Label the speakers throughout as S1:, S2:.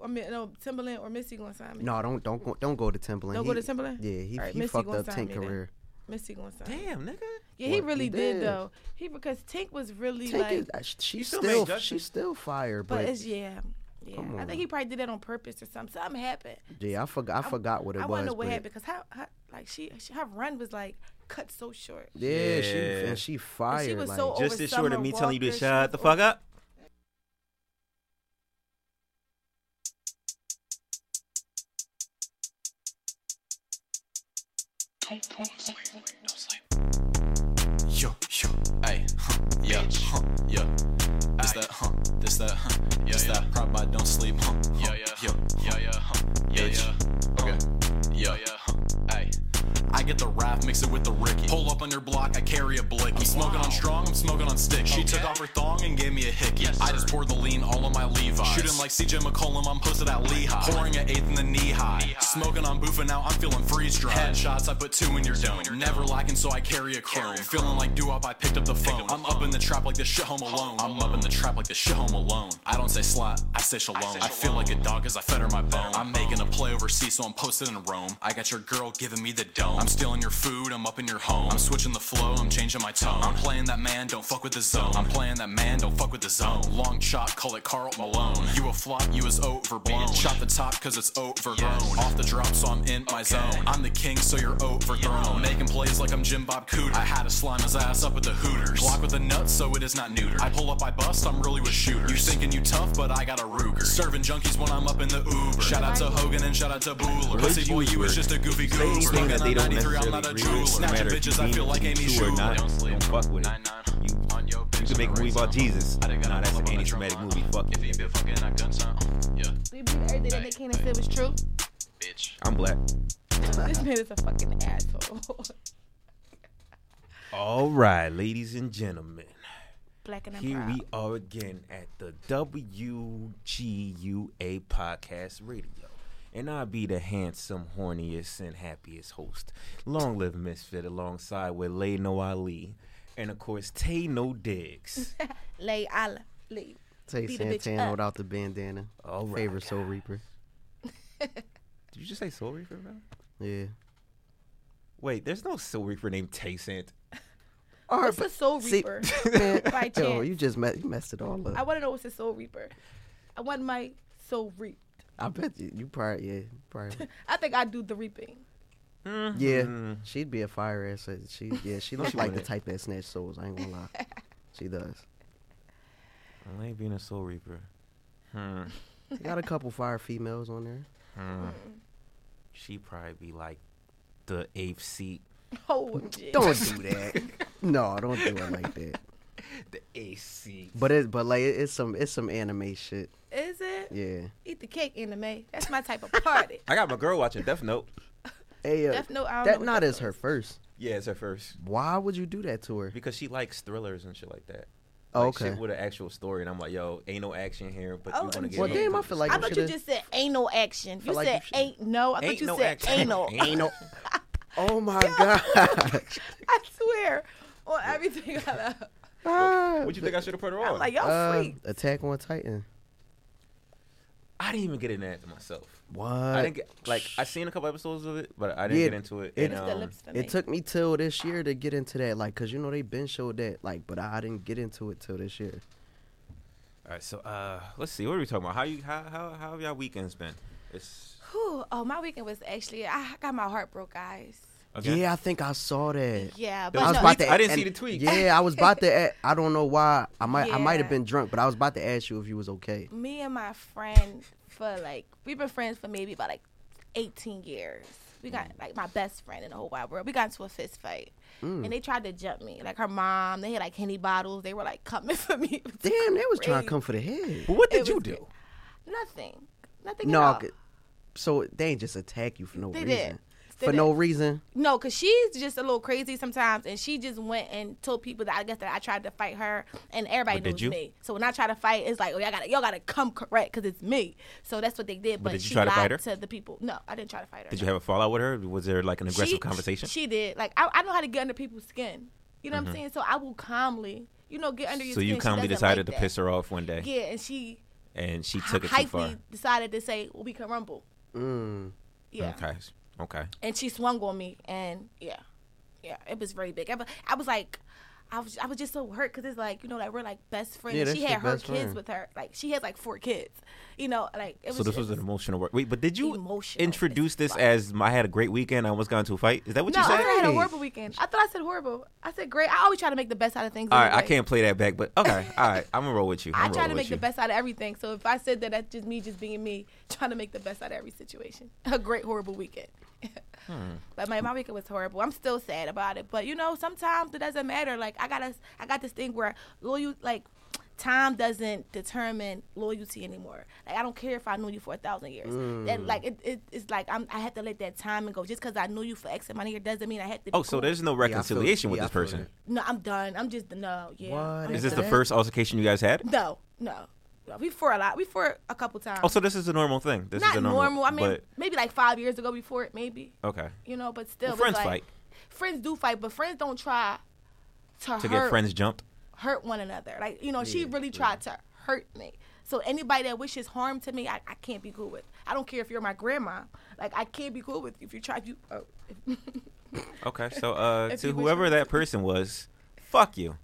S1: or Mi- no Timberland or Missy gonna sign me.
S2: No, don't don't go, don't go to Timberland.
S1: Don't go
S2: He-
S1: to Timberland?
S2: Yeah, he,
S1: Alright,
S2: he
S1: Missy
S2: fucked
S1: gonna
S2: up
S1: sign
S2: Tink
S1: me then.
S2: career.
S1: Missy gonna sign. me.
S3: Damn, nigga.
S1: Yeah, he
S2: What?
S1: really
S2: He
S1: did.
S2: did.
S1: though. He because Tink was really
S2: Tink
S1: like,
S2: is, uh, sh- she's
S3: still made
S2: still
S3: judgments.
S2: she's still fire,
S1: but
S2: but
S1: it's yeah, yeah.
S2: Come
S1: I
S2: on.
S1: think he probably did that on purpose or something. Something happened.
S2: yeah, I forgot I, forgot what it
S1: I
S2: was.
S1: wonder what
S2: but-
S1: happened because how, how like she, she her run was like cut so short.
S2: Yeah, she
S3: Yeah.
S2: and she fired.
S1: she was
S2: like,
S1: so-
S3: Just
S1: Over
S3: as short of
S1: Summer
S3: me telling you to
S1: Walker, she
S3: shut
S1: was
S3: the fuck
S1: over-
S3: up.
S4: Yo, yo, ay, huh, yeah, huh, yeah. This that, huh, this that, huh, yeah, this that. Prop I don't sleep, huh, yeah, yeah, yo, yeah, yeah, huh, yeah, yeah. Okay, yeah, yeah, huh, ay. I get the rap, mix it with the Ricky. Pull up on your block, I carry a blicky. I'm smoking on strong, I'm smoking on stick. She took off her thong and gave me a hickey. I just poured the lean all on my Levi's. Shooting like CJ McCollum, I'm posted at Lehigh. Pouring an eighth in the knee high. Smoking on Boofa, now I'm feeling freeze dry. Headshots, I put two in your dome. Never lacking, so I carry a chrome. Feeling like doo I picked up the phone. I'm up in the trap like this shit home alone. I'm up in the trap like this shit home alone. I don't say slut, I say shalom. I feel like a dog as I fetter my bone. I'm making a play overseas, so I'm posted in Rome. I got your girl giving me the dome. I'm stealing your food, I'm up in your home. I'm switching the flow, I'm changing my tone. I'm playing that man, don't fuck with the zone. I'm playing that man, don't fuck with the zone. Long shot, call it Carl Malone. You a flop, you is overblown. Shot the top, cause it's overgrown. Off the drop, so I'm in my zone. I'm the king, so you're overthrown. Making plays like I'm Jim Bob Cooter. I had to slime his ass up with the Hooters. Block with a nut, so it is not neuter. I pull up, I bust, I'm really with shooters. You thinking you tough, but I got a Ruger. Serving junkies when I'm up in the Uber. Shout out to Hogan and shout out to Booler. Pussy boy, you is just a goofy goober.
S3: Anything that
S4: Smoking
S3: they
S4: on
S3: don't
S4: 93, I'm
S3: necessarily
S4: not a
S3: agree
S4: jeweler.
S3: with, no
S4: Snatching
S3: matter if you
S4: bitches,
S3: deem
S4: I
S3: it
S4: feel like Amy
S3: true or
S4: Schumer.
S3: not, don't fuck with it. You, you can make a movie about Jesus. Nah, that's an anti-Semitic movie. Fuck
S4: If
S3: it.
S4: you been fucking, I done something. uh, Yeah,
S1: Do you believe everything that
S4: Hey,
S1: Nick Cannon said was true?
S4: bitch.
S3: I'm black.
S1: this man is a fucking asshole.
S3: All right, ladies and gentlemen.
S1: Black and I'm
S3: Here
S1: proud.
S3: we are again at the WGUA Podcast Radio. And I'll be the handsome, horniest, and happiest host. Long live Misfit alongside with Lay No Ali. And of course, Tay No Diggs.
S1: Lay Allah. Lay.
S2: Tay
S1: beat a bitch
S2: Santana
S1: up.
S2: without the bandana.
S3: All right.
S2: Favorite Soul Reaper.
S3: Did you just say Soul Reaper, bro?
S2: Yeah.
S3: Wait, there's no Soul Reaper named Tay Sant.
S2: All
S1: What's a soul
S2: see-
S1: reaper?
S2: man,
S1: By
S2: yo,
S1: chance.
S2: you just met, you messed it all up.
S1: I
S2: I
S1: want to know what's a soul reaper. I want my soul reaped.
S2: bet you, you probably yeah probably
S1: I think I do the reaping.
S3: Hmm.
S2: yeah. She'd be a fire ass. uh, She yeah Mm. she looks
S3: she
S2: like the
S3: wouldn't.
S2: type that snatch souls. I ain't gonna lie. She does.
S3: I ain't being a Soul Reaper. Hmm.
S2: She got a couple fire females on there.
S3: hmm. She probably be like the eighth seat.
S1: Oh, shit.
S2: Don't do that. no, don't do it like that.
S3: The eighth seat.
S2: But it but like it- it's some it's some anime shit.
S1: Is it?
S2: Yeah.
S1: Eat the cake, anime. That's my type of party.
S3: I got my girl watching Death Note.
S2: Hey, uh,
S1: Death Note, I don't know
S2: that
S1: what
S2: not
S1: that
S2: as her
S1: was.
S2: first.
S3: Yeah, it's her first
S2: Why would you do that to her?
S3: because she likes thrillers and shit like that.
S2: Oh,
S3: Like,
S2: okay.
S3: shit with an actual story, and I'm like, yo, ain't no action here, but
S1: Oh,
S3: you wanna get.
S2: Well,
S3: hooked
S2: damn,
S3: on
S2: I
S3: this
S2: feel like
S1: I
S2: you
S3: shit.
S1: thought you
S2: should've-
S1: just said ain't no action. You
S2: like you
S1: said
S2: should-
S1: ain't no. I
S3: Ain't
S1: thought you
S3: no
S1: said
S3: action.
S1: ain't no.
S3: Ain't
S2: Ain't no. oh my god.
S1: I swear on everything I love.
S3: What you think I should have put her
S1: I'm
S3: on?
S1: like, y'all
S2: Uh,
S1: freak.
S2: Attack on Titan.
S3: I didn't even get into that to myself.
S2: What?
S3: I didn't get like I seen a couple episodes of it, but I didn't
S2: Yeah,
S3: get into it.
S2: it-
S3: and,
S2: It's
S1: the
S3: um,
S1: lips for me.
S2: It took me till this year to get into that, like, cause you know they been showed that, like, but I, I didn't get into it till this year.
S3: all right, so uh, let's see. What are we talking about? How you how how how have y'all weekends been? It's
S1: Whew. Oh, my weekend was actually. I got my heart broke, guys.
S3: okay.
S2: Yeah, I think I saw that.
S1: Yeah,
S3: was
S1: but no,
S3: about to- I didn't see
S2: and-
S3: the tweet.
S2: Yeah, I was about to. a- I don't know why. I might. I might
S1: Yeah.
S2: have been drunk, but I was about to ask you if you was okay.
S1: me and my friend for like we've been friends for maybe about like 18 years. We got
S2: Mm.
S1: like my best friend in the whole wide world. We got into a fist fight,
S2: Mm.
S1: and they tried to jump me. Like her mom, they had like henny bottles. They were like coming for me. It was
S2: Damn, they was trying
S1: crazy.
S2: to come for the head.
S3: But what
S1: It
S3: did you
S1: was
S3: do?
S1: good. Nothing. Nothing. at
S2: No,
S1: all.
S2: c- so they ain't just attack you for no
S1: They
S2: reason.
S1: did. They
S2: For
S1: did.
S2: no reason.
S1: No, cause she's just a little crazy sometimes, and she just went and told people that I guess that I tried to fight her, and everybody
S3: But did
S1: knows
S3: you?
S1: me. So when I try to fight, it's like, oh y'all gotta y'all gotta come correct, cause it's me. So that's what they did. But,
S3: did you
S1: she
S3: try to
S1: lied
S3: fight her?
S1: the people. No, I didn't try to fight her. no.
S3: Did you have a fallout with her? Was there like an aggressive
S1: she,
S3: conversation? Mm-hmm.
S1: She did. Like I, I know how to get under people's skin. You know what I'm saying? So I will calmly, you know, get under your
S3: so
S1: skin.
S3: you
S1: She
S3: calmly
S1: doesn't
S3: decided
S1: like
S3: to
S1: that.
S3: piss her off one day.
S1: Yeah, and she
S3: and she took it too far.
S1: Hyphy decided to say, well, we can rumble.
S2: Mm.
S1: Yeah.
S3: Okay. Okay.
S1: and she swung on me and yeah yeah it was very big i, was- I was like I was, I was just so hurt because it's like you know like we're like best friends.
S2: Yeah,
S1: And
S2: that's
S1: she
S2: your
S1: had her
S2: best
S1: kids
S2: friend.
S1: with her. Like she had like four kids, you know. Like it was.
S3: So this
S1: it
S3: was an emotional work. Wait, but did you
S1: Emotional
S3: introduce
S1: as
S3: this
S1: fuck.
S3: as I had a great weekend? I almost got into a fight. Is that what
S1: no,
S3: you
S1: I
S3: said?
S1: said I had a
S2: Hey.
S1: horrible weekend. I thought I said horrible. I said great. I always try to make the best out of things.
S3: All right, I
S1: anyway.
S3: can't play that back, but okay. All right, I'm gonna roll with you.
S1: I
S3: I'm
S1: try
S3: rolling
S1: to
S3: with
S1: make
S3: you.
S1: the best out of everything. So if I said that, that's just me, just being me, trying to make the best out of every situation. A great horrible weekend.
S3: Hmm.
S1: But my, my weekend was horrible. I'm still sad about it. But you know, sometimes it doesn't matter. Like I got a, I got this thing where loyal, like time doesn't determine loyalty anymore. Like I don't care if I knew you for a thousand years. That
S3: Hmm.
S1: like it, it, it's like I'm, I had to let that time and go. Just because I knew you for X amount of years doesn't mean I had to. Be
S3: Oh, so
S1: cool.
S3: there's no
S2: Yeah, I feel-
S3: reconciliation with
S2: yeah,
S3: this
S2: I feel
S3: person.
S2: that.
S1: no. I'm done. I'm just no. Yeah.
S2: What
S1: I'm
S2: is
S3: Is this the
S2: Yeah.
S1: done.
S3: first altercation you guys had?
S1: No, no, no. We for a lot. We for a couple times.
S3: Oh, so this is a normal thing. This is
S1: Not
S3: a normal.
S1: normal. I mean,
S3: but,
S1: maybe like five years ago before it, maybe
S3: okay.
S1: you know. But still,
S3: Well,
S1: it's
S3: friends
S1: like-
S3: fight.
S1: Friends do fight, but friends don't try to,
S3: To
S1: hurt,
S3: get friends jumped.
S1: hurt one another. Like you know, she
S2: Yeah,
S1: really tried to hurt me. So anybody that wishes harm to me, I, I can't be cool with. I don't care if you're my grandma. Like I can't be cool with you if you try you. Oh.
S3: Okay, so uh,
S1: If
S3: to
S1: you wish
S3: whoever
S1: me-
S3: that person was, fuck you.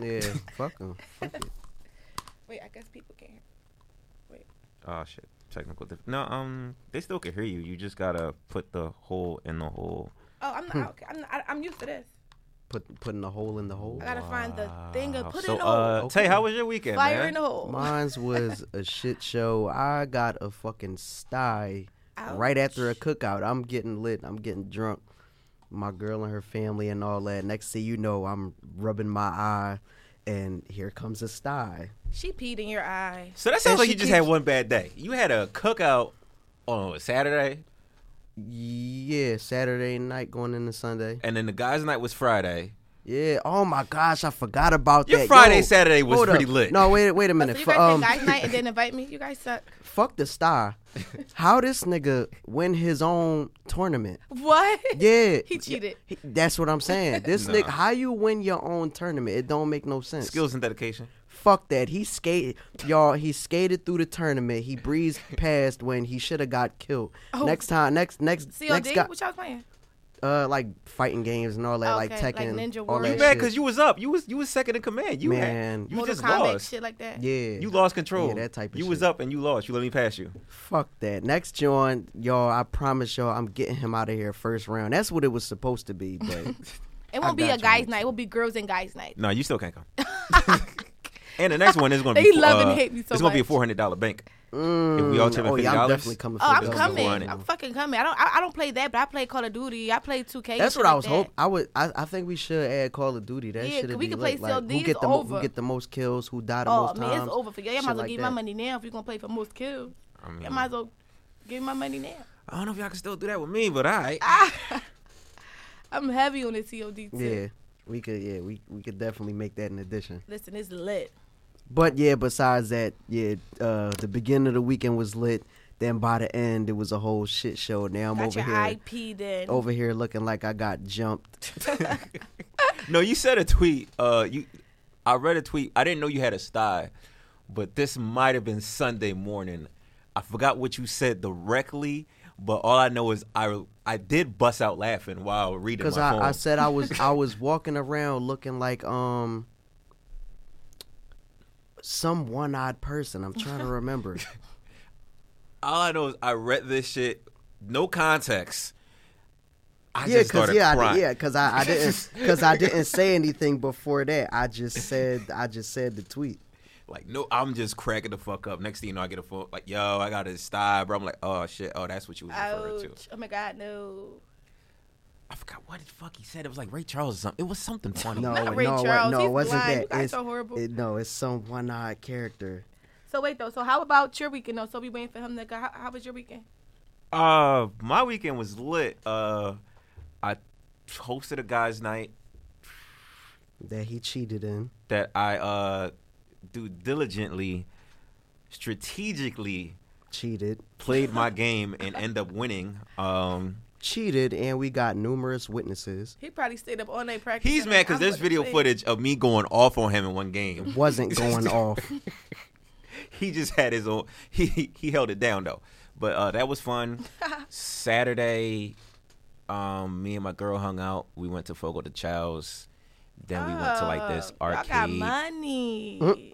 S2: Yeah, fuck 'em. Fuck it.
S1: Wait, I guess people can't. hear.
S3: Oh shit, technical. Diff- no, um, they still can hear you. You just gotta put the hole in the hole.
S1: Oh, I'm
S3: Hmm.
S1: not. Okay, I'm, not, I, I'm used to this.
S2: Put putting a hole in the hole.
S1: I gotta find the thing to
S3: Wow.
S1: put
S3: so,
S1: in the
S3: uh,
S1: hole.
S2: Okay.
S3: Tay, how was your weekend,
S1: Fire
S3: man?
S1: in the hole.
S2: Mines was a shit show. I got a fucking sty right after a cookout. I'm getting lit. I'm getting drunk. My girl and her family and all that. Next thing you know, I'm rubbing my eye, and here comes a sty.
S1: She peed in your eye.
S3: So that sounds
S2: And
S3: like
S2: she
S3: you just had
S2: keeps-
S3: one bad day. You had a cookout on a Saturday,
S2: Yeah, Saturday night going into Sunday.
S3: and then the guys' night was Friday.
S2: Yeah. Oh my gosh, I forgot about
S3: Your
S2: that.
S3: Friday,
S2: Yo,
S3: Saturday was
S2: hold
S3: pretty
S2: up.
S3: lit.
S2: No, wait, wait
S1: Oh,
S2: a
S1: So
S2: minute.
S1: you
S2: F-
S1: guys
S2: um,
S1: did guys night and didn't invite me? You guys suck.
S2: fuck the star. How this nigga win his own tournament?
S1: What?
S2: Yeah,
S1: He cheated.
S2: He- that's what I'm saying. This
S3: Nah.
S2: nigga, how you win your own tournament? It don't make no sense.
S3: Skills and dedication.
S2: Fuck that. He skated, y'all. He skated through the tournament. He breezed past when he should have got killed.
S1: Oh.
S2: Next time, next next next
S1: COD?
S2: guy,
S1: what y'all playing?
S2: uh, like fighting games and all that, like
S1: Okay, like
S2: Tekken,
S1: Ninja
S2: all
S1: Warrior.
S2: that
S3: You mad
S2: shit.
S3: because you was up. You was you was second in command. You had-
S2: Man.
S3: you
S1: Mortal
S3: just
S1: Kombat
S3: lost.
S1: shit like that.
S2: yeah,
S3: You lost control.
S2: Yeah, that type of
S3: You
S2: shit.
S3: was up and you lost. You let me pass you.
S2: Fuck that. Next joint, y'all. I promise y'all, I'm getting him out of here first round. That's what it was supposed to be, but
S1: It
S2: I
S1: won't be
S2: got
S1: a
S2: you.
S1: guys night. It will be girls and guys night.
S3: No, you still can't come. and the next one is going to
S1: They
S3: be fo-
S1: love and
S3: uh,
S1: hate me so
S3: It's going to be a
S1: much.
S3: four hundred dollar bank.
S2: mm,
S3: If we all tipping
S2: oh yeah, I'm
S3: $50?
S2: definitely coming. For
S1: Oh, I'm
S2: those.
S3: Girls and
S1: coming.
S3: Warrior.
S1: I'm fucking coming. I don't. I, I don't play that, but I play Call of Duty. I play 2K. and
S2: That's
S1: shit
S2: what I
S1: like
S2: was
S1: that.
S2: hoping. I would. I, I think we should add Call of Duty. That
S1: Yeah,
S2: should
S1: we
S2: be
S1: could
S2: lit.
S1: play
S2: like,
S1: CLD,
S2: who get
S1: it's
S2: the mo- who
S1: over.
S2: get the most kills? Who die the
S1: Oh
S2: most
S1: man,
S2: times?
S1: it's over for y'all. Y'all might
S2: shit
S1: as well
S2: like
S1: give me my
S2: that. Mm.
S1: money now if you're gonna play for most kills.
S3: I mean,
S1: Y'all might as well give me my money now.
S3: I don't know if y'all can still do that with me, but all right.
S1: I'm heavy on the COD too.
S2: Yeah, we could. Yeah, we we could definitely make that an addition.
S1: Listen, it's lit.
S2: But yeah, besides that, yeah, uh, the beginning of the weekend was lit. Then by the end, it was a whole shit show. Now I'm
S1: Got
S2: over
S1: your
S2: here,
S1: IP then.
S2: over here looking like I got jumped.
S3: No, you said a tweet. Uh, you, I read a tweet. I didn't know you had a sty, but this might have been Sunday morning. I forgot what you said directly, but all I know is I I did bust out laughing while reading my
S2: Cause
S3: phone.
S2: I, I said I was I was walking around looking like um some one eyed person. I'm trying to remember.
S3: all I know is I read this shit, no context. I
S2: yeah,
S3: just
S2: cause
S3: started
S2: yeah, I,
S3: crying.
S2: di- yeah, cause I, I didn't cause I didn't say anything before that. I just said I just said the tweet.
S3: Like no, I'm just cracking the fuck up. Next thing you know, I get a phone like, "Yo, I got a sty, bro." I'm like, "Oh shit, oh that's what you was referring to."
S1: Ouch. Oh my god, no.
S3: I forgot what the fuck he said. It was like Ray Charles or something. It was something funny.
S2: No,
S1: Not
S2: it-
S1: Ray
S2: no, it wa-
S1: Charles.
S2: no, it
S1: He's
S2: wasn't
S1: blind.
S2: that.
S1: You guys
S2: It's-
S1: so horrible.
S2: it- no, it's some one eyed character.
S1: So wait though. So how about your weekend though? So we waiting for him to go. How, how was your weekend?
S3: Uh, my weekend was lit. Uh, I hosted a guys' night
S2: that he cheated in.
S3: that I uh do diligently, strategically
S2: Cheated.
S3: played my game and end up winning. Um,
S2: Cheated, and we got numerous witnesses.
S1: He probably stayed up all night practicing.
S3: he's mad because
S1: I'm
S3: there's
S1: gonna
S3: video
S1: say.
S3: footage of me going off on him in one game.
S2: Wasn't going off.
S3: he just had his own. He he held it down though. But uh, that was fun. Saturday, um, me and my girl hung out. We went to Fogo de Chow's. Then we went to like this
S1: Oh,
S3: arcade.
S1: Y'all got money.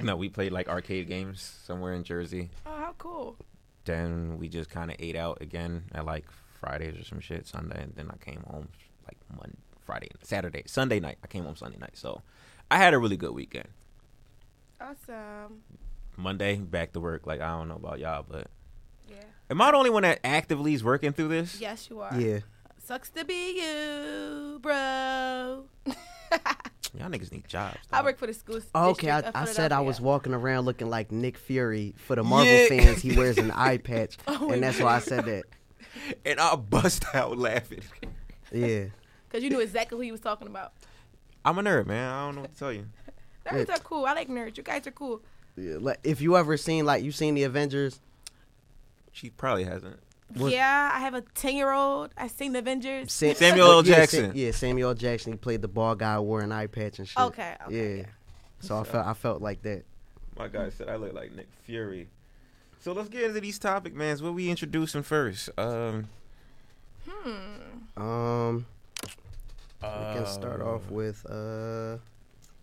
S3: No, we played like arcade games somewhere in Jersey.
S1: Oh, how cool.
S3: Then we just kind of ate out again at like Fridays or some shit, Sunday, and then I came home like Monday, Friday, Saturday, Sunday night. I came home Sunday night, so I had a really good weekend.
S1: Awesome.
S3: Monday back to work. Like I don't know about y'all, but
S1: Yeah.
S3: am I the only one that actively is working through this?
S1: Yes, you are.
S2: Yeah.
S1: Sucks to be you, bro.
S3: Y'all niggas need jobs.
S1: I
S3: dog.
S1: work for the school.
S2: Oh, Okay,
S1: district
S2: I,
S1: of
S2: I said I was
S1: Philadelphia.
S2: walking around looking like Nick Fury for the Marvel
S3: Yeah.
S2: fans. He wears an eye patch,
S1: Oh,
S2: and that's why I said that.
S3: and I bust out laughing.
S2: Yeah,
S1: Cause you knew exactly who he was talking about.
S3: I'm a nerd, man. I don't know what to tell you.
S1: Nerds
S2: Yeah.
S1: are cool. I like nerds. You guys are cool.
S2: Yeah, like if you ever seen like you seen the Avengers,
S3: She probably hasn't.
S2: What-
S1: Yeah, I have a ten year old. I seen the Avengers.
S2: Sa- uh,
S3: Samuel L.
S2: yeah, Sa-
S3: Jackson.
S2: yeah, Samuel L. Jackson. He played the ball guy, wore an eye patch and shit.
S1: Okay, okay,
S2: yeah.
S1: yeah.
S2: So I felt I felt like that.
S3: My guy said I look like Nick Fury. So let's get into these topic, man. What we introducing first? Um,
S1: Hmm.
S2: Um,
S3: Uh,
S2: we can start off with uh,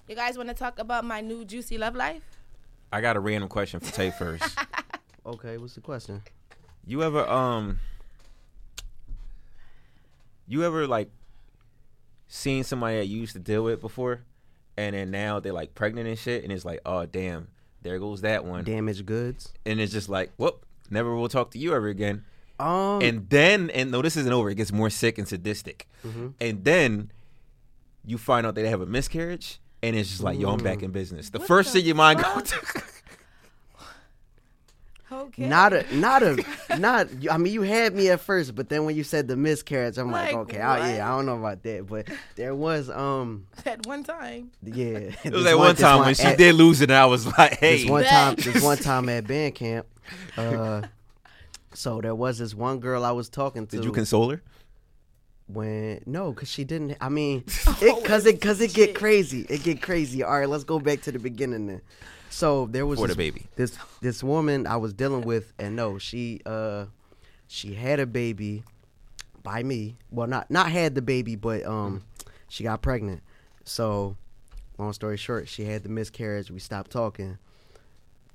S1: You guys want to talk about my new juicy love life?
S3: I got a random question for Tay first.
S2: okay, what's the question?
S3: you ever um, you ever like seen somebody that you used to deal with before, and then now they're like pregnant and shit, and it's like, oh damn, there goes that one,
S2: Damaged goods.
S3: and it's just like, whoop, never will talk to you ever again.
S2: Um,
S3: and then and no this isn't over it gets more sick and sadistic and then you find out that they have a miscarriage and it's just like yo i'm back in business Mm. the
S1: What
S3: first
S1: the
S3: thing your mind
S1: fuck?
S3: goes to
S1: Okay.
S2: not a, not a, not. I mean, you had me at first, but then when you said the miscarriage, I'm like,
S1: Like,
S2: okay, I, yeah,
S1: what?
S2: I don't know about that, but there was um,
S1: at one time.
S2: yeah,
S3: it was like one time when she did lose it and i was like hey
S2: eh, This one
S1: Hey.
S2: time,
S1: Back.
S2: this one time at band camp, uh, so there was this one girl I was talking to.
S3: did you console her
S2: when no, because she didn't. I mean, it because it because it get crazy. It get crazy. All right, let's go back to the beginning then. So there was
S3: For the
S2: this,
S3: baby.
S2: This this woman I was dealing with, and no, she uh she had a baby by me. Well, not not had the baby, but um she got pregnant. So long story short, she had the miscarriage. We stopped talking.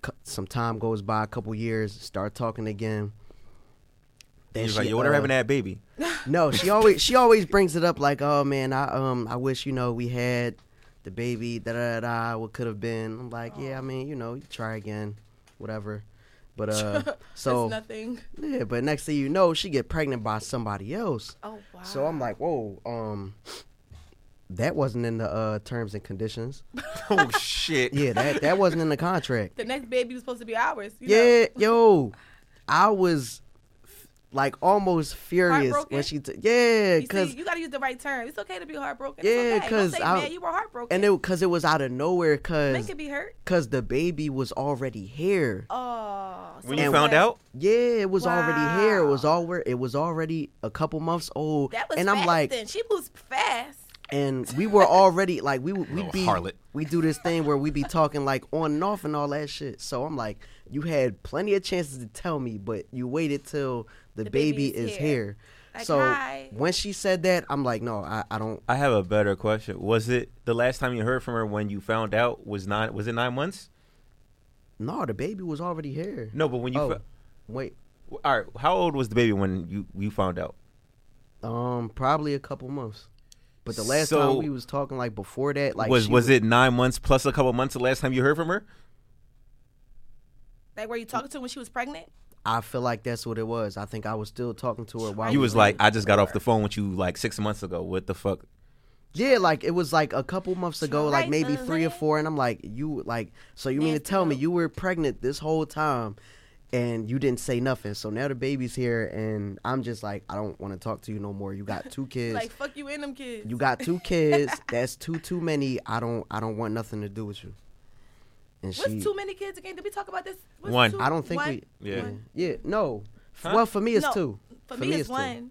S2: Cu- Some time goes by, a couple years, start talking again. Then
S3: he was like yo
S2: uh,
S3: whatever happened to that baby
S2: no, she always she always brings it up like, oh man, I um I wish you know we had the baby da da da da, what could have been. I'm like, yeah, I mean you know you try again, whatever. But uh, so
S1: It's nothing.
S2: yeah, but next thing you know, she get pregnant by somebody else.
S1: Oh wow.
S2: So I'm like, whoa, um, that wasn't in the uh, terms and conditions.
S3: oh shit
S2: Yeah, that that wasn't in the contract.
S1: the next baby was supposed to be ours. You know?
S2: Yeah, yo, I was like almost furious
S1: Heartbroken?
S2: when she t- yeah,
S1: You,
S2: cause
S1: see, you gotta use the right term. It's okay to be heartbroken.
S2: Yeah,
S1: it's okay. Don't
S2: 'cause
S1: say,
S2: I-
S1: man, you were heartbroken.
S2: and it because it was out of nowhere
S1: they
S2: because
S1: could be hurt.
S2: because the baby was already here
S1: Oh. so
S3: when you
S1: it's
S3: found
S1: like-
S3: out
S2: yeah it was already here it was
S1: Wow.
S2: all it was already a couple months old
S1: That was
S2: and
S1: fast
S2: i'm like
S1: then. She moves fast.
S2: and we were already like we would we
S3: Little
S2: be
S3: harlot.
S2: we do this thing where we be talking like on and off and all that shit so i'm like you had plenty of chances to tell me but you waited till the,
S1: The
S2: baby,
S1: baby
S2: is
S1: is
S2: here,
S1: here. Like,
S2: so
S1: hi.
S2: when she said that i'm like no i, I don't
S3: i have a better question was it the last time you heard from her when you found out was nine was it nine months
S2: no the baby was already here
S3: no but when you
S2: oh,
S3: fo-
S2: wait
S3: all right how old was the baby when you you found out
S2: Um, probably a couple months. But the last
S3: So-
S2: time we was talking, like before that, like
S3: was
S2: she
S3: was it nine months plus a couple months the last time you heard from her
S1: Like were you talking to her when she was pregnant?
S2: I feel like that's what it was. I think I was still talking to her while
S3: You
S2: we
S3: was
S2: were-
S3: like, I just got off the phone with you like six months ago. What the fuck?
S2: yeah, like it was like a couple months ago, like
S1: Right,
S2: maybe
S1: uh,
S2: three or
S1: right.
S2: four, and I'm like, you like, so you mean to
S1: Nasty
S2: tell me
S1: little-
S2: you were pregnant this whole time, and you didn't say nothing? So now the baby's here, and I'm just like, I don't want to talk to you no more. You got two kids.
S1: Like fuck you and them kids.
S2: You got two kids. That's too too many. I don't I don't want nothing to do with you. And
S1: What's
S2: she,
S1: too many kids again? Did we talk about this? What's
S3: One.
S1: too-
S2: I don't think
S1: one?
S2: we.
S3: Yeah.
S2: Yeah. Yeah. No. F-
S3: Huh?
S2: Well, for me it's
S1: No,
S2: two.
S1: For, me, it's
S2: two.
S1: one.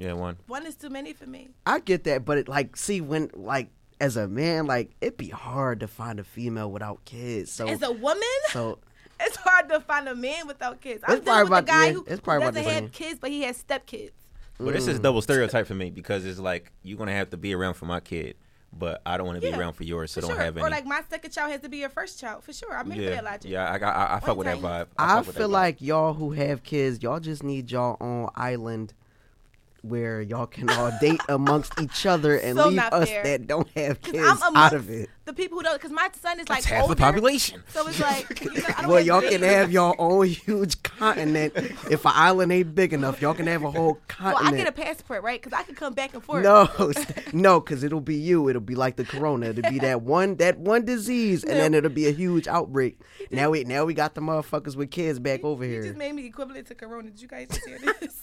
S3: Yeah, one.
S1: One is too many for me.
S2: I get that, but it, like, see when like as a man, like it'd be hard to find a female without kids. So
S1: As a woman,
S2: so
S1: it's hard to find a man without kids.
S2: It's
S1: I'm
S2: probably
S1: dealing with a
S2: about-
S1: guy
S2: yeah,
S1: who
S2: it's probably about
S1: doesn't
S2: the
S1: have
S2: same.
S1: kids, but he has stepkids.
S3: But this
S1: Mm.
S3: is double stereotype for me because it's like you're gonna have to be around for my kid, but I don't want to
S1: Yeah,
S3: be around for yours, so
S1: For
S3: don't
S1: sure.
S3: have any.
S1: Or like my second child has to be your first child. For sure. I'm here for
S3: yeah,
S1: that logic.
S3: yeah, I got, I, I fuck with that
S1: time.
S3: vibe.
S2: I
S3: fuck with that
S2: feel
S3: vibe.
S2: like y'all who have kids, y'all just need y'all own island where y'all can all date amongst each other and
S1: So
S2: leave
S1: not
S2: us
S1: fair.
S2: that don't have kids
S1: I'm
S2: out
S1: amongst
S2: of it.
S1: The people who don't, because my son is like
S3: It's half
S1: older,
S3: the population.
S1: So it's like, you know, I don't
S2: Well,
S1: have
S2: y'all
S1: kids.
S2: can have y'all own huge continent. If an island ain't big enough, y'all can have a whole
S1: Well, I get a
S2: continent.
S1: passport, right? Because I can come back and forth.
S2: no, st- no, because it'll be you. It'll be like the corona. It'll be that one that one disease, and then it'll be a huge outbreak. Now we now we got the motherfuckers with kids back over
S1: You
S2: here.
S1: just made me equivalent to Corona. Did you guys just hear this?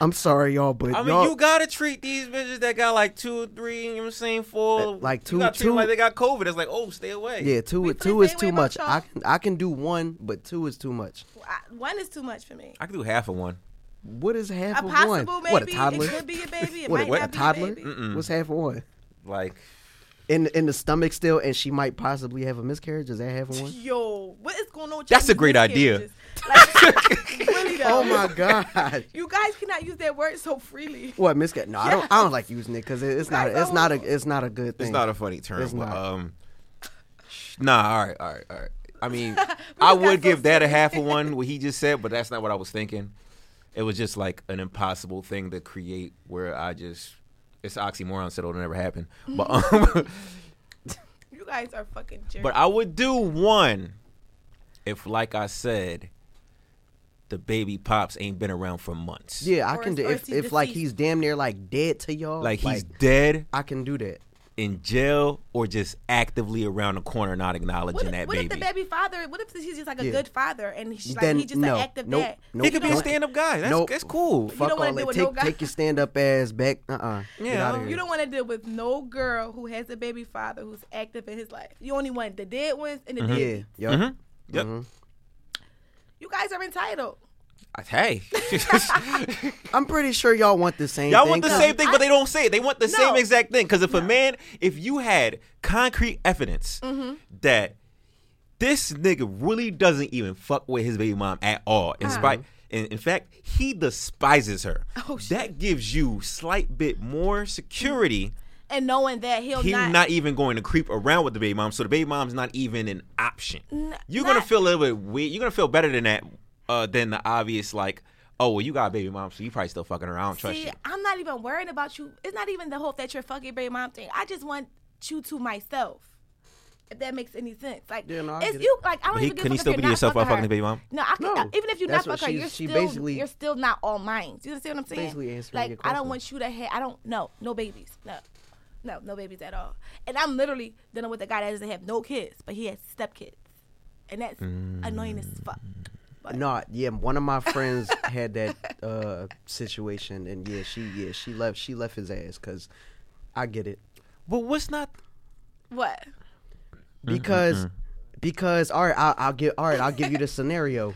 S2: I'm sorry, y'all, but
S3: I mean,
S2: y'all,
S3: you gotta treat these bitches that got like two, three, you know what I'm saying, four.
S2: Like two-
S3: you gotta treat them
S2: two-
S3: like they got COVID. It's like, oh, stay away.
S2: Yeah, two
S1: We
S2: two
S1: feel
S2: is
S1: the same way
S2: too
S1: about
S2: much.
S1: y'all.
S2: I can I can do one, but two is too much.
S1: I- One is too much for me.
S3: I can do half of one.
S2: What is half
S1: A
S2: of
S1: possible,
S2: one?
S1: maybe.
S2: What a toddler?
S1: It could be a baby. It
S2: what
S1: might
S2: a, what, a
S1: not
S2: toddler?
S1: be a baby.
S2: What's half of one?
S3: Like,
S2: In in the stomach still, and she might possibly have a miscarriage. Is that half of one?
S1: Yo, what is going on? With
S3: That's
S1: y'all
S3: a great
S1: miscarriages? Like, really though.
S2: Oh my god!
S1: You guys cannot use that word so freely.
S2: What miscarriage? No, I don't. I don't like using it because it, it's not.
S1: guys
S2: It's not
S1: don't-
S2: a. It's not a good thing.
S3: it's not a funny term.
S2: It's
S3: but,
S2: not.
S3: Um, nah, all right, all right, all right. I mean, I
S1: got so
S3: would give that a half of one, what he just said, but that's not what I was thinking. It was just like an impossible thing to create where I just, it's an oxymoron, so it'll never happen.
S1: Mm.
S3: But, um,
S1: You guys are fucking jerks.
S3: But I would do one if, like I said, the baby pops ain't been around for months.
S2: yeah, I
S1: Or
S2: can
S1: is-
S2: do
S1: or
S2: if
S1: is he
S2: if like
S1: deceased?
S2: he's damn near like dead to y'all.
S3: Like he's dead
S2: I can do that.
S3: in jail or just actively around the corner not
S1: what,
S3: acknowledging
S1: if,
S3: that
S1: what
S3: baby.
S1: if the baby father? What if he's just like a
S2: Yeah.
S1: good father and he's like
S2: Then
S1: he's just
S2: no,
S1: an active
S2: nope,
S1: dad?
S2: nope.
S3: He could be a
S2: Don't-
S3: stand up guy. That's,
S2: Nope.
S3: that's cool.
S1: don't
S2: Fuck
S1: wanna deal
S2: all that.
S1: with
S2: Take
S1: no guy.
S2: take your stand up ass back. Uh uh Get
S3: Yeah,
S2: out of here.
S1: You don't want to deal with no girl who has a baby father who's active in his life. You only want the dead ones and the
S2: yeah.
S1: baby.
S2: Yo.
S3: Mhm. Yep.
S1: You guys are entitled.
S3: I- Hey.
S2: I'm pretty sure y'all want the same.
S3: Y'all
S2: thing.
S3: want the
S2: No.
S3: same thing, but they don't say it. They want the
S1: No.
S3: same exact thing. Because if a man, if you had concrete evidence
S1: Mm-hmm.
S3: that this nigga really doesn't even fuck with his baby mom at all,
S1: Uh-huh.
S3: in spite, in, in fact, he despises her.
S1: Oh, shit.
S3: that gives you slight bit more security.
S1: And knowing that he'll
S3: He's
S1: not,
S3: not, even going to creep around with the baby mom, so the baby mom's not even an option. you're gonna
S1: not-
S3: feel a little bit weird. You're gonna feel better than that uh, than the obvious like. Oh well, you got a baby mom, so you probably still fucking her. I don't trust
S1: See,
S3: you.
S1: I'm not even worrying about you. It's not even the hope that you're fucking baby mom thing. I just want you to myself. If that makes any sense, like
S2: Yeah, no, I
S1: it's
S2: get it.
S1: you. Like I don't
S3: But he-
S1: even. give
S3: can
S1: a
S3: he
S1: fuck
S3: still
S1: if
S3: be
S1: you're not
S3: yourself while fucking
S1: her.
S3: the baby mom?
S1: No, I can,
S2: No.
S1: not even if you
S2: That's
S1: not
S2: what
S1: fuck her,
S2: she's-
S1: you're
S2: she
S1: still
S2: basically-
S1: you're still not all mine. Do you see what I'm saying?
S2: basically answering
S1: like
S2: your
S1: I don't
S2: question.
S1: want you to have. I don't no no babies no. No, no babies at all. And I'm literally dealing with a guy that doesn't have no kids, but he has stepkids. And that's annoying as fuck.
S3: Mm.
S1: But
S2: No, yeah, one of my friends had that uh, situation, and yeah, she yeah she left she left his ass because I get it
S3: But what's not
S1: what?
S3: Mm-hmm,
S2: because because all right I'll, I'll give all right I'll give you the scenario.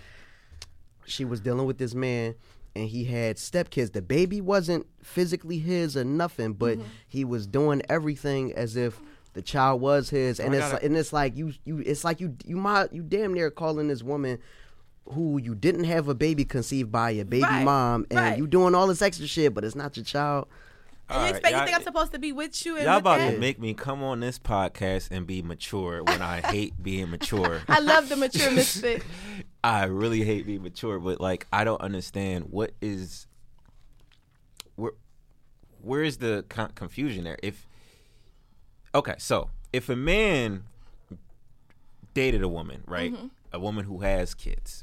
S2: She was dealing with this man, and he had stepkids. The baby wasn't physically his or nothing, but
S1: Mm-hmm.
S2: he was doing everything as if. The child was his, and
S3: Oh, I
S2: it's
S3: gotta-
S2: like, and it's like you you it's like you you might you damn near calling this woman who you didn't have a baby conceived by your baby
S1: Right,
S2: mom and
S1: right.
S2: you doing all this extra shit but it's not your child
S1: And
S3: All
S1: you
S3: right,
S1: expect you
S3: y'all-
S1: think I'm supposed to be with you and
S3: y'all
S1: with
S3: about
S1: that?
S3: to make me come on this podcast and be mature when I hate being mature.
S1: I love the mature misfit.
S3: I really hate being mature, but like I don't understand what is where where is the con- confusion there? If okay, so if a man dated a woman, right, a woman who has kids,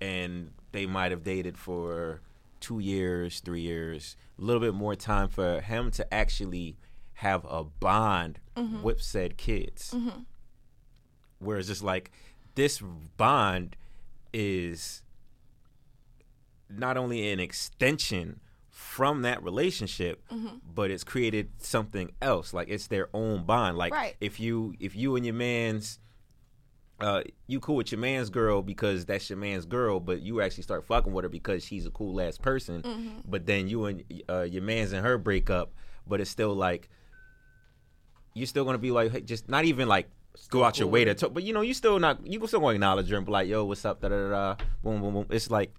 S3: and they might have dated for two years, three years, a little bit more time for him to actually have a bond with said kids where it's just like this bond is not only an extension from that relationship but it's created something else like it's their own bond like
S1: Right.
S3: if you if you and your man's uh, you cool with your man's girl because that's your man's girl, but you actually start fucking with her because she's a cool ass person. But then you and uh, your man's and her break up, but it's still like you're still gonna be like, hey, just not even like go out your way to talk, but you know, you still not you still gonna acknowledge her and be like, yo, what's up, da da da, da. boom boom boom. It's like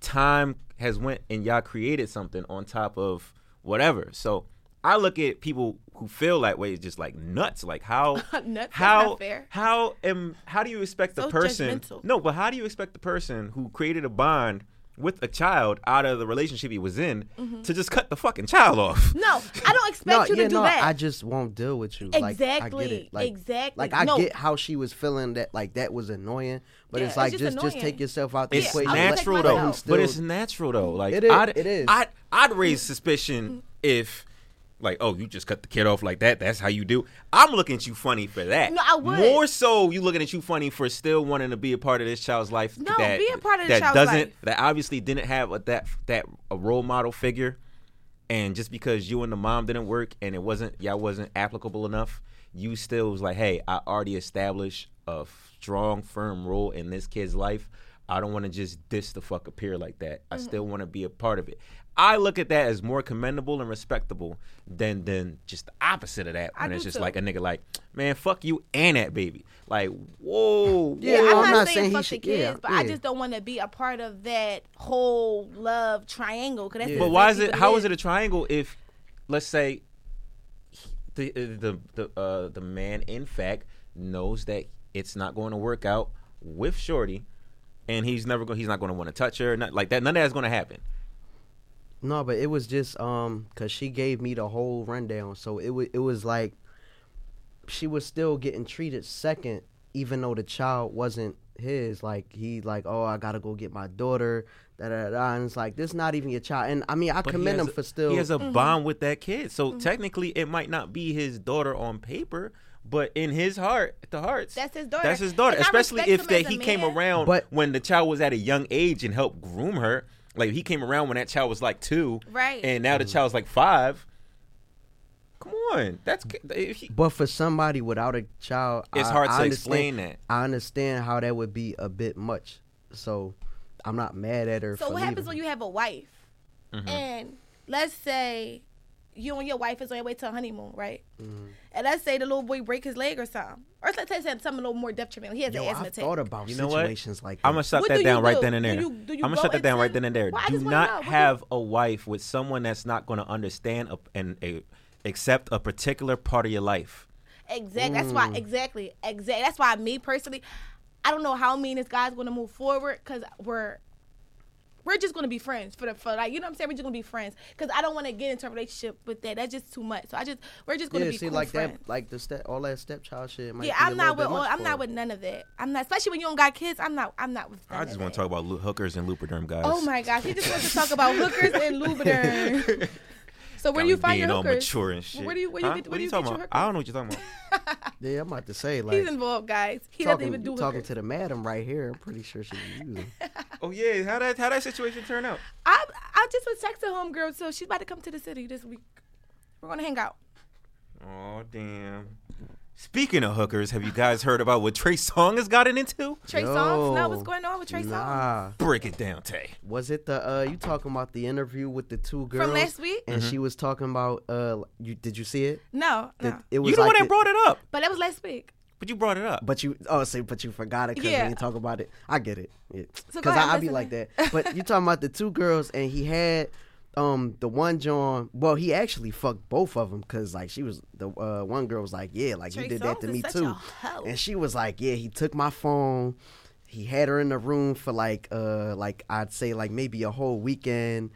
S3: time has went and y'all created something on top of whatever. So I look at people who feel that way as just like nuts. Like how
S1: Nuts, that's
S3: how
S1: not fair.
S3: how am how do you expect the
S1: So
S3: person?
S1: judgmental.
S3: No, but how do you expect the person who created a bond with a child out of the relationship he was in to just cut the fucking child off?
S1: Mm-hmm. No, I don't expect
S2: No,
S1: you to
S2: yeah,
S1: do
S2: no,
S1: that.
S2: I just won't deal with you. Like, I get
S1: Exactly,
S2: it. Like,
S1: exactly.
S2: Like I
S1: No.
S2: get how she was feeling that like that was annoying, but
S1: Yeah,
S2: it's
S1: it's
S2: like
S1: just
S2: just just
S1: annoying.
S2: take yourself out the
S3: It's
S2: equation.
S1: I would
S2: Let-
S3: natural
S1: take
S2: let
S3: though,
S2: him
S1: myself.
S2: still-
S3: but it's natural though. Like
S2: It is-
S3: I'd,
S2: it is.
S3: I'd I'd raise suspicion if. Like oh you just cut the kid off like that that's how you do I'm looking at you funny for that
S1: No, I would.
S3: more so you looking at you funny for still wanting to be a part of this child's life
S1: No,
S3: that
S1: be a part of the
S3: that
S1: child's
S3: doesn't
S1: life.
S3: that obviously didn't have a, that that a role model figure and just because you and the mom didn't work and it wasn't y'all wasn't applicable enough you still was like hey i already established a strong firm role in this kid's life i don't want to just diss the fuck appear like that i
S1: Mm-hmm.
S3: still want to be a part of it i look at that as more commendable and respectable than than just the opposite of that
S1: I
S3: when it's
S1: do
S3: just
S1: too.
S3: like a nigga like man fuck you and that baby like whoa
S2: Yeah,
S3: whoa.
S2: I'm
S1: I'm,
S2: not
S1: not
S2: saying
S1: saying,
S2: he
S1: fuck
S2: should-
S1: the kids,
S2: yeah,
S1: but
S2: yeah.
S1: I just don't want to be a part of that whole love triangle. 'cause that's
S2: Yeah.
S3: But why is
S1: exactly
S3: it?
S1: what
S3: How is it a triangle if, let's say, the the the uh, the man in fact knows that it's not going to work out with Shorty, and he's never going. He's not going to want to touch her. Not like that. None of that's going to happen.
S2: No, but it was just um cuz she gave me the whole rundown. So it was it was like she was still getting treated second even though the child wasn't his. Like he like, "Oh, I got to go get my daughter." Da, da, da. And it's like, "This not even your child." And I mean, I
S3: But he
S2: commend
S3: has
S2: him
S3: a-
S2: for still
S3: He has
S1: Mm-hmm.
S3: a bond with that kid, so technically it might not be his daughter on paper. But in his heart, at the hearts,
S1: That's his daughter.
S3: That's his daughter,
S1: And I
S3: especially
S1: respect
S3: if
S1: him
S3: that
S1: as a
S3: he came
S1: man.
S3: around
S2: But-
S3: when the child was at a young age and helped groom her. Like he came around when that child was like two,
S1: Right.
S3: And now the child's like five. Come on, that's if he,
S2: But for somebody without a child,
S3: It's
S2: I-
S3: hard
S2: I
S3: to
S2: understand-
S3: explain that.
S2: I understand how that would be a bit much. So I'm not mad at her.
S1: So
S2: for
S1: what happens when
S2: leaving.
S1: you have a wife,
S3: Mm-hmm.
S1: and let's say you and your wife is on your way to a honeymoon, right?
S2: Mm-hmm.
S1: And let's say the little boy break his leg or something, or let's say something a little more detrimental. He has
S2: Yo,
S1: an asthma
S2: I've
S1: attack.
S2: thought about
S3: You know what?
S2: situations like that.
S3: I'm gonna shut
S1: What
S3: that
S1: do you
S3: down right
S1: do?
S3: then and
S1: Do
S3: there.
S1: you- do you
S3: I'm gonna
S1: go
S3: shut that down
S1: into-
S3: right then and there.
S1: Well, I
S3: do
S1: just wanna know.
S3: not
S1: What do you-
S3: have a wife with someone that's not gonna understand a, and a, accept a particular part of your life.
S1: Exactly. That's why.
S2: Mm.
S1: Exactly. Exactly. That's why me personally, I don't know how me and this guy's going to move forward because we're we're just going to be friends for the for like you know what I'm saying. We're just going to be friends because I don't want to get into a relationship with that. That's just too much. So I just we're just going to
S2: yeah,
S1: be
S2: see,
S1: cool
S2: like
S1: friends.
S2: that, like the step, all that stepchild shit. Might
S1: yeah,
S2: be a
S1: I'm
S2: little
S1: not
S2: bit
S1: with all,
S2: much
S1: I'm
S2: for
S1: not
S2: her.
S1: with none of that. I'm not, especially when you don't got kids. I'm not. I'm not with. None
S3: I just
S1: want
S3: want to talk about lo- hookers and Lubriderm guys.
S1: Oh my gosh, he just wants to talk about hookers and Lubriderm. So where do you
S3: Golly,
S1: find your
S3: being all
S1: hookers?
S3: mature and shit.
S1: Where do you where do you
S3: Huh?
S1: get, where do
S3: What are
S1: you
S3: you
S1: get
S3: talking
S1: your
S3: about?
S1: hookers?
S3: I don't know what you're talking about.
S2: Yeah, I'm about to say
S1: He's
S2: like
S1: involved, guys. He doesn't even
S2: talking,
S1: do
S2: talking
S1: hookers.
S2: to the madam right here. I'm pretty sure she used. them.
S3: oh yeah, how that how that situation turn out?
S1: I I just was texting homegirl, so she's about to come to the city this week. We're gonna hang out.
S3: Oh damn. Speaking of hookers, have you guys heard about what Trey Song has gotten into?
S1: Trey Songz,
S2: Yo,
S1: no, what's going on with Trey Songz?
S2: Nah,
S3: Break it down, Tay.
S2: was it the uh you talking about the interview with the two girls
S1: last week?
S2: And
S3: Mm-hmm.
S2: she was talking about uh you did you see it?
S1: No, no.
S2: It, it was
S3: You the
S2: like
S3: one that
S2: it-
S3: brought it up,
S1: but that was last week.
S3: but you brought it up.
S2: But you oh say but you forgot it because
S1: Yeah.
S2: we didn't talk about it. I get it. Because
S1: So go ahead,
S2: I, I be
S1: listen.
S2: like that. But you talking about the two girls and he had um the one John. Well, he actually fucked both of them because like she was the uh, one girl was like yeah like you
S1: Trey
S2: did that
S1: Songz
S2: to
S1: is
S2: me
S1: such
S2: too,
S1: a hoe.
S2: and she was like yeah he took my phone. He had her in the room for like uh like I'd say like maybe a whole weekend,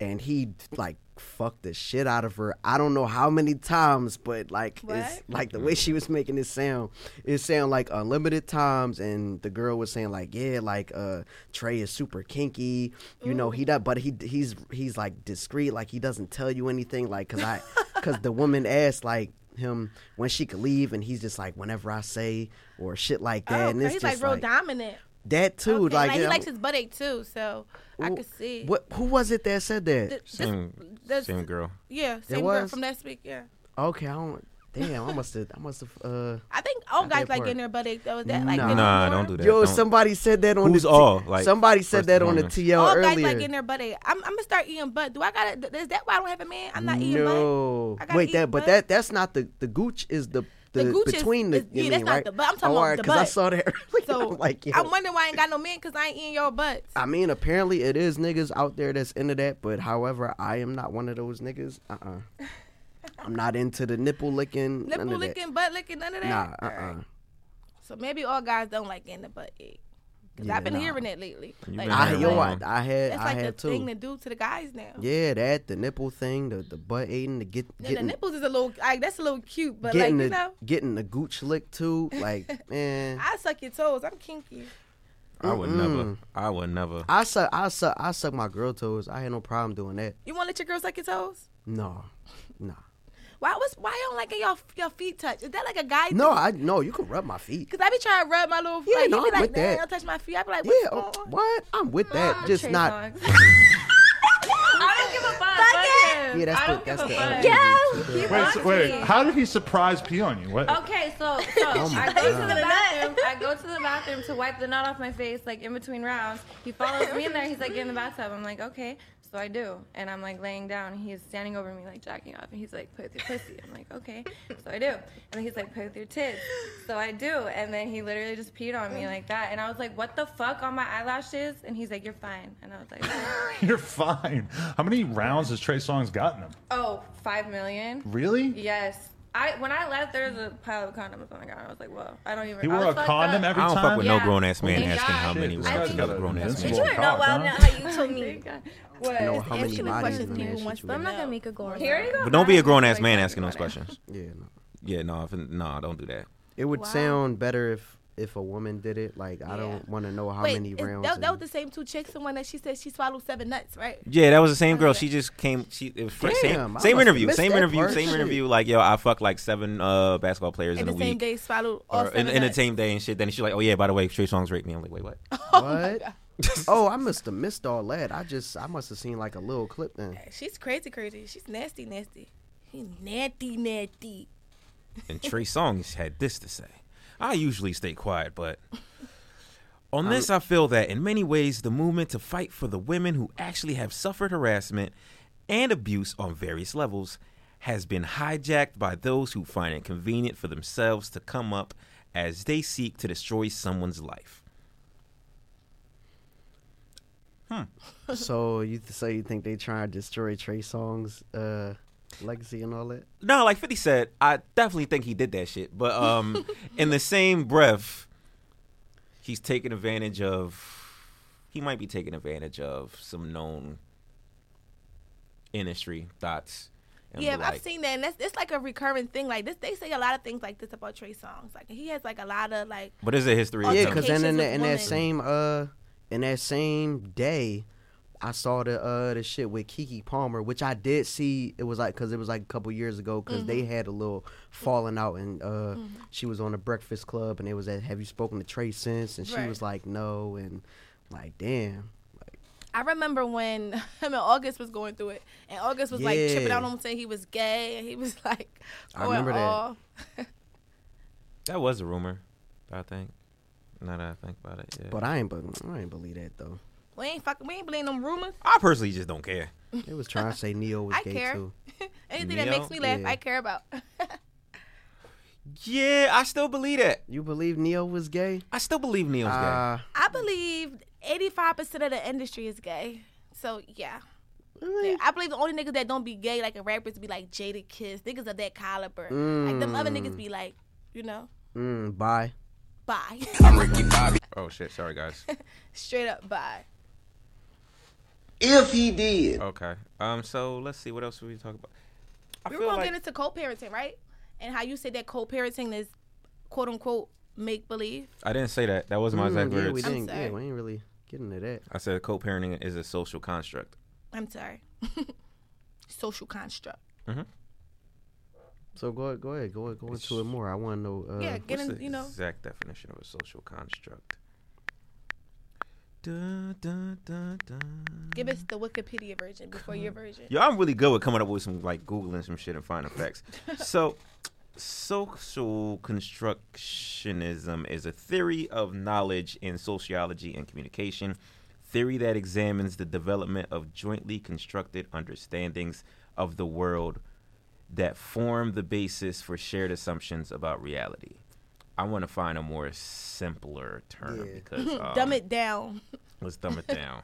S2: and he like fucked the shit out of her. I don't know how many times, but like it's
S1: What?
S2: like the way she was making it sound it sound like unlimited times and the girl was saying like yeah like uh trey is super kinky you know he does but he he's he's like discreet like he doesn't tell you anything like because i because the woman asked like him when she could leave and he's just like whenever i say or shit like that
S1: oh,
S2: and
S1: okay,
S2: it's
S1: he's like
S2: just
S1: real
S2: like,
S1: dominant.
S2: that too
S1: Okay,
S2: like,
S1: he
S2: yeah,
S1: likes his butt ache too, so I
S2: wh-
S1: could see.
S2: what who was it that said that
S1: Th- this-
S3: Same-
S1: this-
S3: Same girl.
S1: Yeah, same girl
S2: was?
S1: from last week. Yeah,
S2: okay i don't Damn, I must have. I must have. Uh,
S1: I think all guys
S2: that
S1: like
S2: part.
S1: in their buddy that was that like
S2: Nah.
S1: in the
S3: Nah,
S1: dorm.
S3: don't do that.
S2: yo,
S3: Don't-
S2: somebody said that on
S3: Who's
S2: the.
S3: all? Like,
S2: somebody
S3: first
S2: said that
S3: and
S2: on the
S3: foremost.
S2: TL
S1: All guys
S2: earlier.
S1: like in their buddy. I'm, I'm gonna start eating butt. Do I gotta? th- Is that why I don't have a man? I'm not eating butt.
S2: no,
S1: I gotta
S2: wait,
S1: eat
S2: that
S1: butt.
S2: but that that's not the the gooch is the the,
S1: The gooch is-
S2: between the
S1: is- yeah,
S2: you
S1: that's
S2: mean,
S1: not
S2: right?
S1: the butt. I'm talking
S2: Oh,
S1: about
S2: alright,
S1: the
S2: 'cause I
S1: butt.
S2: saw that. earlier.
S1: So
S2: I'm like, yo.
S1: I'm wondering why I ain't got no men because I ain't eating your butts.
S2: I mean, apparently it is niggas out there that's into that, but however, I am not one of those niggas. Uh uh-uh. uh. i am not into the nipple licking.
S1: Nipple
S2: none of
S1: licking, butt licking, none of
S2: That.
S1: that.
S2: Nah, uh uh
S1: Alright. So maybe all guys don't like getting the butt ate. Cause
S2: Yeah,
S1: I've been
S2: nah.
S1: hearing it lately.
S3: You
S1: Like,
S3: been
S2: I,
S1: that's
S3: hearing
S2: yo,
S1: like-
S2: I,
S3: wrong.
S2: I had,
S1: That's
S2: I
S1: like the
S2: had
S1: thing to
S2: too.
S1: do to the guys now.
S2: Yeah, that the nipple thing, the, the butt eating, the get
S1: Now, the
S2: getting
S1: nipples is a little like that's a little cute, but like
S2: getting
S1: you
S2: the
S1: know,
S2: getting the gooch lick too. Like man,
S1: I suck your toes. I'm kinky.
S3: I would never.
S2: Mm-mm.
S3: I would never.
S2: I suck, I suck, I suck my girl toes. I had no problem doing that.
S1: You want to let your girl suck your toes?
S2: No, nah.
S1: Why was why you don't like your your feet touch? Is that like a guy?
S2: No, I no. You can rub my feet.
S1: Cause I be trying to rub my little.
S2: Yeah,
S1: like,
S2: no,
S1: he be
S2: I'm
S1: like,
S2: with
S1: nah,
S2: that.
S1: Don't touch my feet. I be like,
S2: Yeah,
S1: what's
S2: oh,
S1: going on?
S2: what? I'm with that. Just
S1: Trey
S2: not.
S1: Songz.
S5: Oh, I don't give a fuck. Fuck him.
S2: Yeah, that's
S5: I
S2: the-
S5: don't
S2: that's
S5: give a
S2: the
S5: fuck.
S2: other
S5: He
S6: Wait,
S5: wants
S6: so, wait.
S5: me.
S6: How did he surprise pee on you? What?
S5: Okay, so, so
S2: Oh my
S5: I go to
S2: God.
S5: the bathroom. I go to the bathroom to wipe the knot off my face, like in between rounds. He follows me in there. He's like, get in the bathtub. I'm like, okay. So I do, and I'm like laying down. He's standing over me, like jacking off, and he's like, play with your pussy. I'm like, okay. So I do, and then he's like, play with your tits. So I do, and then he literally just peed on me like that, and I was like, what the fuck on my eyelashes? And he's like, you're fine, and I was like,
S6: You're fine. How many rounds has Trey Songz gotten him?
S5: oh, five million.
S6: Really?
S5: Yes. I when I left, there was a pile of condoms on the ground. I was like, whoa, I don't even.
S6: He
S5: I
S6: wore
S5: was
S6: a
S5: fucked
S6: condom
S5: up.
S6: every
S3: I don't
S6: time.
S3: fuck with no
S5: Yeah.
S3: grown ass man
S5: Thank
S3: asking how
S5: God.
S3: many
S6: Shit, this
S3: rounds
S6: guy's
S3: got a
S6: got
S3: grown ass
S6: invincible
S3: man.
S7: You are not
S6: cock,
S7: well
S6: huh?
S7: now how you told me.
S2: I know
S5: What?
S2: how many
S1: Answer the
S2: bodies
S1: questions
S2: and that
S1: people
S2: shit
S1: wants to
S2: you in.
S1: know.
S7: I'm not gonna make a goal.
S5: Here you go.
S3: But don't be a
S5: Mine
S3: grown ass
S5: is
S3: man
S5: like
S3: asking those
S5: that.
S3: questions.
S2: Yeah, no.
S3: Yeah, no, if, no, don't do that.
S2: It would
S1: Wow.
S2: sound better if if a woman did it. Like I
S1: Yeah.
S2: don't want to know how
S1: Wait,
S2: many
S1: is-
S2: rounds.
S1: that, that was the
S2: and-
S1: same two chicks. The one that she said she swallowed seven nuts, right?
S3: Yeah, that was the same girl. She just came. She it was fr-
S2: Damn, I
S3: same,
S2: must
S3: same
S2: have
S3: interview,
S2: missed
S3: same
S2: that
S3: interview,
S2: part.
S3: same
S2: Shit.
S3: interview. Like yo, I fucked like seven uh, basketball players
S1: And
S3: in a
S1: the same
S3: week,
S1: day swallowed all
S3: or in,
S1: seven
S3: in the
S1: nuts.
S3: same day and shit. Then she's like, oh yeah, by the way, Trey Songz raped me. I'm like, wait, what?
S2: what? oh, I must have missed all that. I just I must have seen like a little clip then.
S1: She's crazy, crazy. She's nasty, nasty. He natty, natty.
S3: And Trey Songz had this to say. I usually stay quiet, but on this, I feel that in many ways, the movement to fight for the women who actually have suffered harassment and abuse on various levels has been hijacked by those who find it convenient for themselves to come up as they seek to destroy someone's life.
S2: so you th- so you think they trying to destroy Trey Songz uh, legacy and all that?
S3: No, like 50 said, I definitely think he did that shit. But um, in the same breath, he's taking advantage of, he might be taking advantage of some known industry thoughts. and
S1: Yeah,
S3: be
S1: I've
S3: like,
S1: seen that, and that's it's like a recurring thing. Like this, they say a lot of things like this about Trey Songz. Like he has like a lot of like
S3: But is it history?
S1: Oh,
S2: Yeah,
S1: no.
S2: because then in,
S1: Communications
S2: that
S1: with
S2: in that
S1: women.
S2: same uh in that same day, I saw the uh the shit with Kiki Palmer, which I did see. It was like because it was like a couple years ago because they
S1: Mm-hmm.
S2: had a little falling out and uh she was on the Breakfast Club and it was at Have you spoken to Trey since? And she
S1: Right.
S2: was like no and like damn.
S1: I remember when him and August was going through it, and August was like tripping
S2: Yeah.
S1: out on him saying he was gay, and he was like,
S2: I
S1: going
S2: remember that.
S1: off.
S3: that was a rumor, I think. Now that I think about it, yeah.
S2: But I ain't but I ain't believe that though.
S1: We ain't fucking, we ain't believing them rumors.
S3: I personally just don't care.
S2: They was trying to say Neo was
S1: I
S2: gay
S1: care.
S2: too.
S1: Anything that
S3: Neo?
S1: makes me laugh,
S2: Yeah.
S1: I care about.
S3: Yeah, I still believe that.
S2: You believe Neo was gay?
S3: I still believe Neil's
S2: Uh,
S1: I believe eighty-five percent of the industry is gay. So yeah. Yeah, I believe the only niggas that don't be gay, like the rappers, be like Jada Kiss, niggas of that caliber. Like them other niggas be like, you know,
S2: mm, bye.
S1: bye,
S3: gay. Oh shit, sorry guys.
S1: straight up bye.
S2: If he did,
S3: okay. Um. So let's see what else we talk about. I
S1: We were
S3: feel
S1: gonna
S3: like-
S1: get into co-parenting, right? And how you said that co-parenting is quote unquote make believe.
S3: I didn't say that. That wasn't my exact
S2: Mm, yeah,
S3: words.
S2: we
S1: I'm
S2: didn't. Yeah,
S1: sorry.
S2: we ain't really getting to that.
S3: I said co-parenting is a social construct.
S1: I'm sorry, social construct.
S2: So go go ahead, go go into it more. I want to know. Uh,
S1: yeah, get
S3: What's
S1: in,
S3: the
S1: you know.
S3: exact definition of a social construct? Dun, dun, dun, dun.
S1: Give us the Wikipedia version before your version.
S3: Yo, I'm really good with coming up with some like googling some shit and finding facts. so, social constructionism is a theory of knowledge in sociology and communication, theory that examines the development of jointly constructed understandings of the world that form the basis for shared assumptions about reality. I want to find a more simpler term
S2: Yeah.
S3: because um,
S1: Dumb it down.
S3: Let's dumb it down.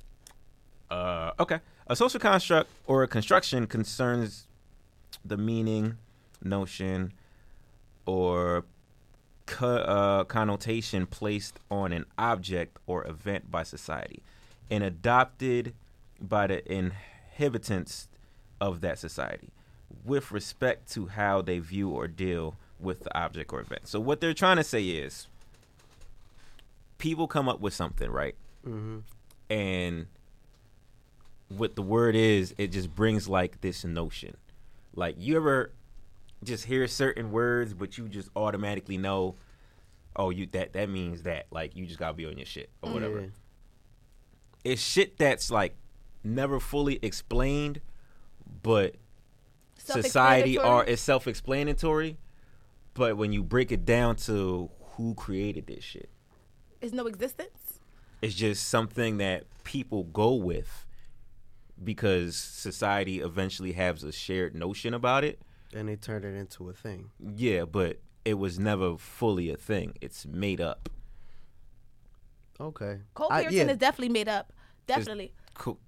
S3: uh, okay. A social construct or a construction concerns the meaning, notion, or co- uh, connotation placed on an object or event by society and adopted by the inhabitants of that society with respect to how they view or deal with the object or event. So, what they're trying to say is people come up with something, right? And what the word is, it just brings like this notion. Like you ever just hear certain words, but you just automatically know, oh, you that that means that. Like you just gotta be on your shit or whatever.
S2: Yeah.
S3: It's shit that's like never fully explained, but society are
S1: Self-explanatory.
S3: it's self-explanatory. But when you break it down to who created this shit,
S1: is no existence.
S3: it's just something that people go with because society eventually has a shared notion about it.
S2: And they turned it into a thing.
S3: Yeah, but it was never fully a thing. It's made up.
S2: Okay. I-
S1: Co-parenting
S2: Uh, yeah,
S1: is definitely made up. Definitely.
S3: Co-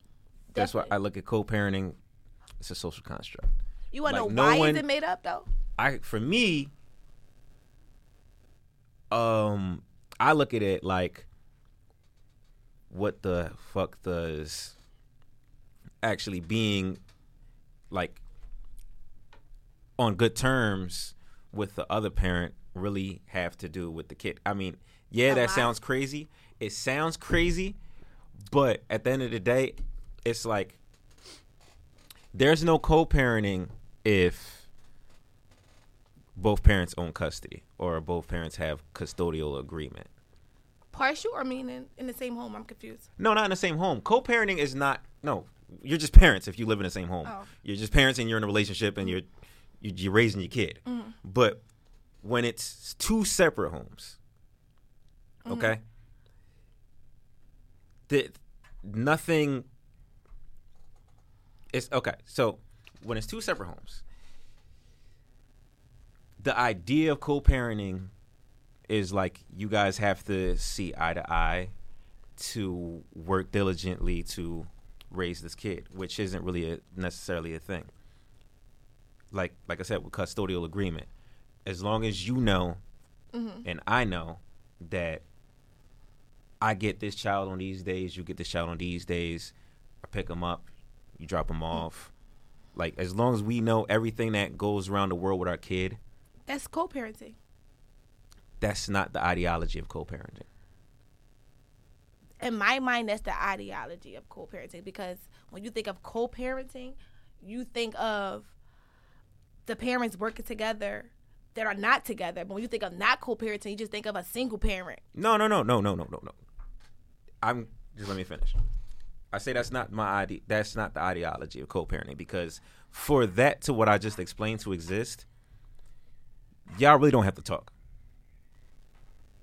S3: That's why I look at co-parenting. It's a social construct.
S1: you want to
S3: like,
S1: know
S3: no
S1: why
S3: one-
S1: is it made up though?
S3: I for me, um, I look at it like, what the fuck does actually being like on good terms with the other parent really have to do with the kid? I mean, yeah, that
S1: lot.
S3: sounds crazy. It sounds crazy, but at the end of the day, it's like there's no co-parenting if both parents own custody or both parents have custodial agreement.
S1: Partial or meaning in the same home? I'm confused.
S3: No, not in the same home. Co-parenting is not. No, you're just parents if you live in the same home.
S1: Oh.
S3: You're just parents and you're in a relationship and you're you- you're raising your kid. But when it's two separate homes, okay, the, nothing. It's okay. So when it's two separate homes, the idea of co-parenting is like you guys have to see eye to eye to work diligently to raise this kid, which isn't really a, necessarily a thing. Like like I said, with custodial agreement, as long as you know and I know that I get this child on these days, you get this child on these days, I pick them up, you drop them off. Like as long as we know everything that goes around the world with our kid,
S1: That's co-parenting.
S3: that's not the ideology of co-parenting.
S1: in my mind, that's the ideology of co-parenting because when you think of co-parenting, you think of the parents working together that are not together. But when you think of not co-parenting, you just think of a single parent.
S3: No, no, no, no, no, no, no, no. I'm just let me finish. I say that's not my ide- that's not the ideology of co-parenting because for that to what I just explained to exist, y'all really don't have to talk.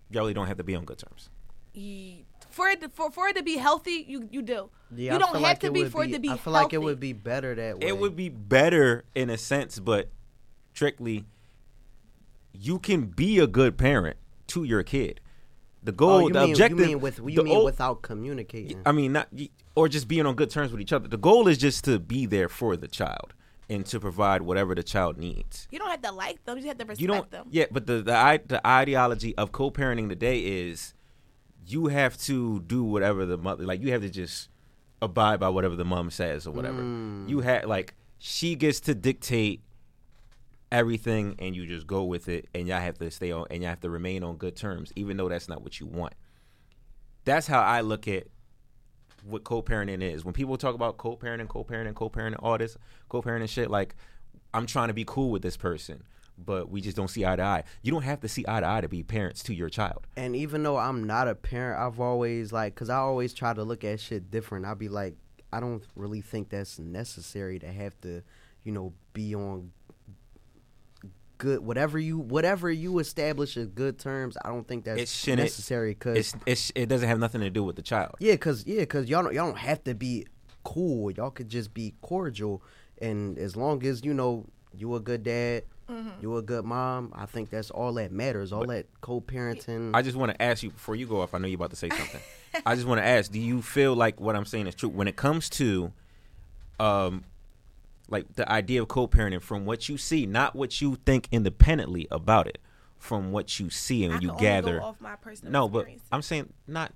S3: Y'all really don't have to be on good terms.
S1: Ye- For it to, for, for it to be healthy, you you do.
S2: Yeah,
S1: you
S2: I
S1: don't have
S2: feel like
S1: to
S2: it
S1: be
S2: would
S1: for it to be
S2: I feel
S1: healthy.
S2: like it would be better that way.
S3: It would be better in a sense, but strictly, you can be a good parent to your kid. The
S2: Oh,
S3: goal,
S2: you
S3: the
S2: mean,
S3: objective,
S2: You mean, with, you
S3: the
S2: mean
S3: ol-
S2: without communicating?
S3: I mean, not y- or just being on good terms with each other. The goal is just to be there for the child and to provide whatever the child needs.
S1: you don't have to like them. You just have to respect
S3: You don't,
S1: them.
S3: yeah. But the the, I, the ideology of co-parenting today is you have to do whatever the mother like. You have to just abide by whatever the mom says or whatever.
S1: Mm.
S3: You had like she gets to dictate everything, and you just go with it, and y'all have to stay on, and y'all have to remain on good terms, even though that's not what you want. That's how I look at what co-parenting is. When people talk about co-parenting, co-parenting, co-parenting, all this co-parenting shit, like I'm trying to be cool with this person, but we just don't see eye to eye. You don't have to see eye to eye to be parents to your child.
S2: and even though I'm not a parent, I've always like, cause I always try to look at shit different. I'll be like, I don't really think that's necessary to have to, you know, be on good whatever you whatever you establish as good terms. I don't think that's
S3: It shouldn't-
S2: necessary because
S3: It's, it's, it doesn't have nothing to do with the child.
S2: yeah, because yeah, because y'all don't y'all don't have to be cool. Y'all could just be cordial, and as long as you know you a good dad, you a good mom. I think that's all that matters. All that co-parenting.
S3: I just want to ask you before you go off. I know you're about to say something. I just want to ask: Do you feel like what I'm saying is true when it comes to, um, like the idea of co-parenting from what you see, not what you think independently about it, from what you see and
S1: I
S3: you
S1: can only go
S3: gather.
S1: off my personal
S3: no, but
S1: experiences.
S3: I'm saying not.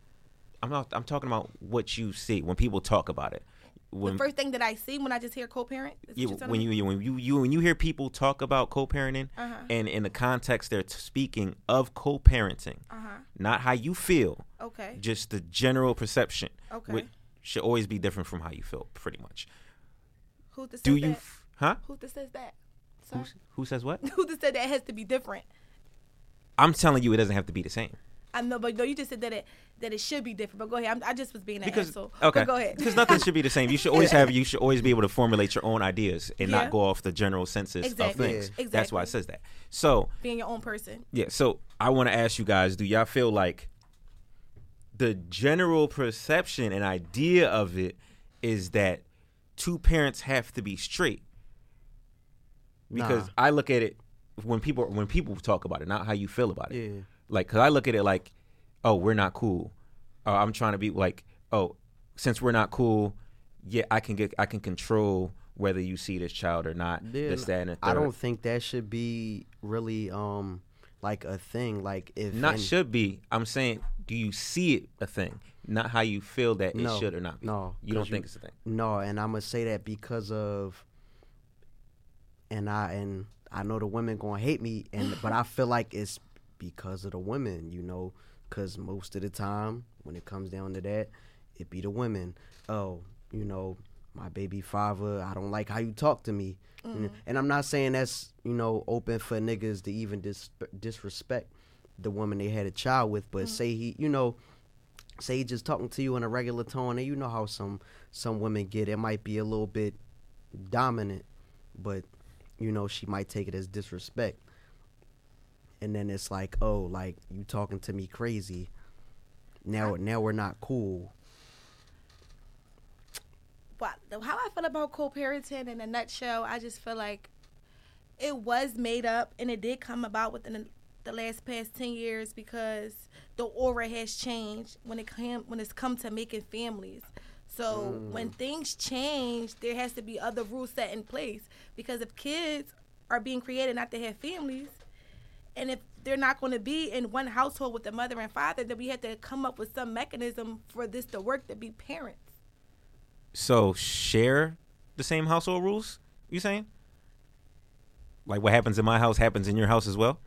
S3: I'm not. I'm talking about what you see when people talk about it. When
S1: the first thing that I see when I just hear co-parent. Is what
S3: yeah,
S1: you're telling
S3: when
S1: me?
S3: you, you when you you when you hear people talk about co-parenting
S1: Uh-huh.
S3: and in the context they're t- speaking of co-parenting,
S1: Uh-huh.
S3: not how you feel,
S1: okay,
S3: just the general perception,
S1: Okay.
S3: which should always be different from how you feel, pretty much.
S1: who that
S3: Do
S1: says
S3: you,
S1: that?
S3: f- huh?
S1: Who that says that?
S3: Who,
S1: Sorry.
S3: s- who says what?
S1: Who that said that has to be different?
S3: I'm telling you, it doesn't have to be the same.
S1: I know, but no, you just said that it that it should be different. But go ahead. I'm, I just was being an
S3: Because
S1: asshole. But
S3: okay,
S1: go ahead.
S3: Because nothing should be the same. You should always have. You should always be able to formulate your own ideas and
S1: Yeah.
S3: not go off the general census of
S1: Exactly.
S3: things.
S1: Yeah.
S3: That's
S1: Exactly.
S3: why it says that. So
S1: being your own person.
S3: Yeah, so I want to ask you guys, do y'all feel like the general perception and idea of it is that two parents have to be straight? Because
S2: Nah.
S3: I look at it when people when people talk about it, not how you feel about it.
S2: Yeah.
S3: Like cuz I look at it like, "Oh, we're not cool." Uh, I'm trying to be like, "Oh, since we're not cool, yeah, I can get I can control whether you see this child or not."
S2: Yeah,
S3: this
S2: and
S3: that and the third.
S2: I don't think that should be really um like a thing. Like if
S3: Not
S2: and-
S3: should be. I'm saying, do you see it a thing? Not how you feel that
S2: No,
S3: it should or not be.
S2: no,
S3: you don't
S2: 'cause you-
S3: think it's a thing.
S2: No, and I'm gonna say that because of, and I and I know the women gonna hate me, and but I feel like it's because of the women, you know, because most of the time when it comes down to that, it be the women. Oh, you know, my baby father, I don't like how you talk to me, You know, and I'm not saying that's you know open for niggas to even dis- disrespect the woman they had a child with, but say he, you know say he just talking to you in a regular tone and you know how some some women get it might be a little bit dominant but you know she might take it as disrespect and then it's like oh like you talking to me crazy now now we're not cool
S1: Well, how I feel about co-parenting in a nutshell, I just feel like it was made up and it did come about within the, the last past 10 years because the aura has changed when it came when it's come to making families so when things change there has to be other rules set in place because if kids are being created not to have families and if they're not going to be in one household with the mother and father then we have to come up with some mechanism for this to work to be parents
S3: So share the same household rules. You saying? Like what happens in my house happens in your house as well.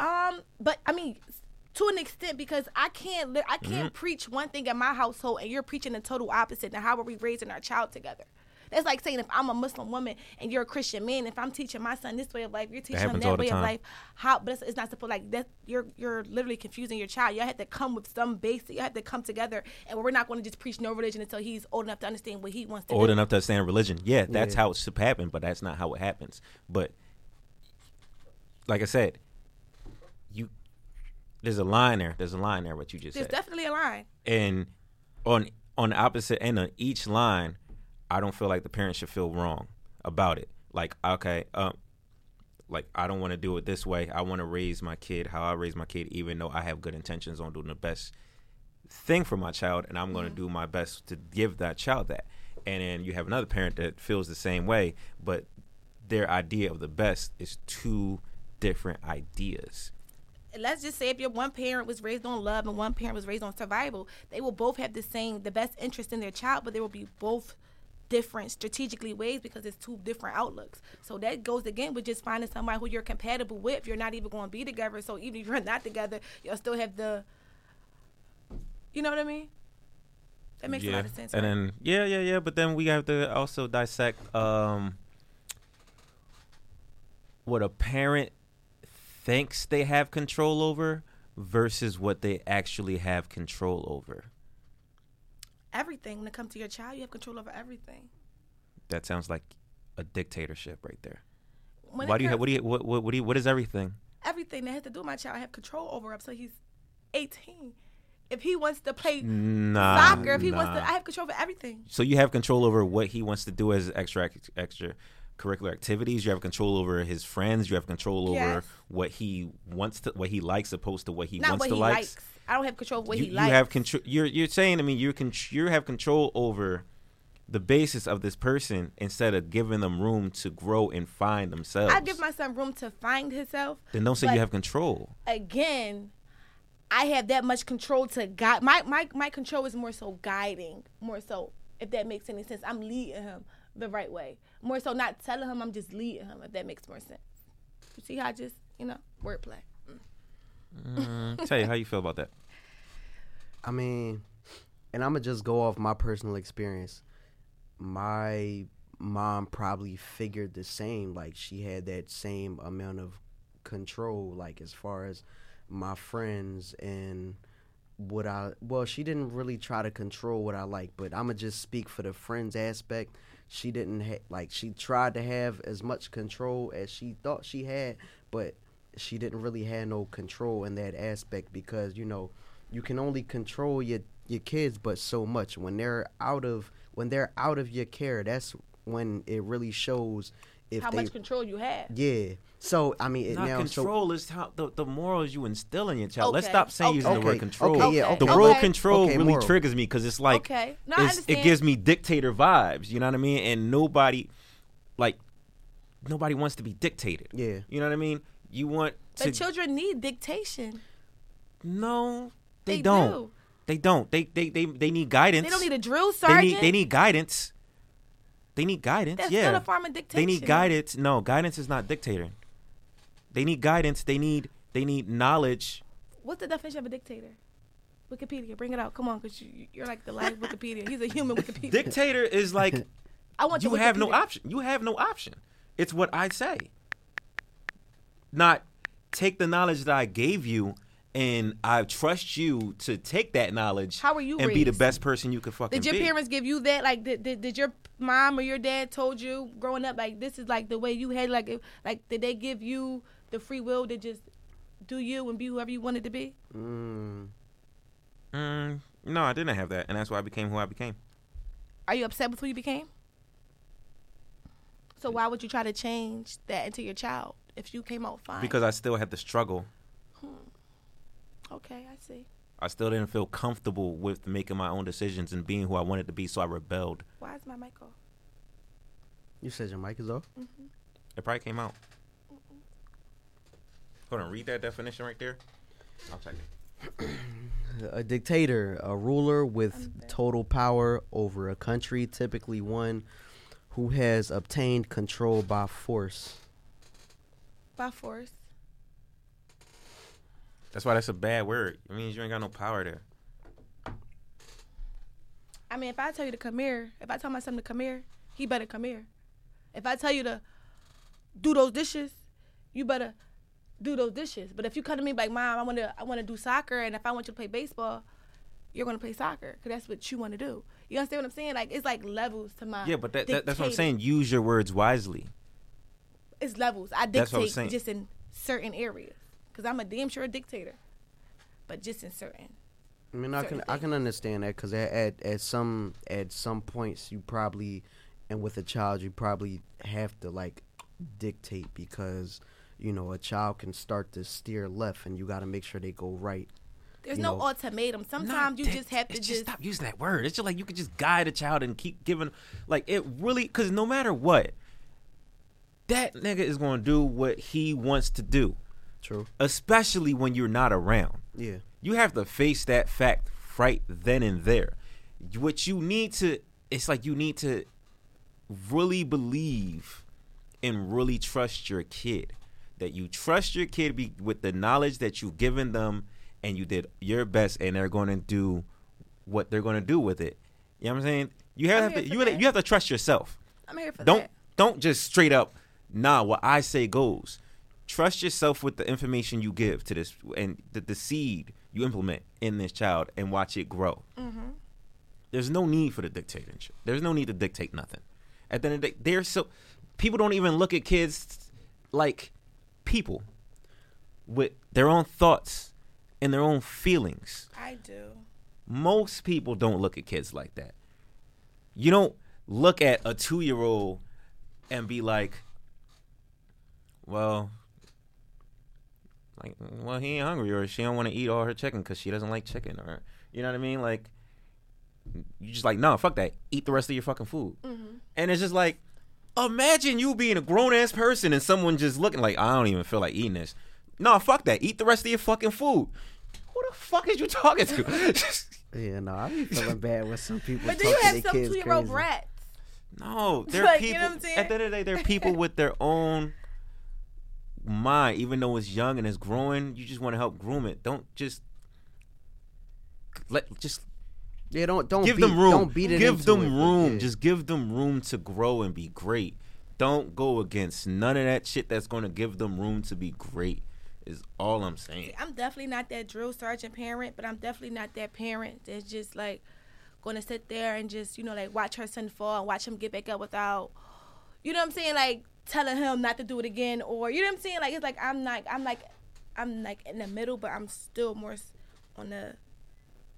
S1: Um, but I mean, s- to an extent, because I can't, li- I
S3: Mm-hmm.
S1: can't preach one thing in my household, and you're preaching the total opposite. And how are we raising our child together? That's like saying if I'm a Muslim woman and you're a Christian man, if I'm teaching my son this way of life, you're teaching him
S3: happens
S1: that
S3: all the
S1: way of
S3: time.
S1: life. How? But it's, it's not supposed like that. You're you're literally confusing your child. Y'all had to come with some basic. You had to come together, and we're not going to just preach no religion until he's old enough to understand what he wants to.
S3: Old
S1: do.
S3: enough to understand religion. Yeah, that's
S2: Yeah.
S3: how it should happen, but that's not how it happens. But like I said, you there's a line there. There's a line there. What you just
S1: There's
S3: said.
S1: definitely a line.
S3: and on on the opposite end of each line, I don't feel like the parents should feel wrong about it. Like, okay, um, like I don't want to do it this way. I want to raise my kid how I raise my kid, even though I have good intentions on doing the best thing for my child, and I'm going to do my best to give that child that. And then you have another parent that feels the same way, but their idea of the best is two different ideas.
S1: let's just say if your one parent was raised on love and one parent was raised on survival, they will both have the same the best interest in their child, but they will be both different strategically ways because it's two different outlooks. So that goes again with just finding somebody who you're compatible with. If you're not even going to be together, so even if you're not together, you'll still have the you know what I mean? That makes a lot of sense.
S3: And
S1: right?
S3: then yeah, yeah, yeah. But then we have to also dissect um what a parent thinks they have control over versus what they actually have control over.
S1: everything when it comes to your child, you have control over everything.
S3: That sounds like a dictatorship right there.
S1: when
S3: Why
S1: it
S3: do you have
S1: comes-
S3: what do you what what what, do you, what is everything?
S1: everything that has to do with my child I have control over up till he's 18. If he wants to play
S3: Mm. Nah,
S1: soccer, if he wants
S3: nah.
S1: to, I have control over everything.
S3: So you have control over what he wants to do as extra extra curricular activities. You have control over his friends. You have control over
S1: Yes.
S3: what he wants to what he likes opposed to what he
S1: Not
S3: wants
S1: what
S3: to
S1: he
S3: likes.
S1: likes. I don't have control of what
S3: you,
S1: he
S3: you
S1: likes.
S3: have control. You're you're saying to me you can you have control over the basis of this person instead of giving them room to grow and find themselves.
S1: I give my son room to find himself.
S3: then don't say
S1: but-
S3: you have control.
S1: again, I have that much control to guide. My my my control is more so guiding, more so if that makes any sense. I'm leading him the right way, more so not telling him. I'm just leading him. If that makes more sense. You see how I just you know wordplay.
S3: Tell you how you feel about that.
S2: I mean, and I'm gonna just go off my personal experience. My mom probably figured the same. Like she had that same amount of control, like as far as my friends and what I. Well, she didn't really try to control what I like, but I'm gonna just speak for the friends aspect. She didn't ha- like. She tried to have as much control as she thought she had, but she didn't really have no control in that aspect because you know you can only control your your kids but so much when they're out of when they're out of your care that's when it really shows if
S1: How
S2: they
S1: much control you have?
S2: yeah so i mean it
S3: Not
S2: now so
S3: control is how the, the morals you instill in your child. Let's
S1: Okay.
S3: stop saying using the
S2: Okay.
S3: word control.
S2: Okay,
S1: yeah,
S3: The
S1: okay.
S3: word
S1: Okay.
S3: control
S2: Okay,
S3: really
S2: moral.
S3: triggers me because it's like
S1: Okay. No, I
S3: it's- it
S1: understand.
S3: gives me dictator vibes. You know what I mean? And nobody, like, nobody wants to be dictated.
S2: Yeah.
S3: You know what I mean? You want to
S1: But children need dictation.
S3: no, they,
S1: They
S3: don't.
S1: do.
S3: They don't. They they they they need guidance.
S1: They don't need a drill
S3: They
S1: sergeant.
S3: need they need guidance. They need guidance.
S1: That's
S3: yeah.
S1: still a form of
S3: They need
S1: dictation.
S3: guidance. No, guidance is not dictating. They need guidance. They need they need knowledge.
S1: What's the definition of a dictator? Wikipedia, bring it out. Come on, cause you, you're like the live Wikipedia. He's a human Wikipedia.
S3: Dictator is like
S1: I want the
S3: you have no
S1: Wikipedia.
S3: option. You have no option. It's what I say. Not take the knowledge that I gave you and I trust you to take that knowledge
S1: How were you
S3: and be the
S1: raised?
S3: best person you could fucking
S1: Did your
S3: be.
S1: parents give you that? Like, did, did, did your mom or your dad told you growing up like this is like the way you had like if- like did they give you the free will to just do you and be whoever you wanted to be?
S2: mm,
S3: Mm, no, I didn't have that and that's why I became who I became.
S1: Are you upset with who you became? So why would you try to change that into your child if you came out fine?
S3: Because I still had to struggle.
S1: okay, I see.
S3: I still didn't feel comfortable with making my own decisions and being who I wanted to be, so I rebelled.
S1: Why is my mic off?
S2: you said your mic is off
S3: It probably came out. Hold on, read that definition right there. I'll check it.
S2: a dictator a ruler with total power over a country typically one who has obtained control by force
S1: By force.
S3: That's why that's a bad word. It means you ain't got no power there.
S1: I mean, if I tell you to come here, if I tell my son to come here, he better come here. If I tell you to do those dishes, you better do those dishes. But if you come to me like, "Mom, I want to, I want to do soccer," and if I want you to play baseball, you're gonna play soccer because that's what you want to do. You understand what I'm saying? Like it's like levels to my
S3: Yeah, but that, that that's what I'm
S1: dictating.
S3: saying. Use your words wisely.
S1: It's levels. I
S3: That's what I'm
S1: dictate
S3: saying.
S1: just in certain areas because I'm a damn sure a dictator, but just in certain.
S2: I mean, I
S1: certain
S2: can I
S1: things.
S2: can understand that because at, at at some at some points you probably, and with a child you probably have to like dictate because you know a child can start to steer left and you got to make sure they go right.
S1: There's
S2: You
S1: no
S2: know,
S1: ultimatum. Sometimes you
S3: dic-
S1: just have to
S3: it's
S1: just
S3: stop using that word. It's just like you could just guide a child and keep giving, like it really, because no matter what, that nigga is gonna do what he wants to do,
S2: True.
S3: especially when you're not around.
S2: Yeah.
S3: You have to face that fact right then and there. What you need to, it's like you need to really believe and really trust your kid. That you trust your kid be, with the knowledge that you've given them and you did your best and they're going to do what they're going to do with it. You know what I'm saying? You have,
S1: I'm here
S3: to,
S1: for
S3: you, really-
S1: that.
S3: you have to trust yourself.
S1: I'm here for
S3: don't
S1: that.
S3: don't just straight up nah what i say goes trust yourself with the information you give to this and the, the seed you implement in this child and watch it grow
S1: Mm-hmm.
S3: there's no need for the dictatorship there's no need to dictate nothing at the end of the day they're so people don't even look at kids like people with their own thoughts and their own feelings.
S1: I do.
S3: Most people don't look at kids like that. You don't look at a two year old and be like, well, like, well, he ain't hungry or she don't want to eat all her chicken because she doesn't like chicken or, you know what I mean? Like, you just like, no, fuck that. Eat the rest of your fucking food. And it's just like, imagine you being a grown ass person and someone just looking like, I don't even feel like eating this. No, fuck that. Eat the rest of your fucking food. Who the fuck is you talking to?
S2: Yeah, no, I be feeling bad with some people.
S1: But do you have
S2: some
S1: some two year old brats?
S3: no, they're
S1: Like,
S3: people.
S1: you know what I'm saying?
S3: At the end of the day, they're people with their own mind. Even though it's young and it's growing, you just want to help groom it. Don't just let just
S2: Yeah, don't don't
S3: give
S2: beat,
S3: them room.
S2: Don't beat it.
S3: give
S2: into
S3: them
S2: it, but
S3: room.
S2: yeah.
S3: Just give them room to grow and be great. Don't go against none of that shit that's going to give them room to be great. Is all I'm saying.
S1: I'm definitely not that drill sergeant parent, but I'm definitely not that parent that's just like going to sit there and just, you know, like watch her son fall and watch him get back up without, you know what I'm saying? Like telling him not to do it again or, you know what I'm saying? Like, it's like I'm like, I'm like, I'm like in the middle, but I'm still more s- on the,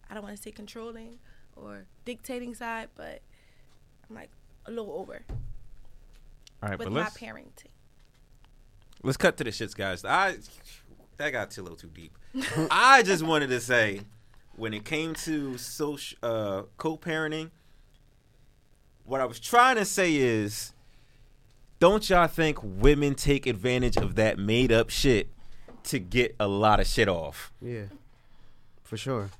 S1: I don't want to say controlling or dictating side, but I'm like a little over
S6: All right,
S1: with
S6: but
S1: my
S6: let's
S1: parenting.
S3: Let's cut to the shits, guys. I that got too little too deep. I just wanted to say, when it came to social uh, co-parenting, what I was trying to say is, don't y'all think women take advantage of that made up shit to get a lot of shit off?
S2: yeah, for sure.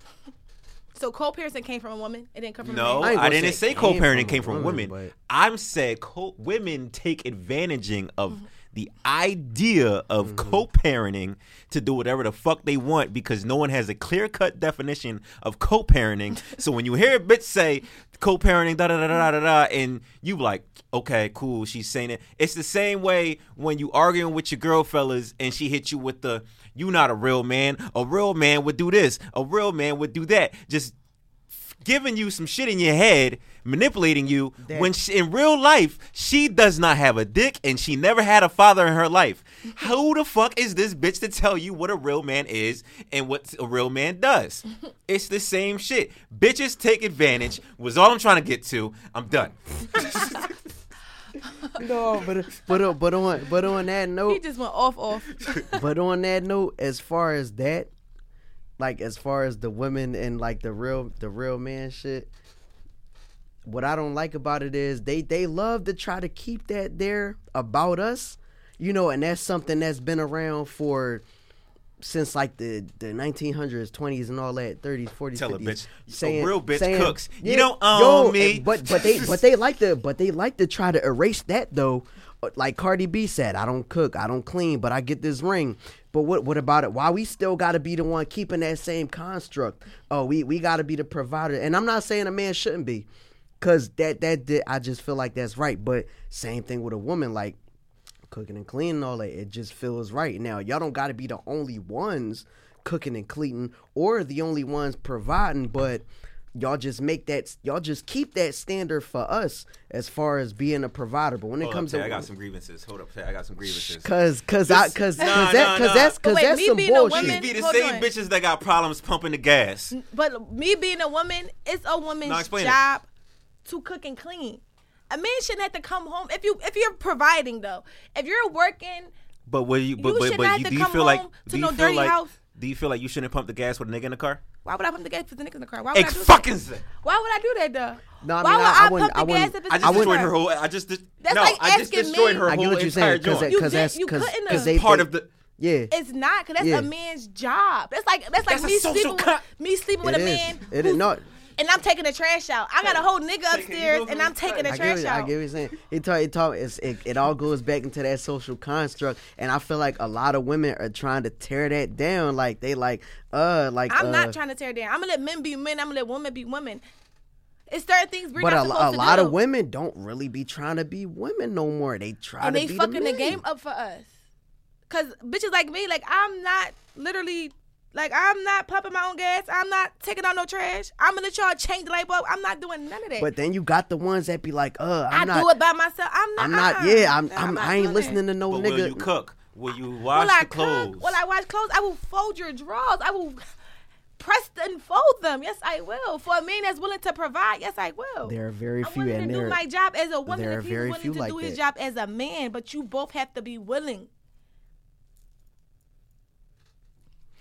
S1: So Cole Pearson came from a woman. It didn't come from a
S3: No,
S2: I
S1: man.
S2: ain't
S3: I,
S2: gonna
S3: didn't
S2: say
S3: say
S2: it came
S3: co-parenting
S2: from
S3: came from,
S2: a woman,
S3: women.
S2: but-
S3: I'm saying co- women take advantaging of the idea of
S2: Mm-hmm.
S3: co-parenting to do whatever the fuck they want because no one has a clear-cut definition of co-parenting. so when you hear a bitch say co-parenting, da da da da da da, and you like, okay, cool, she's saying it. It's the same way when you arguing with your girl, fellas, and she hit you with the, "You not a real man. A real man would do this. A real man would do that." Just giving you some shit in your head, manipulating you. when she, in real life, she does not have a dick and she never had a father in her life. Who the fuck is this bitch to tell you what a real man is and what a real man does? It's the same shit. Bitches take advantage. Was all I'm trying to get to. I'm done.
S2: No, but but uh, but on but on that
S1: He
S2: note,
S1: just went off off.
S2: but on that note, as far as that, like as far as the women and like the real the real man shit, what I don't like about it is they they love to try to keep that there about us, you know, and that's something that's been around for since like the the 1900s, 20s, and all that 30s, 40s,
S3: Tell a
S2: 50s.
S3: bitch, a real bitch cooks. You don't
S2: yo,
S3: own me.
S2: and- But but they but they like to but they like to try to erase that though. Uh, Like Cardi B said, I don't cook, I don't clean, but I get this ring. But what what about it? Why we still got to be the one keeping that same construct? Oh, we we got to be the provider. And I'm not saying a man shouldn't be, cause that that that- I just feel like that's right. But same thing with a woman, like cooking and cleaning and all that. It just feels right. Now, y'all don't got to be the only ones cooking and cleaning or the only ones providing, but y'all just make that y'all just keep that standard for us as far as being a provider. But when it
S3: Hold up,
S2: comes
S3: Tay,
S2: to
S3: I got some grievances. Hold up, Tay, I got some grievances.
S2: Cause, cause, I, cause,
S3: Nah,
S2: cause, that,
S3: nah,
S2: cause
S3: nah.
S2: that's,
S1: But
S2: cause
S1: wait,
S2: that's
S1: me
S2: some
S1: being a
S2: bullshit.
S1: woman-
S3: These be the
S1: Hold
S3: same
S1: on.
S3: bitches that got problems pumping the gas.
S1: But me being a woman, it's a woman's
S3: No, explain it.
S1: job to cook and clean. A man shouldn't have to come home if you if you're providing though. If you're working,
S3: But what do you? But
S1: You
S3: but,
S1: should
S3: but
S1: not
S3: you,
S1: have
S3: do
S1: to
S3: you
S1: come
S3: feel like?
S1: home to
S3: Do you
S1: no
S3: feel
S1: dirty
S3: like?
S1: house.
S3: Do you feel like you shouldn't pump the gas with a nigga in the car?
S1: why would I pump the gas for the niggas in the car? Why would
S3: Ex
S1: I do
S3: fucking.
S1: that? Why would I do that though?
S2: No, I
S1: why
S2: mean,
S1: would
S2: I- I
S1: I,
S2: wouldn't-
S1: pump
S2: I
S1: the gas
S2: wouldn't-
S1: if it's
S3: I
S1: in
S3: just
S1: the
S3: destroyed
S1: car?
S3: her whole. I just. Dis-
S1: That's
S3: no,
S1: like
S3: I just
S1: asking
S3: destroyed
S1: me-
S3: her
S2: I
S3: whole
S2: get what you're
S3: entire
S2: saying,
S3: joint.
S2: cause, that,
S1: You
S2: cause
S1: did-
S2: that's,
S1: you
S2: cause,
S1: couldn't
S2: cause
S1: have.
S2: they,
S3: part
S2: they-
S3: of the.
S2: yeah,
S1: It's not because that's
S2: Yeah.
S1: a man's job. That's like that's like
S3: That's a
S1: me
S3: social
S1: sleeping with,
S3: cut.
S1: me sleeping with
S2: it
S1: a
S2: is,
S1: man.
S2: it
S1: who's-
S2: is not.
S1: And I'm taking the trash out. I got a whole nigga
S3: you
S1: upstairs,
S3: go
S1: and
S3: for
S1: I'm
S3: the
S1: taking the
S2: I get,
S1: trash
S2: what- I
S1: out.
S2: get what you're saying. He talk, he talk, it's, it, it all goes back into that social construct, and I feel like a lot of women are trying to tear that down. Like they like, uh, like
S1: I'm
S2: uh,
S1: not trying to tear down. I'm gonna let men be men. I'm gonna let women be women. It's certain things we're
S2: But a,
S1: not supposed
S2: a
S1: to
S2: lot
S1: do.
S2: of women don't really be trying to be women no more. They try
S1: and
S2: to
S1: they
S2: be
S1: fucking the,
S2: the, men.
S1: game up for us. Cause bitches like me, like I'm not literally Like I'm not pumping my own gas. I'm not taking out no trash. I'm gonna try to change the light bulb. I'm not doing none of that.
S2: But then you got the ones that be like, uh,
S1: I
S2: I'm not,
S1: do it by myself. I'm not.
S2: I'm not,
S1: uh-uh.
S2: yeah, I'm,
S1: Nah,
S2: I'm,
S1: not
S2: I ain't
S1: doing that.
S2: listening to no
S3: But
S2: nigga.
S3: will you cook? Will you wash
S1: Will I
S3: the clothes?
S1: cook? Will I wash clothes? I will fold your drawers. I will press and fold them. Yes, I will. For a man that's willing to provide, yes, I will.
S2: There are very
S1: I'm
S2: few,
S1: willing
S2: and
S1: to
S2: there
S1: do my job as a woman.
S2: there are
S1: if he's
S2: very
S1: willing
S2: few
S1: to
S2: like
S1: do his job
S2: that.
S1: as a man, but you both have to be willing.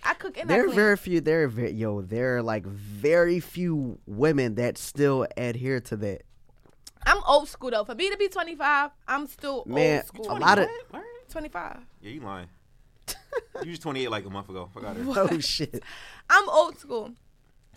S1: I cook and I
S2: there are
S1: clean.
S2: very few. There are very, yo. There are like very few women that still adhere to that.
S1: I'm old school though. For me to be 25, I'm still
S2: Man,
S1: old school.
S2: a lot of
S1: 25.
S3: Yeah, you lying. you was 28 like a month ago. Fuck out of here.
S2: oh shit.
S1: I'm old school.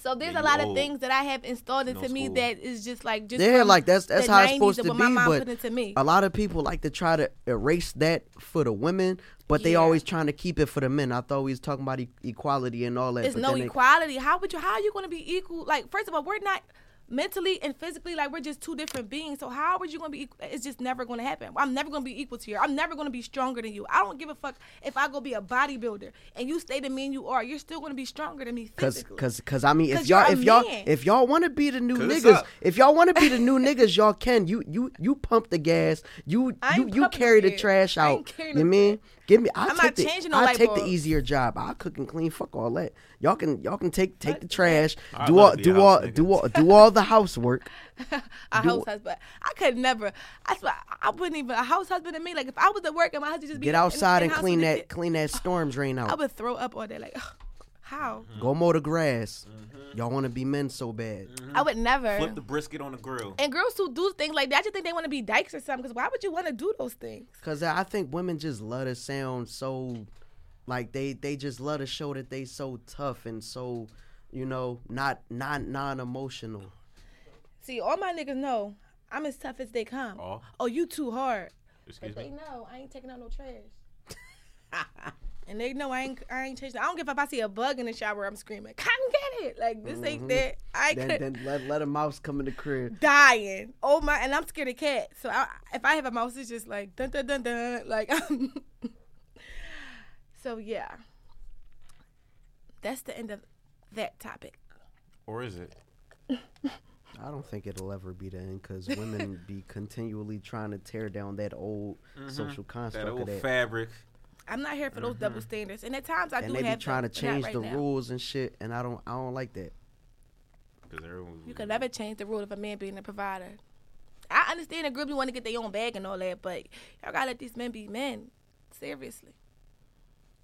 S1: So there's
S3: Yeah,
S1: a
S3: you
S1: lot of
S3: old.
S1: things that I have installed into
S3: No
S1: me
S3: school.
S1: that is just like just
S2: Yeah,
S1: from
S2: like that's that's
S1: the
S2: how it's
S1: 90s
S2: supposed to
S1: and
S2: be.
S1: what my mom
S2: but
S1: put into me.
S2: a lot of people like to try to erase that for the women, but they
S1: Yeah.
S2: always trying to keep it for the men. I thought we was talking about e- equality and all that.
S1: There's
S2: but
S1: no
S2: then they-
S1: equality. How would you? How are you going to be equal? Like, first of all, we're not mentally and physically like we're just two different beings. So how are you going to be? Equal? It's just never going to happen. I'm never going to be equal to you. I'm never going to be stronger than you. I don't give a fuck if I go be a bodybuilder and you stay the man you are. You're still going to be stronger than me
S2: Cause,
S1: physically.
S2: cause, cause I mean, if
S1: 'Cause
S2: y'all,
S1: you're a
S2: if y'all,
S1: man.
S2: if y'all want to be the new
S3: Cause it's
S2: niggas,
S3: up.
S2: if y'all want to be the new niggas, y'all can. You, you, you pump the gas. You,
S1: I
S2: you,
S1: ain't
S2: you
S1: pumping
S2: carry the
S1: shit.
S2: trash
S1: I ain't
S2: out.
S1: carrying
S2: You
S1: no
S2: mean?
S1: shit.
S2: Give me. I
S1: I'm
S2: take
S1: not
S2: the,
S1: changing no
S2: I
S1: light
S2: take the
S1: bulb.
S2: easier job. I cook and clean. Fuck all that. Y'all can, y'all can take, take the trash.
S3: I'd
S2: Do
S3: love
S2: all,
S3: to be a
S2: do
S3: house
S2: all,
S3: nigga.
S2: do all, do all the housework.
S1: a
S2: do-
S1: house husband. I could never. That's why I wouldn't even a house husband to me. Like if I was at work and my husband just be
S2: Get
S1: in- in
S2: outside and
S1: the house
S2: clean
S1: with the
S2: that,
S1: kid,
S2: clean that storm drain
S1: I
S2: out.
S1: would throw up all day. Like how?
S3: Mm-hmm.
S2: Go mow the grass. Y'all want to be men so bad.
S3: Mm-hmm.
S1: I would never.
S3: Flip the brisket on the grill.
S1: And girls who do things like that, I just think they want to be dykes or something. Because why would you want to do those things?
S2: Cause I think women just love to sound so, like they they just love to show that they so tough and so, you know, not not non emotional.
S1: See, all my niggas know I'm as tough as they come.
S3: Aw.
S1: Oh, you too hard.
S3: Excuse
S1: They
S3: me.
S1: know I ain't taking out no trash. and they know I ain't I ain't changing. I don't give a fuck if I see a bug in the shower. I'm screaming, come get it! Like this ain't that. I
S2: Mm-hmm. Then
S1: could
S2: then let let a mouse come in the crib.
S1: dying. Oh my! And I'm scared of cats. So I, if I have a mouse, it's just like dun dun dun dun. Like, so yeah. That's the end of that topic.
S3: Or is it?
S2: I don't think it'll ever be the end because women be continually trying to tear down that old social construct
S3: Mm-hmm. That
S2: of
S3: old
S2: that.
S3: fabric.
S1: I'm not here for those double standards. And at times I
S2: Mm-hmm. and
S1: do
S2: they be
S1: have
S2: trying to
S1: them, but not
S2: change
S1: right
S2: the
S1: now.
S2: rules and shit, and I don't I don't like that.
S3: Because everyone.
S1: You can never change the rule of a man being a provider. I understand the group you want to get their own bag and all that, but y'all gotta let these men be men. Seriously.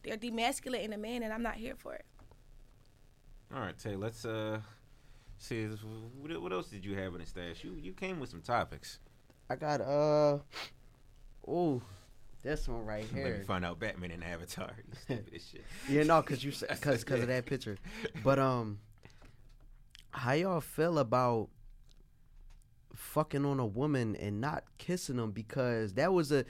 S1: They're demasculating a man and I'm not here for it.
S3: All right, Tay. Let's uh see. this- What, what else did you have in the stash? You you came with some topics.
S2: I got uh, oh, this one right
S3: Let
S2: here.
S3: me find out Batman and Avatar. You stupid as shit.
S2: Yeah, no, cause you cause cause of that picture. But um, how y'all feel about fucking on a woman and not kissing them? Because that was a,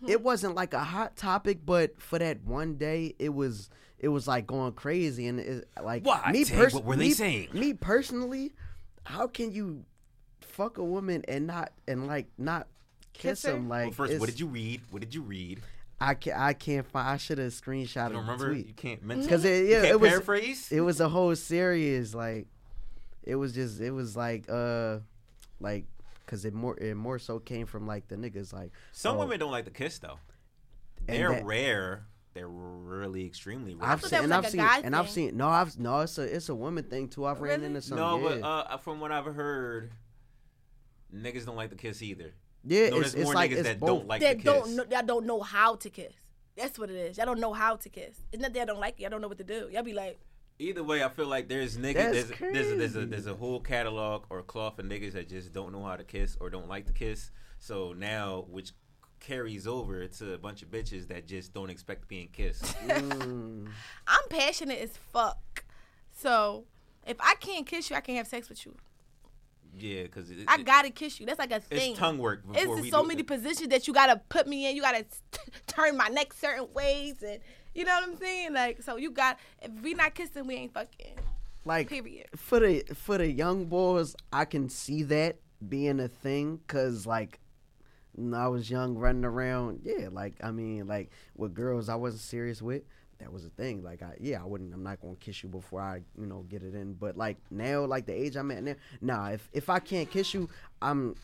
S1: Hmm.
S2: it wasn't like a hot topic, but for that one day, it was it was like going crazy and it, like
S3: Why,
S2: me
S3: Tay?
S2: pers-
S3: What were they
S2: me-
S3: saying?
S2: Me personally, how can you fuck a woman and not and like not kiss,
S1: Kiss her?
S2: them? Like
S3: Well, first, what
S2: it's-
S3: did you read? What did you read?
S2: I can't. I can't find. I should have screenshotted.
S3: I don't
S2: the
S3: remember.
S2: tweet. Mm-hmm.
S3: You can't mention.
S2: Cause it,
S3: You
S2: yeah,
S3: can't
S2: it was
S3: paraphrase.
S2: it was a whole series. Like it was just it was like uh like because it more it more so came from like the niggas like
S3: Some
S2: oh,
S3: women don't like to kiss though.
S2: and
S3: They're
S2: that-
S3: rare. They're really extremely rare.
S2: I've
S1: thought
S2: seen
S1: that
S2: and
S1: was
S2: I've
S1: like a
S2: seen
S1: guy
S2: and I've
S1: thing.
S2: seen no I've no it's a it's a woman thing too. I've ran
S1: Really?
S2: into some
S3: no,
S2: yeah.
S3: but uh, from what I've heard, niggas don't like to kiss either.
S2: yeah,
S3: no,
S2: it's,
S3: there's
S2: it's
S3: more
S2: like
S3: niggas
S2: it's
S3: that
S2: both.
S3: don't like to
S1: They
S3: kiss.
S1: don't know y'all don't know how to kiss. That's what it is. Y'all don't know how to kiss. It's not that I don't like you, I don't know what to do. Y'all be like,
S3: Either way, I feel like there's niggas.
S2: That's
S3: There's, there's, a, there's a
S2: crazy.
S3: there's a whole catalog or cloth of niggas that just don't know how to kiss or don't like to kiss. So now, which carries over to a bunch of bitches that just don't expect being kissed.
S1: I'm passionate as fuck. So if I can't kiss you, I can't have sex with you.
S3: yeah, because it,
S1: I
S3: it-
S1: gotta kiss you. That's like a
S3: it's
S1: thing.
S3: tongue work.
S1: It's
S3: Before we
S1: just so
S3: do
S1: many
S3: it.
S1: positions that you gotta put me in. You gotta t- turn my neck certain ways, and you know what I'm saying. Like, so you got if we not kissing, we ain't fucking.
S2: like
S1: Period.
S2: for the for the young boys i can see that being a thing because like when i was young running around yeah like i mean like with girls i wasn't serious with that was a thing. Like I yeah, I wouldn't I'm not gonna kiss you before I, you know, get it in. But like now, like the age I'm at now, nah, if if I can't kiss you, I'm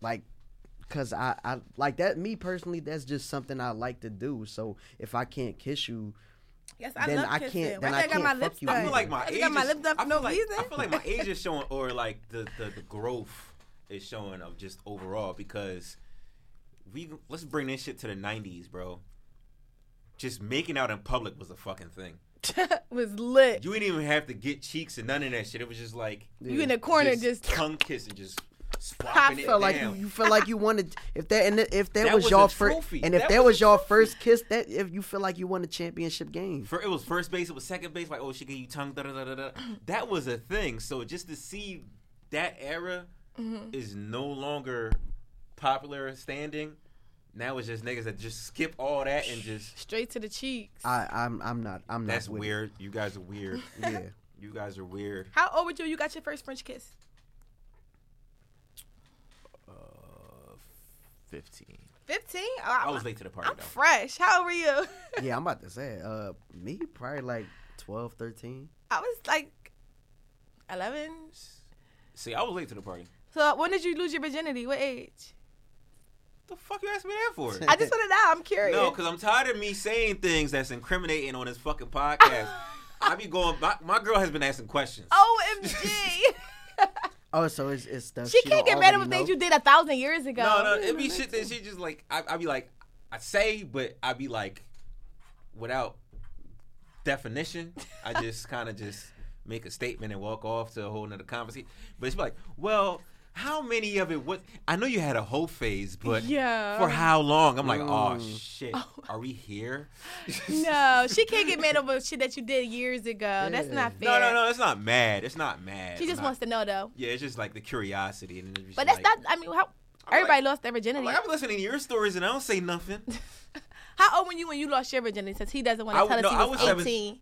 S2: like cause I, I like that me personally, that's just something I like to do. So if I can't kiss you,
S1: Yes, I
S2: Then
S1: love
S2: I
S1: kissing.
S2: can't-
S1: Why
S2: then I
S1: did got my
S2: can't fuck
S1: lips
S2: you
S1: done?
S2: either.
S3: I feel like my
S1: Why
S3: age.
S1: did I got my
S3: is-
S1: lips done
S3: I
S1: for
S3: feel
S1: no
S3: like
S1: reason.
S3: I feel like my age is showing, or like the, the the growth is showing of just overall because we let's bring this shit to the '90s, bro. Just making out in public was a fucking thing.
S1: was lit. You,
S3: You didn't even have to get cheeks and none of that shit. It was just like
S1: in the corner just,
S3: tongue kiss and just swapping it
S1: felt
S2: felt
S3: down.
S2: like you, you felt like you wanted if that and if that,
S3: That
S2: was,
S3: was
S2: your
S3: a
S2: first
S3: trophy.
S2: and if that,
S3: That was
S2: was
S3: a
S2: your first kiss that if you feel like you won a championship game
S3: For, it was first base. It was second base. Like, oh, she gave you tongue. Da da da da da. That was a thing. So just to see that era
S2: Mm-hmm.
S3: is no longer popular standing. Now it's just niggas that just skip all that and just
S1: straight to the cheeks.
S2: I I'm I'm not I'm
S3: that's
S2: not with
S3: weird. You guys are weird.
S2: It. Yeah,
S3: you guys are weird.
S1: How old were you? when You got your first French kiss.
S3: Fifteen.
S1: Fifteen. Oh,
S3: I
S1: I
S3: was late to the party
S1: I'm
S3: though.
S1: fresh. How old were you?
S2: yeah. I'm about to say uh me probably like 12, 13.
S1: I was like eleven.
S3: See, I was late to the party.
S1: So when did you lose your virginity? What age?
S3: The fuck you asking me that for?
S1: I just want to know. I'm curious.
S3: No, because I'm tired of me saying things that's incriminating on this fucking podcast. I be going. My, my girl has been asking questions.
S1: Omg.
S2: Oh, so it's it's stuff.
S1: she can't get
S2: don't
S1: mad at
S2: already
S1: things
S2: know?
S1: you did a thousand years ago.
S3: No, no, it'd be shit that she just like I I be like I say, but I be like without definition. I just kind of just make a statement and walk off to a whole nother conversation. But she be like, well. How many of it was? I know you had a whole phase, but
S1: Yeah. Mm.
S3: for how long? I'm like, oh shit, are we here?
S1: No, she can't get mad over shit that you did years ago. That's
S2: Yeah.
S1: not fair.
S3: no, no, no. It's not mad. It's not mad.
S1: She
S3: It's
S1: just
S3: not-
S1: wants to know though.
S3: Yeah, it's just like the curiosity, and it's just
S1: But that's
S3: like,
S1: not. I mean, how everybody lost their virginity.
S3: Like I'm listening to your stories and I don't say nothing.
S1: How old were you when you lost your virginity? Since he doesn't want
S3: I,
S1: to tell
S3: w-
S1: us he
S3: no,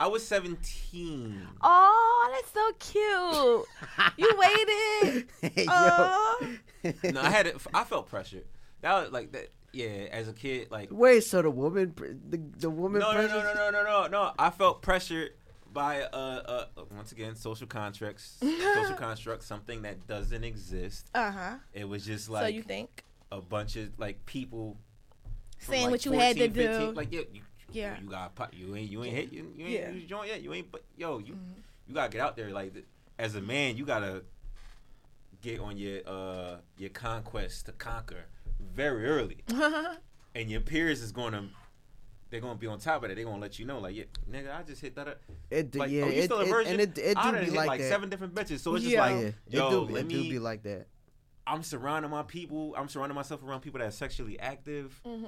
S3: I
S1: was,
S3: was seven,
S1: eighteen.
S3: I was seventeen.
S1: Oh, that's so cute. you waited.
S2: Hey, yo.
S1: Oh.
S3: no, I had it. I felt pressured. That was like that. Yeah, as a kid, like no,
S2: Wait, so the woman, pr- the the woman.
S3: no, no,
S2: pressures-
S3: no, no, no, no, no. I felt pressured by uh, uh once again social contracts, social constructs, something that doesn't exist.
S1: Uh huh.
S3: It was just
S1: so
S3: like
S1: you think
S3: a bunch of like people from,
S1: saying
S3: like,
S1: what you had to
S3: 14, 15,
S1: do?
S3: Like yeah, you,
S1: Yeah.
S3: you got pop. You ain't you ain't hit. You, you ain't
S1: Yeah. Mm-hmm.
S3: you joint yet. You ain't. But yo, you you gotta get out there. Like th- as a man, you gotta get on your uh your conquest to conquer very early, and your peers is gonna. They're gonna be on top of it. They're gonna let you know, like, yeah, nigga, I just hit that. Up.
S2: It,
S3: Like,
S2: yeah,
S3: oh, you
S2: it,
S3: still a
S2: it-
S3: virgin?
S2: and it, it
S3: I
S2: do
S3: done
S2: be
S3: hit
S2: like,
S3: like
S2: that.
S3: seven different bitches, so it's just
S1: Yeah.
S2: yeah,
S3: like, yo,
S2: it do,
S3: let
S2: it
S3: me
S2: do be like that.
S3: I'm surrounding my people. I'm surrounding myself around people that are sexually active.
S1: Mm-hmm.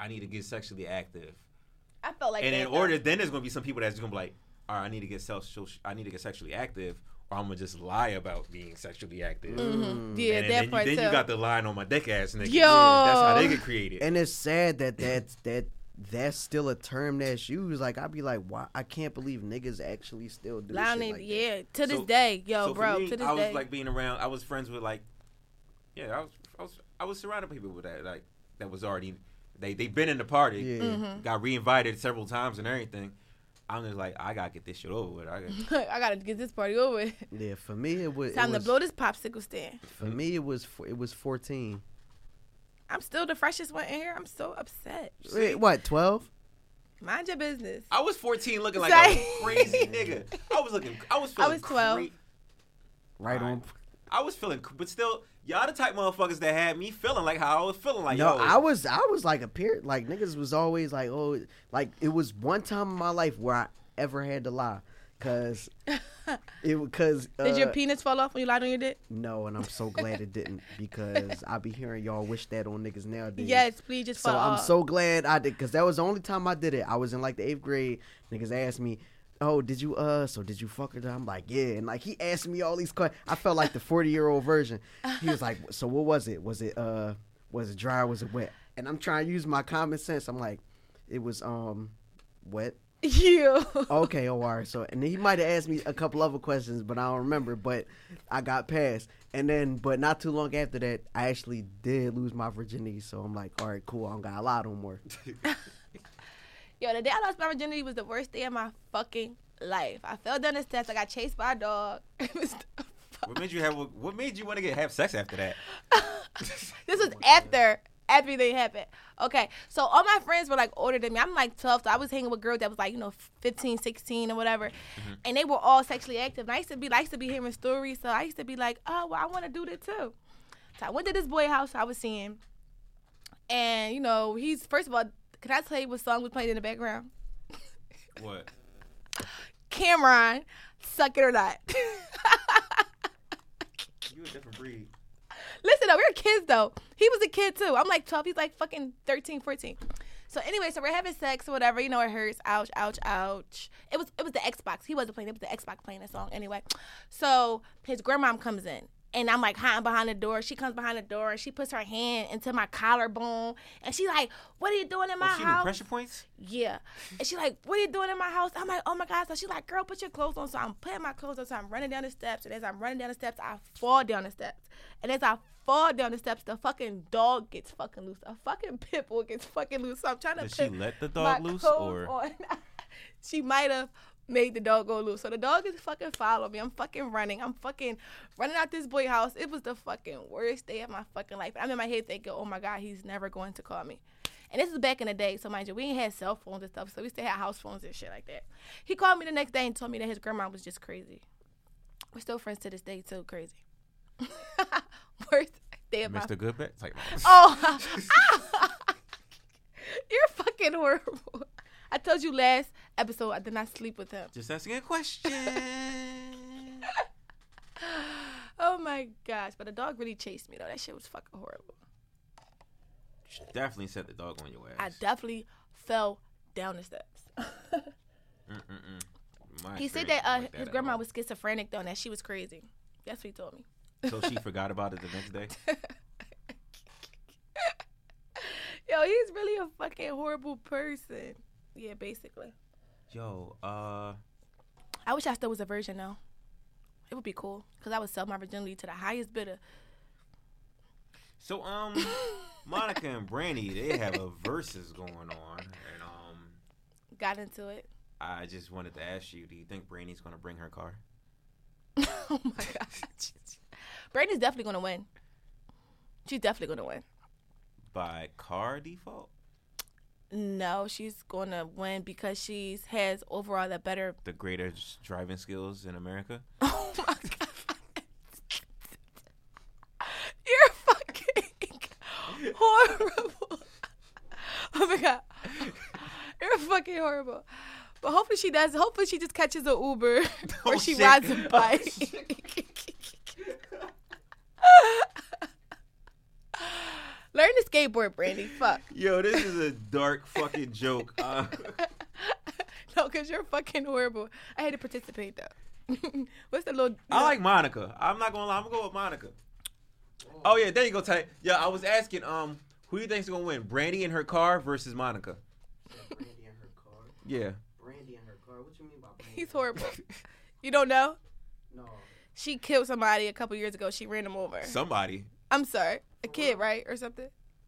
S3: I need to get sexually active,
S1: I felt like
S3: and
S1: that,
S3: in
S1: though.
S3: order, then there's gonna be some people that's gonna be like, "All right, I need to get self, I need to get sexually active, or I'm gonna just lie about being sexually active."
S1: yeah,
S3: And then,
S1: Mm-hmm. that
S3: then
S1: part
S3: you,
S1: too.
S3: then you got the line on my dick ass nigga.
S1: Yo.
S3: that's how they get created.
S2: And it's sad that that's that that's still a term that's used. Like I'd be like, why? I can't believe niggas actually still do
S1: Loud
S2: shit
S1: and-
S2: like that.
S1: yeah, to this
S3: So-
S1: day, yo,
S3: so for
S1: Oh, bro,
S3: me,
S1: to this
S3: I was
S1: day.
S3: like being around. I was friends with like, yeah, I was, I was, I was surrounded by people with that like that was already they they been in the party,
S2: Yeah.
S1: Mm-hmm.
S3: got reinvited several times and everything. I'm just like, I gotta get this shit over with. I gotta,
S1: I gotta get this party over. with.
S2: Yeah, for me it was. it
S1: Time
S2: was-
S1: to blow this popsicle stand.
S2: For me it was f- it was fourteen.
S1: I'm still the freshest one in here. I'm so upset.
S2: Wait, what twelve?
S1: Mind your business.
S3: I was 14, looking like
S1: Sorry.
S3: a crazy nigga. I was looking, I was feeling,
S1: was 12.
S3: cra-
S2: Right on.
S3: I was feeling, but still, y'all the type motherfuckers that had me feeling like how I was feeling like.
S2: No,
S3: yo,
S2: I was I was like a period like niggas was always like oh like it was one time in my life where I ever had to lie because it because uh,
S1: Did your penis fall off when you lied on your dick?
S2: no and I'm so glad it didn't because I be hearing y'all wish that on niggas nowadays.
S1: Yes, please just uh,
S2: So
S1: fall
S2: I'm
S1: off.
S2: so glad I did because that was the only time I did it. I was in like the eighth grade. Niggas asked me, "Oh, did you uh? So did you fuck her?" I'm like, "Yeah." And like he asked me all these questions. I felt like the 40 year old version. He was like, "So what was it? Was it uh? Was it dry? Or was it wet?" And I'm trying to use my common sense. I'm like, "It was um, wet."
S1: you.
S2: okay, oh, all right. So, and he might have asked me a couple other questions, but I don't remember. But I got past, and then, but not too long after that, I actually did lose my virginity. So I'm like, all right, cool. I don't got a lot no more.
S1: Yo, the day I lost my virginity was the worst day of my fucking life. I fell down the steps. I got chased by a dog. It was the fuck-
S3: What made you have? What made you want to get have sex after that?
S1: this was after everything happened. Okay, so all my friends were like older than me. I'm like 12, so I was hanging with girls that was like, you know, 15, 16 or whatever. And they were all sexually active. And I used to be, I used to be hearing stories, so I used to be like, oh, well, I want to do that too. So I went to this boy house I was seeing. And, you know, he's, first of all, can I tell you what song was playing in the background?
S3: What?
S1: Cameron, Suck It or Not.
S3: You a different breed.
S1: Listen, though, we were kids, though. He was a kid, too. I'm like 12. He's like fucking 13, 14. So anyway, so we're having sex or whatever. You know, it hurts. Ouch, ouch, ouch. It was it was the Xbox. He wasn't playing. It was the Xbox playing that song anyway. So his grandmom comes in. And I'm like hiding behind the door. She comes behind the door and she puts her hand into my collarbone. And she like, What are you doing in my
S3: Oh, she knew
S1: house?
S3: pressure points.
S1: yeah. And she like, what are you doing in my house? I'm like, oh my God. So she like, girl, put your clothes on. So I'm putting my clothes on. So I'm running down the steps. And as I'm running down the steps, I fall down the steps. And as I fall down the steps, the fucking dog gets fucking loose. A fucking pit bull gets fucking loose. So I'm trying to
S3: Did she
S1: put
S3: let the
S1: my
S3: dog loose,
S1: clothes
S3: or
S1: on. she might have made the dog go loose. So the dog is fucking following me. I'm fucking running. I'm fucking running out this boy house. It was the fucking worst day of my fucking life. I'm in my head thinking, oh my God, he's never going to call me. And this is back in the day, so mind you, we ain't had cell phones and stuff, so we still had house phones and shit like that. He called me the next day and told me that his grandma was just crazy. We're still friends to this day, too. Crazy. Worst day of my
S3: Mr. Goodbat? It's like,
S1: Oh, you're fucking horrible. I told you last episode I did not sleep with him.
S3: just asking a question.
S1: Oh my gosh, but the dog really chased me though. That shit was fucking horrible.
S3: She Definitely set the dog on your
S1: I
S3: ass.
S1: definitely fell down the steps.
S3: My
S1: He said that,
S3: experience
S1: uh,
S3: wasn't like
S1: his
S3: at
S1: grandma
S3: all.
S1: was schizophrenic though, and that she was crazy. That's what he told me.
S3: So she forgot about it the next day.
S1: Yo, he's really a fucking horrible person. Yeah, basically.
S3: Yo, uh,
S1: I wish I still was a virgin though. It would be cool because I would sell my virginity to the highest bidder.
S3: so um, Monica and Brandy, they have a versus going on, and um,
S1: Got into it.
S3: I just wanted to ask you, do you think Brandy's gonna bring her car?
S1: oh my gosh. Brandy's definitely gonna win. She's definitely gonna win.
S3: By car default,
S1: No, she's gonna win because she's has overall the better.
S3: the greater driving skills in America.
S1: Oh my god. You're fucking horrible. Oh my god. You're fucking horrible. But hopefully she does. Hopefully she just catches an Uber or
S3: Oh,
S1: she
S3: shit.
S1: rides a
S3: Oh,
S1: bike. Learn to skateboard, Brandy. Fuck.
S3: Yo, this is a dark fucking joke. Uh,
S1: no, because you're fucking horrible. I had to participate though. What's the little?
S3: I like Monica. I'm not gonna lie. I'm gonna go with Monica. Oh yeah, there you go, Ty. Yeah, I was asking, um, who do you think's gonna win, Brandy in her car versus Monica?
S2: Brandy in her car.
S3: Yeah.
S2: Brandy in her car. What you mean by Brandy?
S1: He's horrible. you don't know?
S2: No.
S1: She killed somebody a couple years ago. She ran him over.
S3: Somebody.
S1: I'm sorry, a kid, right, or something?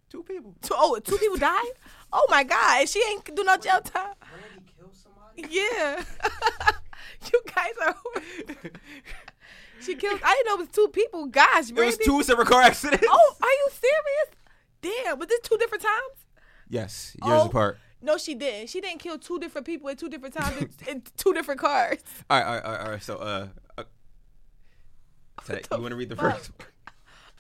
S3: Two people.
S1: Two, oh, two people died. Oh my God! and She ain't do no jail time.
S2: Brandy killed somebody?
S1: Yeah. you guys are. horrible. she killed. I didn't know it was two people. Gosh,
S3: It was
S1: Brandy.
S3: two separate car accidents.
S1: Oh, are you serious? Damn, was this two different times?
S3: Yes, years
S1: Oh.
S3: apart.
S1: No, she didn't. She didn't kill two different people at two different times in- in two different cars.
S3: All right, all right, all right. All right. So, uh, uh Ty,
S1: the
S3: you want to read the
S1: fuck?
S3: first? one?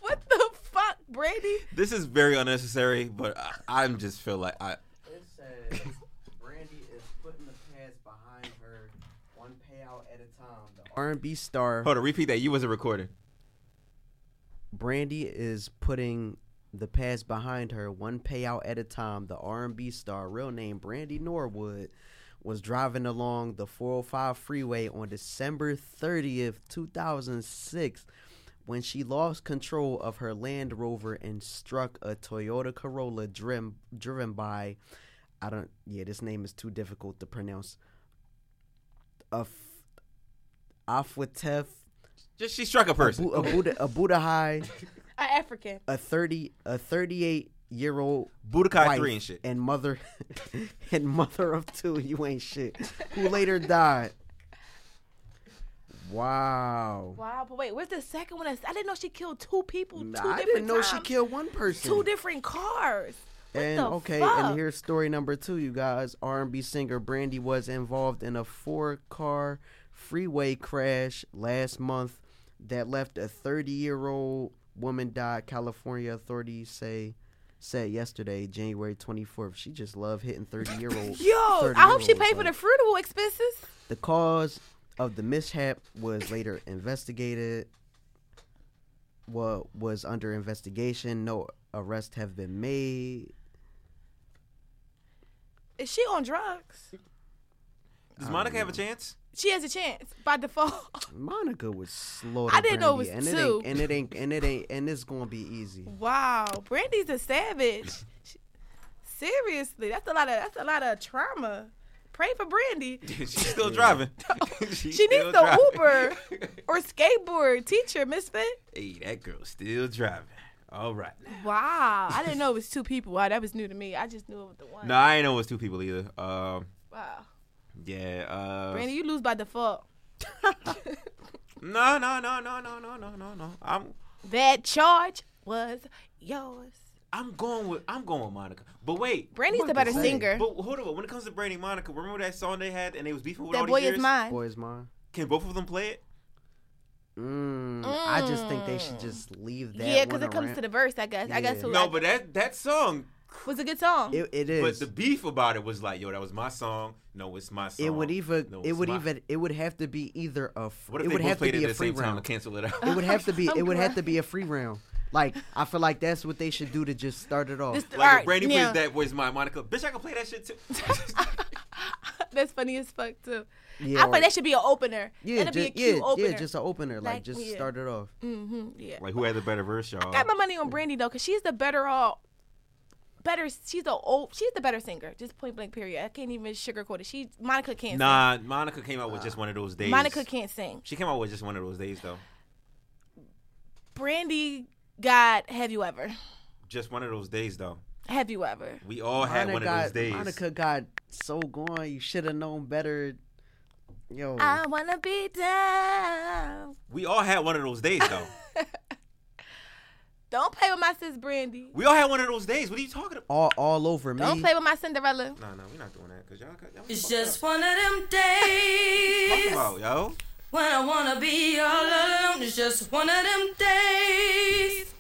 S1: What the fuck, Brandy?
S3: This is very unnecessary, but I, I'm just feel like I.
S2: It says Brandy is putting the pads behind her one payout at a time. The R&B star
S3: Hold on, repeat that. You wasn't recording.
S2: Brandy is putting the pads behind her one payout at a time. The R&B star, real name Brandy Norwood, was driving along the 405 freeway on December 30th, 2006 when she lost control of her Land Rover and struck a Toyota Corolla driven driven by I don't yeah, this name is too difficult to pronounce. Af Afwatef
S3: Just she struck a person.
S2: Abu, Abu, Abu, Abu,
S1: An African.
S2: a 30 a 38 year old
S3: Budokai
S2: wife
S3: three and shit.
S2: and mother and mother of two. You ain't shit. Who later died. Wow.
S1: Wow, but wait, where's the second one? I didn't know she killed two people. Two
S2: Nah,
S1: different
S2: I didn't know she
S1: times.
S2: killed one person.
S1: two different cars. What
S2: and
S1: the
S2: okay,
S1: fuck?
S2: and here's story number two, you guys. R&B singer Brandy was involved in a four-car freeway crash last month that left a 30-year-old woman died. California authorities say said yesterday, January 24th. She just loved hitting 30-year-old.
S1: Yo, I hope she
S2: 30-year-olds,
S1: paid for the
S2: like-
S1: funeral expenses.
S2: The cause of the mishap was later investigated. What was under investigation? No arrests have been made.
S1: Is she on drugs?
S3: Does Monica have a chance?
S1: She has a chance by default.
S2: Monica was slow.
S1: I
S2: to
S1: didn't know it
S2: Brandy,
S1: was
S2: and
S1: two.
S2: It ain't, and it ain't. And it ain't. And it's gonna be easy.
S1: Wow, Brandy's a savage. She- Seriously, that's a lot of that's a lot of trauma. Pray for Brandy.
S3: She's still driving. She's
S1: She
S3: still
S1: needs the
S3: driving.
S1: Uber or skateboard teacher, Misfit.
S3: Hey, that girl's still driving. All right.
S1: Wow, I didn't know it was two people. Wow, that was new to me. I just knew it was the one.
S3: No, I ain't know it was two people either. Um,
S1: Wow,
S3: yeah. Uh,
S1: Brandy, you lose by default.
S3: no, no, no, no, no, no, no, no, no. I'm,
S1: That charge was yours.
S3: I'm going with, I'm going with Monica. But wait,
S1: Brandy's the
S2: What
S1: better
S2: the fuck?
S1: singer.
S3: but hold on. When it comes to Brandy and Monica, remember that song they had and they was beefing with
S1: That
S3: all these
S1: boy is
S3: years?
S1: mine.
S2: Boys, mine.
S3: Can both of them play it?
S2: Mm, I just think they should just leave
S1: Mm.
S2: that.
S1: Yeah,
S2: because
S1: because it comes to the verse, I guess. I guess
S2: Yeah.
S1: who
S3: no,
S1: I-
S3: but that that song.
S1: was a good song.
S2: It, it is.
S3: But the beef about it was like, yo, that was my song. No, it's my song.
S2: it would even.
S3: No,
S2: it
S3: it's
S2: would
S3: my-
S2: even. It would have to be either a. Fr-
S3: What if
S2: it
S3: they
S2: would
S3: both
S2: have to
S3: played
S2: be
S3: it at
S2: a
S3: the
S2: free
S3: same time to
S2: round.
S3: cancel it out?
S2: It would have to be.
S1: I'm
S2: It would have
S1: crying.
S2: to be a free round. Like I feel like that's what they should do to just start it off.
S1: This-
S3: Like
S1: all
S3: if
S1: right,
S3: Brandy
S1: now-
S3: plays that voice, my Monica, bitch, I can play that shit too.
S1: That's funny as fuck too.
S2: Yeah,
S1: I feel
S2: or-
S1: like that should be an opener.
S2: Yeah,
S1: That'd
S2: just,
S1: be a cute
S2: yeah,
S1: opener.
S2: yeah, just an opener. Like,
S1: Like,
S2: just
S1: yeah.
S2: start it off.
S1: hmm yeah.
S3: like who had the better verse, y'all?
S1: Got
S2: uh,
S1: my money on Brandy though, cause she's the better all. Better, she's the old, she's the better singer. Just point blank, period. I can't even sugarcoat it. She Monica can't.
S3: Nah, Monica came out with just one of those days.
S1: sing. Monica can't sing.
S3: She came out with just one of those days though.
S1: Brandy got Have You Ever?
S3: Just one of those days though.
S1: Have You Ever?
S3: We all had
S2: Monica
S3: one of
S2: got,
S3: those days.
S2: Monica got so gone. You should have known better. Yo,
S1: I wanna be down.
S3: We all had one of those days though.
S1: Don't play with my sis Brandy.
S3: we all had one of those days. What are you talking about?
S2: all all over me.
S1: Don't play with my Cinderella.
S3: No, no, we're not doing that because y'all. got- y'all
S7: It's
S3: fucked
S7: just
S3: up.
S7: one of them
S3: What you
S7: days
S3: talking about, yo.
S7: when I wanna be all alone. It's just one of them days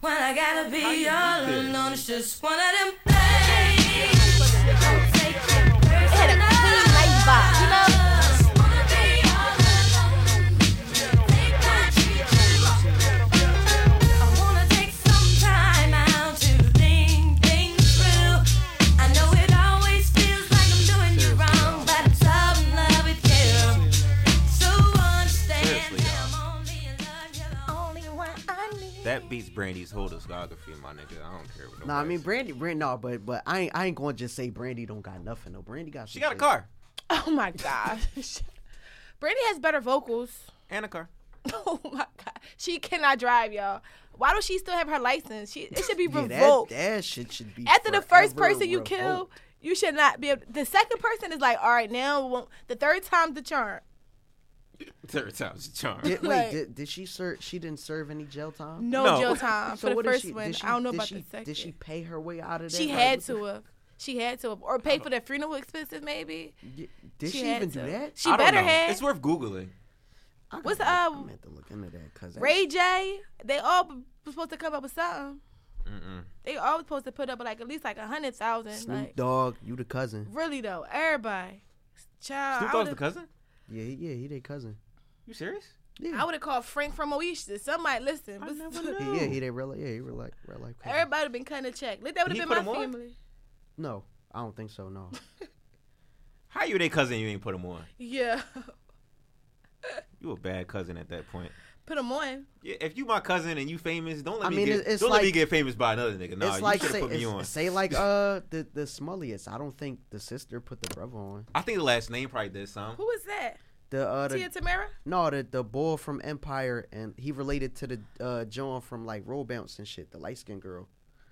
S7: when I gotta be all alone. It's just one of them days. Don't take it
S1: It had a clean, nice vibe. You know,
S7: personal. Wanna be all alone. Take my treat. I wanna take some time out to think things through. I know it always feels like I'm doing you wrong, but I'm so in love with you. So understand
S3: Seriously,
S7: that
S3: y'all.
S7: I'm only in love, you're the only one I need.
S3: That beats Brandy's whole discography, my nigga. I don't care what.
S2: Nah, I
S3: nobody
S2: mean
S3: says.
S2: Brandy, Brandy, no, but but I ain't I ain't gonna just say Brandy don't got nothing. No, Brandy got.
S3: she
S2: some
S3: got a
S2: shit.
S3: car
S1: Oh my gosh. Brandy has better vocals.
S3: and a car.
S1: Oh my god. She cannot drive, y'all. Why does she still have her license? She it should be
S2: Yeah, that,
S1: revoked.
S2: that shit should be
S1: After the first
S2: forever
S1: person you kill,
S2: revoked.
S1: you should not be able the second person is like, all right, now won't- the third time's the charm.
S3: Third time's a charm.
S2: Did, wait,
S1: like-
S2: did, did she serve? She didn't serve any jail time.
S1: No,
S3: No.
S1: jail time for the
S2: did
S1: first
S2: she-
S1: one.
S2: did she-
S1: I don't know
S2: did
S1: about
S2: she,
S1: the second.
S2: Did she pay her way out of that?
S1: She
S2: Like,
S1: had
S2: what the
S1: to have. She had to have or pay for the funeral expenses maybe.
S2: f- Did she,
S1: had
S2: even
S1: to.
S2: do that?
S1: She
S3: I don't
S1: better
S3: know.
S1: have.
S3: It's worth googling.
S2: I
S1: What's
S2: gotta look-
S1: up?
S2: I meant to look into that because
S1: Ray J, they all b- was supposed to come up with something.
S3: Mm-mm.
S1: They all was supposed to put up like at least like a hundred thousand.
S2: Snoop
S1: Like
S2: Dogg, you the cousin?
S1: really though, everybody. Child,
S3: Snoop
S1: Uh, I
S3: Dogg's the
S1: would've-
S3: cousin.
S2: Yeah, he- yeah, he their cousin.
S3: You serious?
S2: Yeah,
S1: I would have called Frank from Oasis. Somebody listen.
S3: I
S1: but-
S3: never knew.
S2: Yeah, yeah, he their real, yeah, he real life, real life cousin.
S1: Everybody would been cutting a check. Like, that would
S3: He
S1: have
S3: put
S1: been
S3: 'em
S1: my
S3: on?
S1: family.
S2: No, I don't think so. No,
S3: How you they cousin? You ain't put him on.
S1: Yeah.
S3: You a bad cousin at that point.
S1: Put them on.
S3: Yeah, if you my cousin and you famous, don't let
S2: I
S3: me
S2: mean,
S3: get
S2: it's- it's
S3: don't let me
S2: like-
S3: get famous by another nigga. Nah,
S2: it's like
S3: you should
S2: say,
S3: have put me
S2: it's-
S3: on.
S2: say like uh the the Smullius. I don't think the sister put the brother on.
S3: I think the last name probably did some.
S1: Who was that?
S2: The uh the,
S1: Tia Tamara?
S2: no the the boy from Empire and he related to the uh John from like Roll Bounce and shit. The light skinned girl.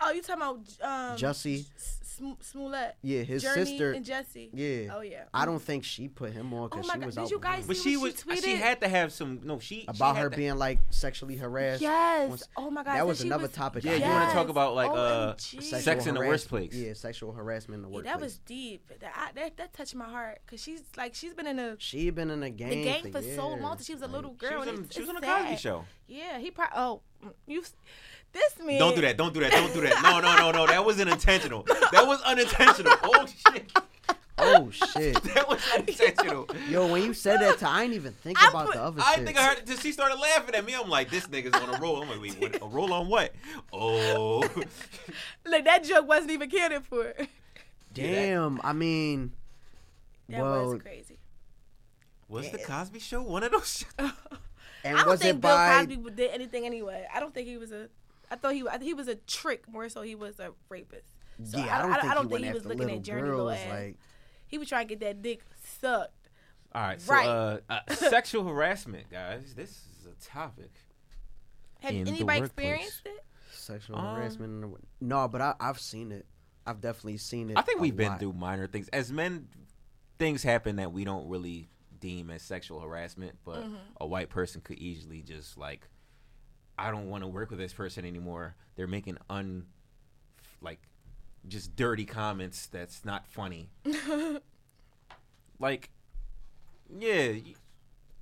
S1: Oh, you talking about um,
S2: Jussie.
S1: S- Sm- Smollett?
S2: Yeah, his
S1: Journey
S2: sister.
S1: and Jesse.
S2: yeah.
S1: Oh yeah. Oh
S2: I don't think she put him on because
S1: my
S2: she
S1: God,
S2: was
S1: did
S2: out
S1: you
S2: with
S1: guys
S2: him.
S3: But
S1: See
S3: she
S1: what
S3: was
S1: she
S3: she,
S1: tweeted?
S3: had to have some no she she
S2: about
S3: had
S2: her
S3: to-
S2: being like sexually harassed.
S1: Yes.
S2: once-
S1: oh my God.
S2: That
S1: so
S2: was
S1: she Oh,
S2: another topic.
S3: Yeah,
S2: I
S3: you
S2: had.
S3: want to talk about like uh
S1: OMG.
S2: Sexual
S3: sex in the
S2: harass-
S3: workplace?
S2: Yeah, sexual harassment in the
S1: Yeah,
S2: workplace.
S1: that was deep. That, I, that that touched my heart because she's like she's been in a
S2: She been in a gang.
S1: the gang for
S2: for
S1: so long.
S2: years.
S1: since She was a
S2: Like,
S1: little
S3: She
S1: girl.
S3: was
S1: and
S3: on,
S1: it's-
S3: she was
S1: it's
S3: on a Cosby
S1: sad.
S3: show.
S1: Yeah, he probably. Oh, mm, you. s- This man.
S3: Don't do that. Don't do that. Don't do that. No, no, no, no. That was unintentional. That was unintentional. Oh shit.
S2: Oh shit.
S3: That was unintentional.
S2: Yo, when you said that, to, I ain't even think
S1: I
S2: about
S1: put-
S2: the other
S3: I
S2: shit.
S3: think I heard it. till She started laughing at me. I'm like, this nigga's on a roll. I'm like, wait, what, a roll on what? Oh,
S1: Like that joke wasn't even catered for. That
S2: Damn. I mean, well,
S1: was crazy.
S3: was the Cosby Show one of those? Shows?
S2: and
S1: I don't
S2: was
S1: think
S2: it
S1: Bill
S2: by?
S1: Cosby would- did anything anyway. I don't think he was a. I thought he I, he was a trick more so he was a rapist. So
S2: yeah, I don't, think,
S1: I don't
S2: he,
S1: think
S2: went
S1: he
S2: after
S1: was looking
S2: little
S1: at Journey
S2: girls.
S1: little ass.
S2: Like,
S1: He was trying to get that dick sucked.
S3: All right, so
S1: Right.
S3: uh, uh, sexual harassment, guys. This is a topic.
S1: Have
S3: In the
S1: anybody
S3: workplace.
S1: experienced it?
S2: sexual
S3: Um,
S2: harassment. In the, wo- no, but I, I've seen it. I've definitely seen it.
S3: I think
S2: a
S3: we've been
S2: lot.
S3: through minor things. As men, things happen that we don't really deem as sexual harassment, but
S2: Mm-hmm.
S3: a white person could easily just like, I don't want to work with this person anymore. They're making un, like, just dirty comments that's not funny. like, yeah, y-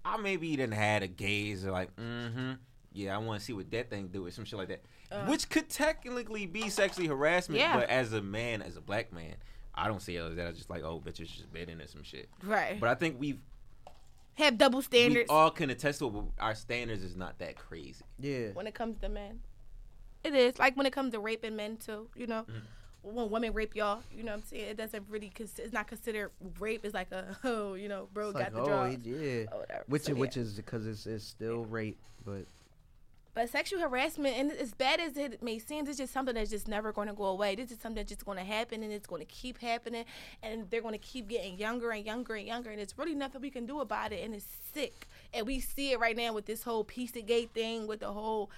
S3: I maybe even had a gaze or like, mm-hmm. Yeah, I want to see what that thing do or some shit like that, which could technically be sexually harassment.
S1: Uh. Yeah.
S3: But as a man, as a black man, I don't see it as that. I just like, oh, bitch, it's just bedding or some shit.
S1: Right.
S3: But I think we've
S1: Have double
S3: we
S1: standards
S3: all can attest to it. But our standards is not that crazy.
S2: Yeah.
S1: when it comes to men. It is like when it comes to raping men too. You know,
S2: Mm.
S1: when women rape y'all, you know what I'm saying. It doesn't really. Cons- it's not considered rape. It's like a oh, you know, bro
S2: It's
S1: got
S2: like,
S1: the
S2: oh,
S1: drugs.
S2: he- yeah.
S1: or whatever.
S2: Which,
S1: So,
S2: is
S1: yeah.
S2: which is because it's, it's still rape, but
S1: But sexual harassment, and as bad as it may seem, it's just something that's just never going to go away. This is something that's just going to happen, and it's going to keep happening, and they're going to keep getting younger and younger and younger, and it's really nothing we can do about it, and it's sick. And we see it right now with this whole Pizzagate thing, with the whole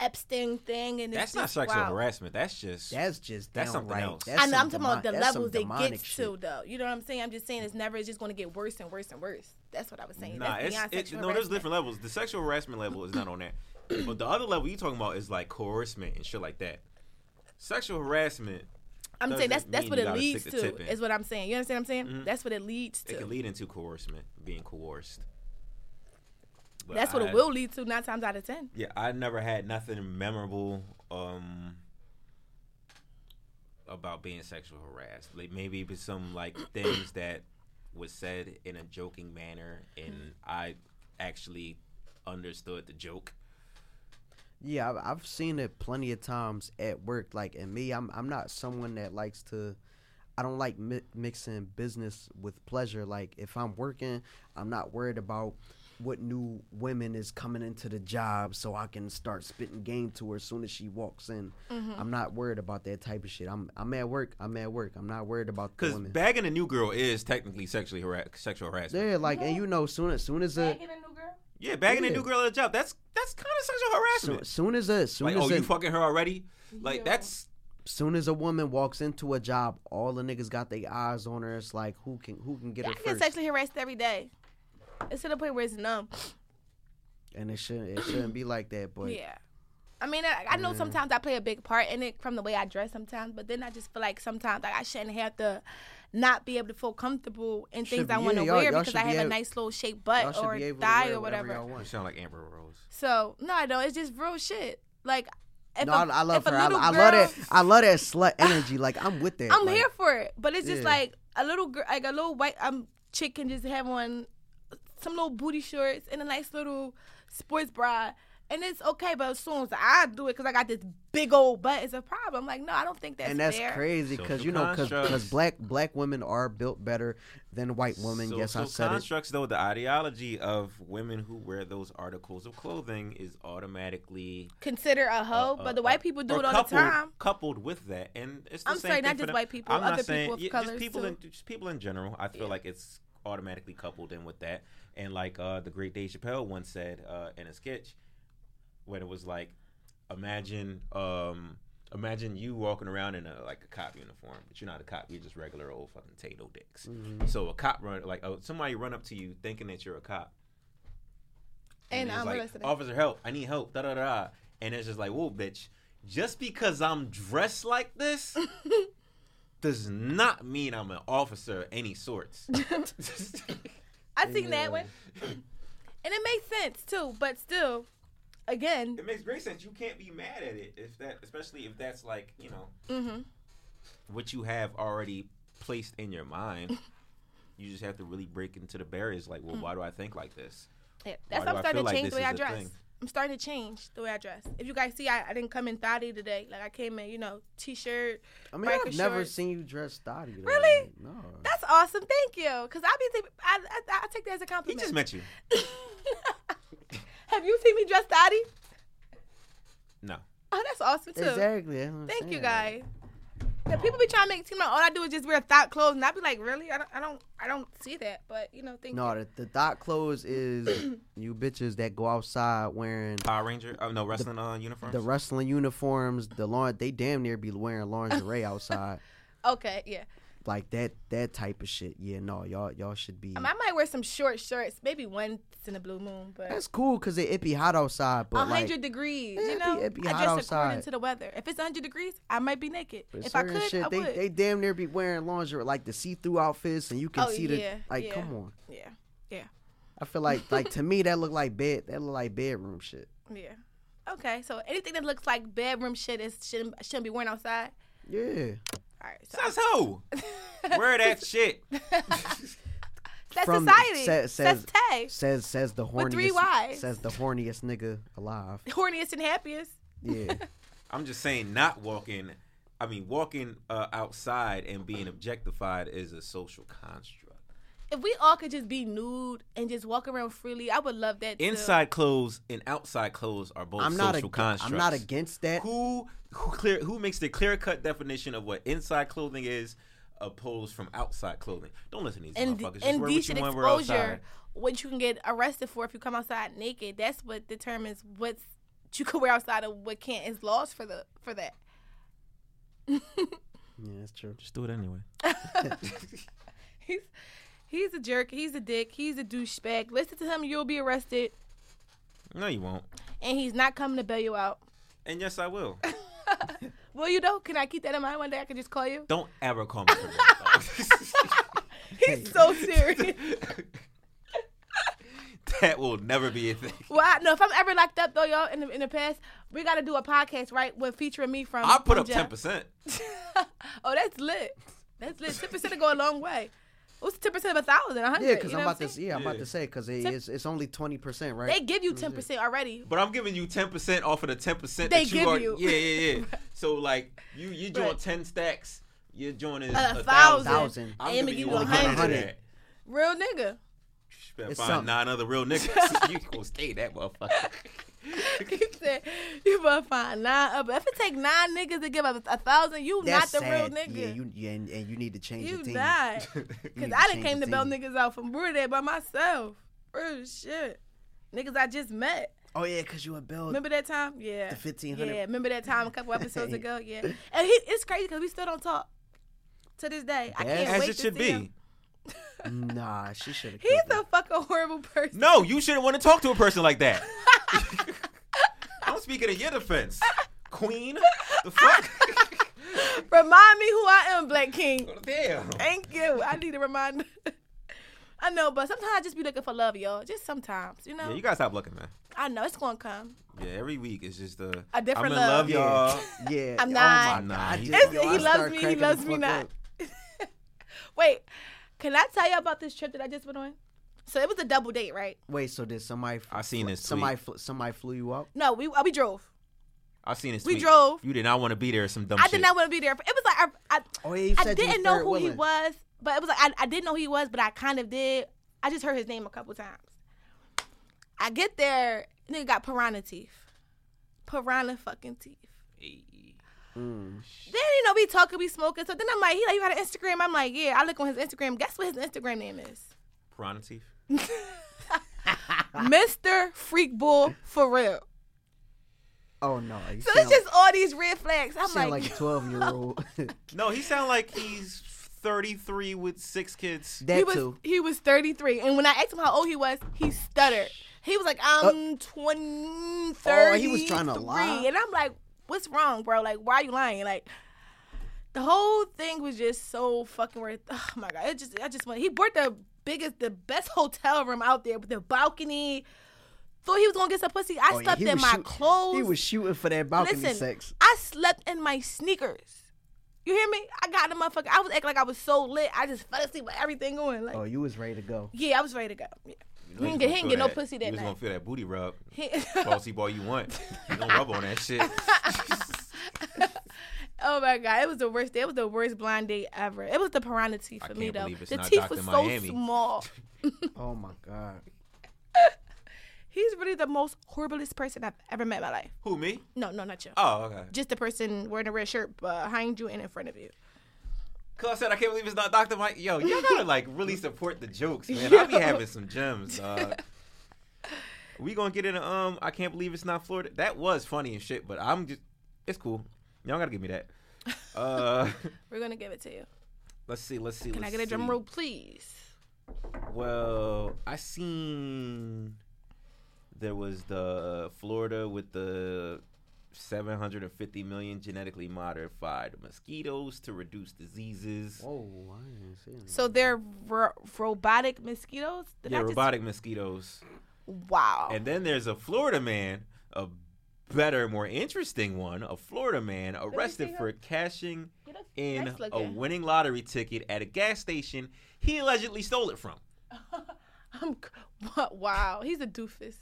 S1: Epstein thing, and it's
S3: That's not
S1: just
S3: sexual
S1: wild.
S3: harassment. That's just
S2: that's just
S3: That's something
S2: downright-
S3: else.
S2: that's
S1: I know, I'm
S2: some
S1: talking about
S2: demo-
S1: the
S2: that's some
S1: levels it
S2: demonic
S1: gets
S2: shit.
S1: to, though. You know what I'm saying? I'm just saying it's never. It's just going to get worse and worse and worse. That's what I was saying.
S3: Nah,
S1: That's
S3: it's,
S1: beyond
S3: it,
S1: sexual
S3: no, there's
S1: harassment.
S3: different levels. The sexual harassment level is not on that. but the other level you talking about is like coercement and shit like that. Sexual harassment,
S1: I'm saying that's
S3: doesn't
S1: that's
S3: mean
S1: what
S3: you
S1: it
S3: gotta
S1: leads
S3: stick the tip
S1: to.
S3: in. Mm-hmm.
S1: Is what I'm saying. You understand what I'm saying? That's what it leads
S3: it
S1: to.
S3: can lead into coercement, being coerced. But
S1: that's what
S3: I-
S1: it will lead to nine times out of ten.
S3: Yeah, I never had nothing memorable um about being sexual harassed. Like maybe it was some like things that was said in a joking manner
S1: Mm-hmm.
S3: and I actually understood the joke.
S2: Yeah, I've, I've seen it plenty of times at work. Like, and me, I'm I'm not someone that likes to. I don't like mi- mixing business with pleasure. Like, if I'm working, I'm not worried about what new women is coming into the job, so I can start spitting game to her as soon as she walks in. I'm not worried about that type of shit. I'm I'm at work. I'm at work. I'm not worried about the
S3: Because
S2: women.
S3: bagging a new girl is technically sexually harass sexual harassment.
S2: yeah, like, and you know, soon as soon as a
S3: Yeah, bagging a
S2: Yeah.
S3: new girl at a job that's that's kind of sexual
S2: soon,
S3: harassment.
S2: soon as a soon
S3: like,
S2: as
S3: oh,
S2: a,
S3: you fucking her already? Like that's
S2: soon as a woman walks into a job, all the niggas got their eyes on her. It's like who can who can get
S1: I
S2: her
S1: get
S2: first,
S1: sexually harassed every day. It's to the point where it's numb.
S2: and it shouldn't it shouldn't be like that. But
S1: Yeah. I mean, I, I know
S2: Mm.
S1: sometimes I play a big part in it from the way I dress sometimes, but then I just feel like sometimes like I shouldn't have to not be able to feel comfortable in things
S2: Should
S1: I
S2: be-
S1: want to
S2: yeah, y'all-
S1: wear
S2: y'all
S1: because
S2: should
S1: I
S2: be
S1: have a
S2: able-
S1: nice little shaped
S2: y'all
S1: butt
S2: should
S1: or
S2: be able
S1: thigh
S2: to wear
S1: or whatever.
S2: y'all
S3: you
S2: want.
S3: sound like Amber Rose.
S1: So no, I don't. It's just real shit. Like if
S2: No,
S1: a-
S2: I, I love
S1: if a
S2: her. I,
S1: little
S2: I
S1: girl-
S2: love that. I love that slut energy. Like I'm with that.
S1: I'm
S2: like,
S1: here for it, but it's just
S2: Yeah.
S1: like a little girl, like a little white um chick can just have on some little booty shorts and a nice little sports bra, and it's okay. But as soon as I do it, cause I got this big old butt, it's a problem. Like no, I don't think that's
S2: and that's
S1: fair.
S2: crazy because you know
S3: Social constructs.
S2: because black black women are built better than white women.
S3: Social
S2: yes, I said it.
S3: constructs, though, the ideology of women who wear those articles of clothing is automatically.
S1: Consider a hoe,
S3: uh,
S1: but the
S3: uh,
S1: white people do
S3: or
S1: it all
S3: coupled,
S1: the time.
S3: Coupled with that, and it's the
S1: I'm
S3: same
S1: sorry,
S3: thing
S1: not
S3: for
S1: just
S3: them.
S1: white people,
S3: I'm
S1: other
S3: not saying
S1: people of
S3: yeah,
S1: colors,
S3: just people
S1: too.
S3: in just people in general. I feel
S1: Yeah.
S3: like it's automatically coupled in with that, and like uh, the great Dave Chappelle once said uh, in a sketch, when it was like, imagine um, Imagine you walking around in a like a cop uniform, but you're not a cop. You're just regular old fucking Tato dicks. So a cop run like oh, somebody run up to you thinking that you're a cop,
S1: And
S3: it's
S1: I'm
S3: like,
S1: listening.
S3: officer help, I need help, da da da. And it's just like, whoa, bitch, just because I'm dressed like this does not mean I'm an officer of any sorts.
S1: I seen that one, and it makes sense too. But still, again,
S3: it makes great sense. You can't be mad at it if that, especially if that's like you know what you have already placed in your mind. You just have to really break into the barriers. Like, well, why do I think like this?
S1: yeah,
S3: Why
S1: that's
S3: do
S1: why I'm
S3: I
S1: starting
S3: feel
S1: to
S3: like
S1: change the
S3: this
S1: way I
S3: is a
S1: dress.
S3: thing?
S1: I'm starting to change the way I dress. If you guys see, I, I didn't come in thotty today. Like I came in, you know, t-shirt.
S2: I mean,
S1: biker
S2: I've never
S1: shorts.
S2: seen you dress dotty. though.
S1: Really?
S2: No.
S1: That's awesome. Thank you. Cause I be, I, I, I take that as a
S3: He
S1: compliment.
S3: just met you.
S1: Have you seen me dressed dotty?
S3: No,
S1: Oh, that's awesome too.
S2: Exactly. that's what I'm
S1: Thank you
S2: saying.
S1: guys. The people be trying to make it seem like all I do is just wear thought clothes, and I be like, really? I don't, I don't, I don't see that. But you know, thank
S2: No,
S1: you.
S2: the, the dot clothes is you bitches that go outside wearing
S3: Power Ranger. Oh no, wrestling uh, uniforms.
S2: the wrestling uniforms. The lawn, they damn near be wearing lingerie outside,
S1: Okay, yeah.
S2: like that that type of shit. Yeah, no, y'all y'all should be.
S1: I, mean, I might wear some short shorts, maybe once in a blue moon, but
S2: That's cool because it, it be hot outside, but
S1: hundred
S2: like
S1: degrees.
S2: yeah,
S1: you
S2: it be-
S1: know,
S2: it be
S1: I
S2: hot
S1: dress according
S2: outside.
S1: to the weather. If it's hundred degrees, I might be naked.
S2: for
S1: if I
S2: certain
S1: could, I
S2: they
S1: would.
S2: they damn near be wearing lingerie, like the see through outfits, and you can
S1: Oh,
S2: see the
S1: yeah,
S2: like.
S1: yeah.
S2: Come on,
S1: yeah, yeah,
S2: I feel like like to me that look like bed that look like bedroom shit.
S1: yeah. Okay, so anything that looks like bedroom shit is shouldn't shouldn't be worn outside.
S2: Yeah,
S1: All right, so
S3: That's who. Wear that shit.
S1: that's
S2: From-
S1: society.
S2: sa- says-
S1: that's Tay.
S2: says says the horniest
S1: With three Ys.
S2: says the horniest nigga alive.
S1: Horniest and happiest.
S2: Yeah.
S3: I'm just saying, not walking. I mean, walking uh, outside and being objectified is a social construct.
S1: If we all could just be nude and just walk around freely, I would love that. too.
S3: Inside clothes and outside clothes are both
S2: I'm not
S3: social
S2: ag-
S3: constructs.
S2: I'm not against that.
S3: who who clear who makes the clear cut definition of what inside clothing is opposed from outside clothing. Don't listen to these
S1: and,
S3: motherfuckers. Just
S1: and
S3: wear what you
S1: decent
S3: want. We're
S1: exposure,
S3: outside.
S1: what you can get arrested for if you come outside naked. That's what determines what's what you can wear outside of what can't is laws for the for that.
S2: Yeah, that's true.
S3: Just do it anyway.
S1: He's he's a jerk. He's a dick. He's a douchebag. Listen to him, you'll be arrested,
S3: No, you won't.
S1: and he's not coming to bail you out.
S3: And yes, I will.
S1: Will you though? Can I keep that in mind one day? I can just call you.
S3: Don't ever call me. for that,
S1: He's so serious.
S3: dog. that will never be a thing.
S1: Well, I, no, if I'm ever locked up though, y'all in the in the past, we got to do a podcast right with featuring me from.
S3: I put
S1: from
S3: up
S1: jail.
S3: ten percent.
S1: oh, that's lit. That's lit. Ten percent to go a long way. What's ten percent of a thousand? A hundred.
S2: Yeah, because
S1: you know
S2: I'm
S1: what
S2: about to
S1: saying?
S2: yeah, I'm about
S3: Yeah.
S2: to say because it,
S1: Tip-
S2: it's it's only twenty percent, right?
S1: They give you ten percent already.
S3: But I'm giving you ten percent off of the ten percent
S1: They
S3: that you
S1: give
S3: are.
S1: you.
S3: Yeah, yeah, yeah. so like you, you join
S1: Right.
S3: ten stacks. Your joint is
S1: A
S3: a
S1: thousand.
S3: thousand.
S2: Thousand.
S3: I'm
S1: I'ma
S3: giving
S1: give
S3: you
S1: you a
S3: a hundred.
S2: hundred.
S3: of that.
S1: Real nigga.
S3: You better
S2: It's
S3: find
S2: something.
S3: nine other real niggas. you gonna stay that motherfucker.
S1: he said, "You better find nine up. If it take nine niggas to give up a thousand, you
S2: That's
S1: not the
S2: sad.
S1: real nigga.
S2: Yeah, you yeah, and, and you need to change
S1: You
S2: your team.
S1: not. Cause
S2: to
S1: I done
S2: change
S1: came
S2: the
S1: to bail
S2: team.
S1: niggas out from Brewdad by myself. Real shit. Niggas I just met.
S2: Oh yeah, because you a Bill.
S1: Remember that time? Yeah.
S2: The 1500
S1: Yeah. Remember that time a couple episodes ago? Yeah. And he, it's crazy because we still don't talk to this day. I
S2: That's-
S1: can't
S3: As
S1: wait
S3: it
S1: to
S3: should
S1: see
S3: be.
S1: him.
S2: Nah, she should have.
S1: He's a fucking horrible person.
S3: No, you shouldn't want to talk to a person like that. I'm speaking in your defense, Queen. The fuck?
S1: Remind me who I am, Black King.
S2: Oh,
S3: Damn.
S1: Thank you. I need a reminder. I know, but sometimes I just be looking for love, y'all. Just sometimes, you know.
S3: Yeah, you gotta stop looking, man.
S1: I know it's gonna come.
S3: Yeah, every week it's just uh,
S1: A different
S3: I'm in
S1: love.
S3: love,
S1: Yeah.
S3: y'all.
S2: Yeah.
S1: I'm
S2: Oh my
S1: not.
S3: Nah,
S2: god.
S3: he-
S2: yo,
S1: It's-
S2: I
S1: he
S2: start
S1: loves me. He
S2: cracking the
S1: loves me
S2: fuck
S1: not.
S2: up.
S1: Wait, can I tell you about this trip that I just went on? So it was a double date, right?
S2: Wait, so did somebody?
S3: I seen this.
S2: Somebody
S3: Tweet.
S2: fl- somebody flew you out.
S1: No, we uh, we drove.
S3: I seen this.
S1: we
S3: tweet.
S1: drove.
S3: You did not want to be there. Some dumb
S1: I
S3: shit.
S1: did not want to be there. It was like I I,
S2: Oh yeah, you
S1: I
S2: said you
S1: didn't
S2: was
S1: know
S2: third
S1: who he
S2: willing.
S1: was, but it was like I, I didn't know who he was, but I kind of did. I just heard his name a couple times. I get there, nigga got piranha teeth, piranha fucking teeth.
S2: Mm.
S1: Then you know we talking, we smoking. So then I'm like, he like you got an Instagram. I'm like, yeah. I look on his Instagram. Guess what his Instagram name is?
S3: Piranha teeth.
S2: Ah.
S1: Mr. Freak Bull for real.
S2: Oh no. you
S1: So
S2: sound-
S1: it's just all these red flags. I'm
S2: sound
S1: like,
S2: like a 12 year old.
S3: No, he sound like he's 33 with six kids.
S1: he
S2: that
S1: was
S2: too.
S1: he was 33, and when I asked him how old he was, he stuttered. He was like, I'm 20, 30.
S2: Uh, Oh, he was trying to lie.
S1: And I'm like, what's wrong, bro? Like, why are you lying? Like, the whole thing was just so fucking worth. Oh my god, it just I just want. He bought the biggest, the best hotel room out there with the balcony. Thought he was gonna get some pussy. I
S2: Oh, yeah,
S1: slept
S2: he
S1: in
S2: was
S1: my
S2: shoot-
S1: clothes.
S2: He was shooting for that balcony
S1: Listen,
S2: sex.
S1: I slept in my sneakers. You hear me? I got in the motherfucker. I was acting like I was so lit. I just fell asleep with everything going. Like,
S2: Oh, you was ready to go.
S1: yeah, I was ready to go. Yeah.
S3: You
S1: He
S3: know
S1: ain't
S3: he's
S1: get- he ain't
S3: gonna
S1: get no
S3: feel
S1: pussy
S3: You
S1: that
S3: just gonna
S1: night.
S3: feel that booty rub.
S1: He-
S3: Bossy ball you want. You don't rub on that shit.
S1: oh my god, it was the worst. day. It was the worst blind date ever. It was the piranha teeth
S3: I
S1: for me
S3: can't
S1: though.
S3: believe it's
S1: the
S3: not
S1: teeth
S3: Dr.
S1: was
S3: Miami.
S1: so small.
S2: Oh my god.
S1: He's really the most horriblest person I've ever met in my life.
S3: Who, me?
S1: No, no, not you.
S3: Oh, okay.
S1: Just the person wearing a red shirt behind you and in front of you.
S3: Cuz said I can't believe it's not Dr. Mike. Yo, y'all gotta like really support the jokes, man. I be having some gems, dog. We gonna get in a, um I can't believe it's not Florida. That was funny and shit, but I'm just it's cool. Y'all gotta give me that. Uh
S1: We're gonna give it to you.
S3: let's see, let's see.
S1: Can I
S3: let's
S1: get a drum
S3: see.
S1: roll, please?
S3: Well, I seen there was the uh, Florida with the 750 million genetically modified mosquitoes to reduce diseases.
S2: Oh, I didn't see that.
S1: So they're ro- robotic mosquitoes. Did
S3: yeah,
S1: I just- Oh.
S3: robotic mosquitoes.
S1: Wow.
S3: And then there's a Florida man, a better, more interesting one, a Florida man arrested for cashing in
S1: nice
S3: a
S1: looking.
S3: winning lottery ticket at a gas station he allegedly stole it from.
S1: I'm c- wa- wow. He's a doofus.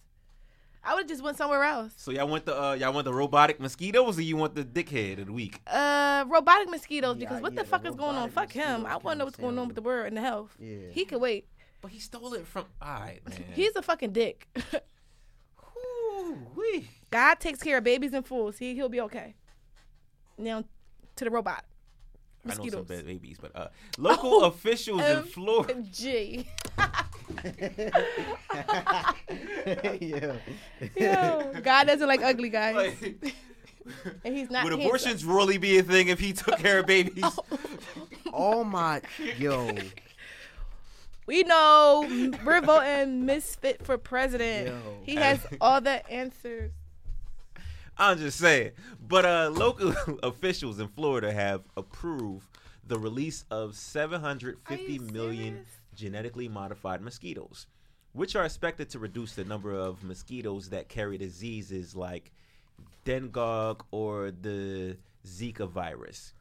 S1: I would have just went somewhere else.
S3: So y'all want the uh, y'all want the robotic mosquitoes, or you want the dickhead of the week?
S1: Uh, robotic mosquitoes.
S2: Yeah,
S1: Because what
S2: yeah,
S1: the
S2: the
S1: fuck is going on?
S2: robotic
S1: Fuck him.
S2: mosquitoes
S1: I want to know
S2: kinda
S1: what's going on
S2: sound-
S1: with the world and the health.
S2: Yeah.
S1: He could wait.
S3: But he stole it from. All right, man.
S1: He's a fucking dick.
S3: Ooh-wee.
S1: God takes care of babies and fools. He he'll be okay. Now, to the robot.
S3: I know some
S1: Mosquitoes.
S3: bad babies, but uh, local
S1: Oh,
S3: officials in
S1: um,
S3: Florida.
S1: Gee.
S2: yeah.
S1: Yo, God doesn't like ugly guys,
S3: Like,
S1: and he's not.
S3: would
S1: handsome.
S3: abortions really be a thing if he took care of babies?
S2: Oh my yo.
S1: We know we're voting misfit for president.
S2: Yo.
S1: He has all the answers.
S3: I'm just saying. But uh, local officials in Florida have approved the release of 750 million
S1: serious?
S3: genetically modified mosquitoes, which are expected to reduce the number of mosquitoes that carry diseases like dengue or the Zika virus.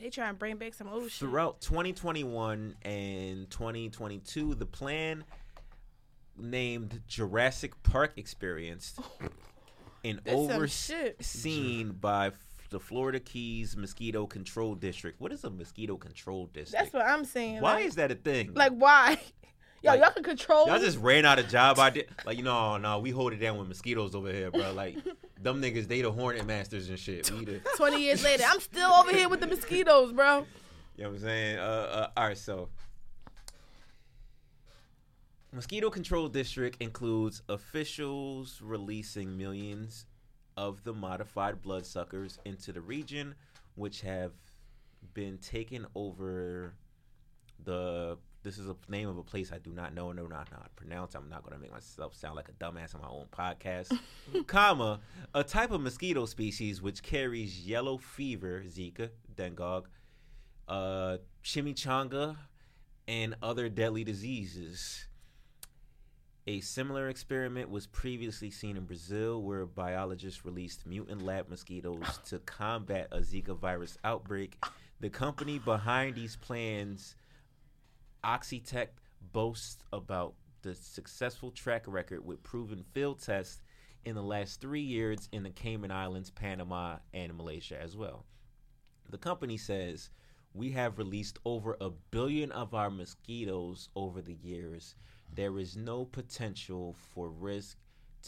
S1: They try and bring back some old shit.
S3: Throughout 2021 and 2022, the plan named Jurassic Park Experience and
S1: That's some shit.
S3: overseen by f- the Florida Keys Mosquito Control District. What is a mosquito control district?
S1: That's what I'm saying.
S3: Why
S1: like,
S3: is that a thing?
S1: like why? Yo,
S3: Like,
S1: y'all can control.
S3: y'all just ran out of job idea. Like, no, no, we hold it down with mosquitoes over here, bro. Like, them niggas, they the hornet masters and shit. We the,
S1: 20 years later, I'm still over here with the mosquitoes, bro.
S3: You know what I'm saying? Uh, uh, all right, so. Mosquito Control District includes officials releasing millions of the modified bloodsuckers into the region, which have been taken over the. This is a name of a place I do not know and do not know how to pronounce. I'm not going to make myself sound like a dumbass on my own podcast. comma, a type of mosquito species which carries yellow fever, Zika, dengue, uh, chimichanga, and other deadly diseases. A similar experiment was previously seen in Brazil, where biologists released mutant lab mosquitoes to combat a Zika virus outbreak. The company behind these plans, Oxitec, boasts about the successful track record with proven field tests in the last three years in the Cayman Islands, Panama, and Malaysia as well. The company says we have released over a billion of our mosquitoes over the years. There is no potential for risk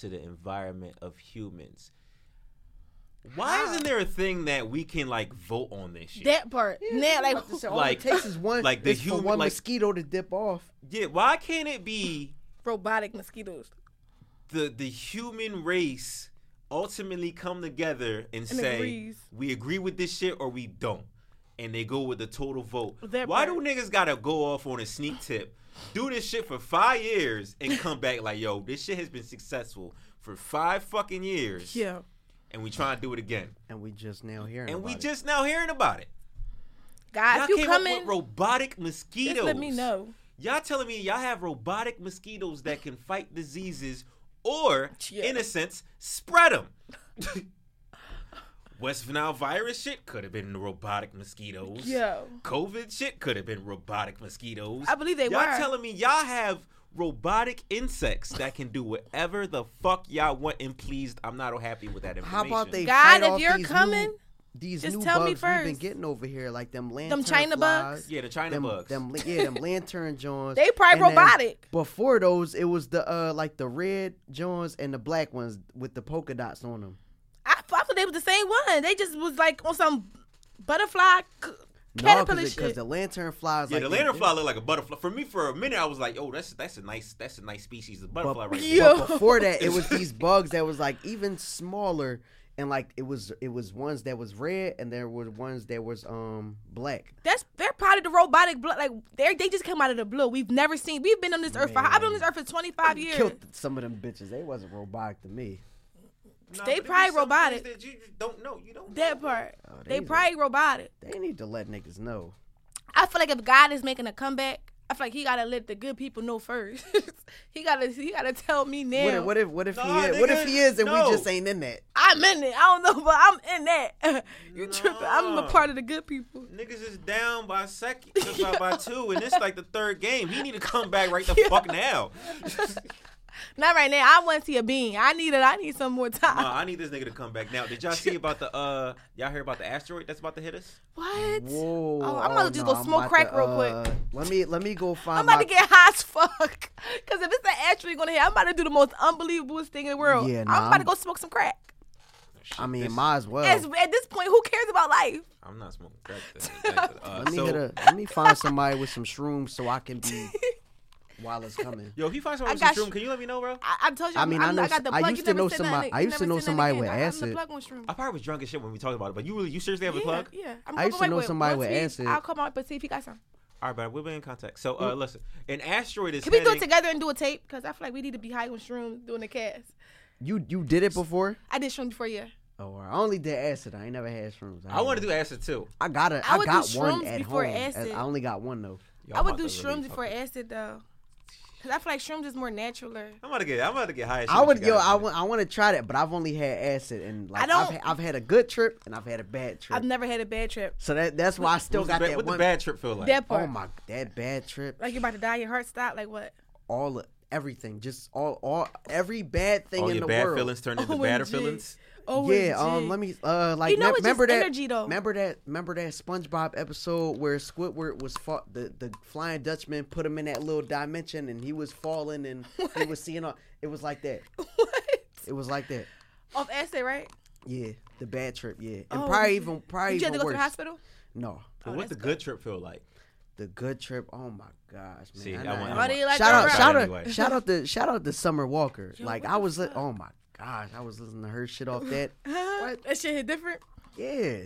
S3: to the environment of humans. Why isn't there a thing that we can like vote on this shit?
S1: That part. now, like,
S2: all
S3: Like-
S2: it takes is one
S3: like the
S2: is for
S3: human-
S2: one
S3: like-
S2: mosquito to dip off.
S3: yeah, why can't it be
S1: robotic mosquitoes.
S3: the the human race ultimately come together and, say
S1: agrees.
S3: we agree with this shit or we don't, and they go with the total vote.
S1: That
S3: Why
S1: part.
S3: do niggas gotta go off on a sneak tip, do this shit for five years and come back like yo, this shit has been successful for five fucking years,
S1: Yeah.
S3: and we try to do it again,
S2: and we just now hearing.
S3: and we
S2: about it.
S3: just now hearing about it.
S1: Guys,
S3: Y'all
S1: if you
S3: came
S1: coming,
S3: up with robotic
S1: just
S3: mosquitoes.
S1: let me know.
S3: Y'all telling me y'all have robotic mosquitoes that can fight diseases or,
S1: Yeah.
S3: in a sense, spread them. West Nile virus shit could have been robotic mosquitoes.
S1: Yo.
S3: COVID shit could have been robotic mosquitoes.
S1: I believe they
S3: y'all
S1: were.
S3: telling me y'all have robotic insects that can do whatever the fuck y'all want and pleased. I'm not happy with that
S2: How
S3: information.
S2: about they?
S1: God,
S2: fight
S1: if
S2: off
S1: you're
S2: these
S1: coming,
S2: new, these
S1: just
S2: new
S1: tell me
S2: bugs we've been
S1: first.
S2: getting over here, like them lantern
S1: Them China bugs?
S2: flies,
S3: Yeah, the China
S2: them,
S3: bugs.
S2: Them, li- yeah, them lantern Johns.
S1: They probably
S2: And then
S1: robotic.
S2: Before those, it was the uh like the red Johns and the black ones with the polka dots on them.
S1: I, I thought they was the same one. They just was like on some butterfly c-
S2: No,
S1: caterpillar
S2: because
S1: shit.
S2: the lantern flies.
S3: yeah,
S2: like
S3: the
S2: they-
S3: lanternfly look like a butterfly. For me, for a minute, I was like, "Oh, that's that's a nice that's a nice species of
S2: But,
S3: butterfly right there."
S1: Yo.
S2: but before that, it was these bugs that was like even smaller, and like it was it was ones that was red, and there were ones that was um black.
S1: That's they're probably the robotic blood. Like they they just came out of the blue. We've never seen. We've been on this earth for. I've been on this earth for 25 years.
S2: Killed some of them bitches. They wasn't robotic to me.
S3: Nah,
S1: They
S3: but it be
S1: probably
S3: some things
S1: robotic.
S3: That you just don't know. You don't
S1: That
S3: know.
S1: part.
S2: they
S1: they
S2: was-
S1: probably robotic.
S2: They need to let niggas know.
S1: I feel like if God is making a comeback, I feel like He gotta let the good people know first. he gotta he gotta tell me now.
S2: What if, what if what if
S3: Nah,
S2: he is, what if
S3: nigga,
S2: he is and
S3: no.
S2: we just ain't in that?
S1: I'm in it. I don't know, but I'm in that. you tripping? I'm a
S3: Nah.
S1: part of the good people.
S3: Niggas is down by second, by, by two, and it's like the third game. He need to come back right the fuck now.
S1: Not right now. I want to see a bean. I need it. I need some more time.
S3: Nah, I need this nigga to come back now. Did y'all see about the uh? Y'all hear about the asteroid that's about to hit us?
S1: What?
S2: Whoa!
S1: Oh, I'm about to just
S2: no,
S1: go
S2: I'm
S1: smoke
S2: about
S1: crack
S2: to,
S1: real quick.
S2: uh, Let me let me go find.
S1: I'm about
S2: my,
S1: to get high as fuck. Cause if it's actually gonna hit, I'm about to do the most unbelievable thing in the world.
S2: Yeah,
S1: I'm
S2: nah,
S1: about to
S2: I'm- Oh.
S1: go smoke some crack.
S2: I mean,
S3: This-
S2: might as well.
S1: As- at this point, who cares about life?
S3: I'm not smoking crack. That, uh,
S2: let me
S3: so,
S2: hit a, let me find somebody with some shrooms so I can be while it's coming.
S3: yo, if you find
S1: I
S3: someone
S1: got
S3: room,
S1: you.
S3: can you let me know, bro?
S1: I, I told you.
S2: I
S1: I
S2: mean,
S1: mean,
S2: I
S1: i
S2: know-
S1: got the
S2: I
S1: plug.
S2: used
S1: You
S2: to
S1: never
S2: know
S1: said that
S2: somebody-
S1: nigga-
S2: I
S1: you
S2: used to
S1: never
S2: know
S1: said that
S2: somebody
S1: nigga.
S2: with
S1: I- I'm the
S2: acid.
S1: plug on shroom.
S3: I probably was drunk as shit when we talked about it, but you really, you seriously have
S1: yeah,
S3: a plug?
S1: Yeah. I'm
S2: I used to
S1: gonna
S2: know
S1: wait, wait.
S2: somebody
S1: Once
S2: with
S1: he-
S2: acid.
S1: I'll come out but see if he got some.
S3: All right, but we'll be in contact. So, uh, listen, an asteroid is
S1: Can we do it
S3: heading-
S1: together and do a tape? Cause I feel like we need to be high on shrooms doing the cast.
S2: You you did it before?
S1: I did shrooms before, yeah.
S2: Oh, I only did acid. I ain't never had shrooms.
S3: I want to do acid too.
S2: I got a,
S1: I
S2: I
S1: would do
S2: got one
S1: shrooms
S2: at
S1: before
S2: home.
S1: acid.
S2: I only got one though.
S3: Yo,
S1: I
S3: I'm
S1: would
S3: about
S1: do
S3: to really
S1: shrooms before
S3: fucking-
S1: acid though. Cause I feel like shrooms is more natural.
S3: I'm about to get. I'm about to get high. as shit
S2: I
S3: with
S2: would
S3: you
S2: yo,
S3: guys,
S2: I
S3: man.
S2: want to try that, but I've only had acid and like
S1: I
S2: I've,
S1: don't-
S2: ha- I've had a good trip and I've had a bad trip.
S1: I've never had a bad trip.
S2: so that that's why I still
S3: What's
S2: got
S3: the ba-
S2: that
S3: what
S2: one.
S3: the bad trip feel like?
S1: That part.
S2: oh my, that bad trip.
S1: Like you're about to die, your heart stopped. Like what?
S2: all of everything, just all all every bad thing
S3: All
S2: in
S3: your
S2: the
S3: bad
S2: world.
S3: feelings turn into badder
S1: OMG.
S3: feelings.
S1: Oh
S2: Yeah, um, let me uh, like
S1: You know
S2: mem-
S1: it's just
S2: remember that
S1: energy, though.
S2: remember that remember that SpongeBob episode where Squidward was fought the the Flying Dutchman put him in that little dimension and he was falling and he was seeing all it was like that
S1: What?
S2: it was like that
S1: Off acid, right?
S2: yeah the bad trip yeah and
S1: Oh,
S2: probably
S1: you-
S2: even probably
S1: Did you have
S2: even
S1: to go
S2: worse
S1: to the hospital?
S2: no
S3: But what's the good trip feel like?
S2: the good trip oh my gosh man
S3: See,
S2: I
S3: I
S2: not-
S3: want- I
S1: Why do you like
S2: shout out,
S1: that
S3: Right.
S2: shout out,
S3: Anyway.
S2: shout out to shout out to Summer Walker. like
S1: what
S2: I
S1: the
S2: was, li- oh my gosh, I was listening to her shit off that.
S1: Huh? That shit hit different.
S2: Yeah,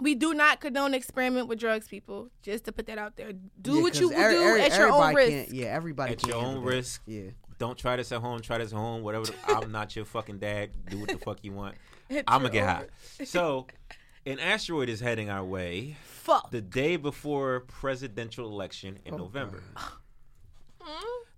S1: We do not condone experiment with drugs, people. Just to put that out there. Do
S2: Yeah,
S1: what you
S2: 'cause
S1: do
S2: every- every-
S1: at your own
S2: everybody
S1: risk.
S2: can't- yeah, everybody
S3: At
S2: can't
S3: your own
S2: handle that.
S3: risk.
S2: Yeah,
S3: Don't try this at home. Try this at home. Whatever. The, I'm not your fucking dad. Do what the fuck you want.
S1: Hit
S3: I'm gonna
S1: your
S3: get
S1: own
S3: high. So, an asteroid is heading our way
S1: Fuck.
S3: the day before presidential election in November.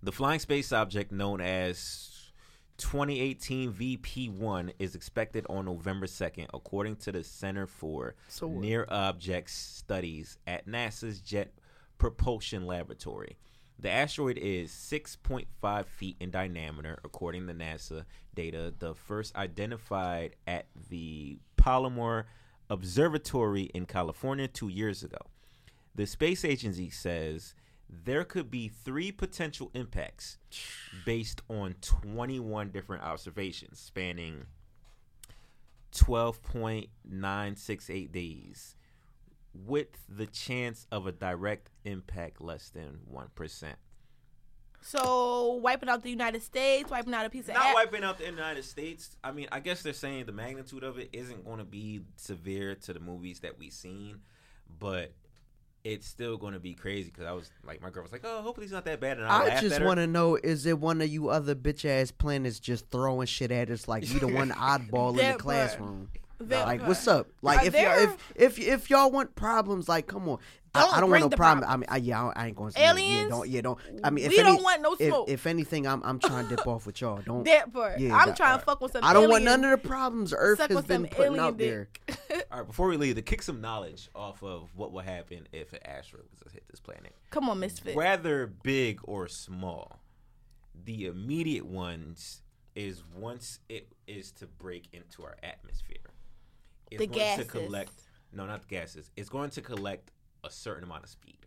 S3: The flying space object known as 2018 VP1 is expected on November 2nd, according to the Center for
S2: So what?
S3: Near Object Studies at NASA's Jet Propulsion Laboratory. The asteroid is 6.5 feet in diameter, according to NASA data, the first identified at the Palomar Observatory in California two years ago. The space agency says there could be three potential impacts based on 21 different observations spanning 12.968 days with the chance of a direct impact less than 1%.
S1: So wiping out the United States, wiping out a piece of
S3: Not
S1: Af-
S3: wiping out the United States. I mean, I guess they're saying the magnitude of it isn't going to be severe to the movies that we've seen, but it's still going to be crazy because I was like, my girl was like, "Oh, hopefully it's not that bad." And I,
S2: I
S3: laughed
S2: just
S3: at her.
S2: want to know: Is it one of you other bitch ass planets just throwing shit at us like you the one oddball in
S1: That
S2: the
S1: part.
S2: classroom?
S1: That
S2: like,
S1: part.
S2: what's up? Like,
S1: Are
S2: if
S1: there-
S2: y'all if if if y'all want problems, like, come on. I, I
S1: Don't
S2: don't
S1: bring
S2: want no
S1: the
S2: problem. I mean, I, yeah, I, I ain't going to.
S1: Aliens?
S2: Yeah, don't. Yeah, don't. I mean, if
S1: We don't
S2: any-
S1: want no
S2: if-
S1: smoke.
S2: If, anything, I'm I'm trying to dip off with y'all. Don't.
S1: that part.
S2: Yeah,
S1: I'm
S2: that
S1: trying
S2: part.
S1: to fuck with some.
S2: I don't want
S1: alien.
S2: none of the problems Earth
S1: Suck
S2: has
S1: with
S2: been
S1: some
S2: putting
S1: alien
S2: out there.
S3: All right, before we leave, to kick some knowledge off of what would happen if an asteroid was to hit this planet,
S1: Come on, Misfit.
S3: whether big or small, the immediate ones is once it is to break into our atmosphere. It's
S1: The
S3: going
S1: gases.
S3: to collect no, not the gases. It's going to collect a certain amount of speed,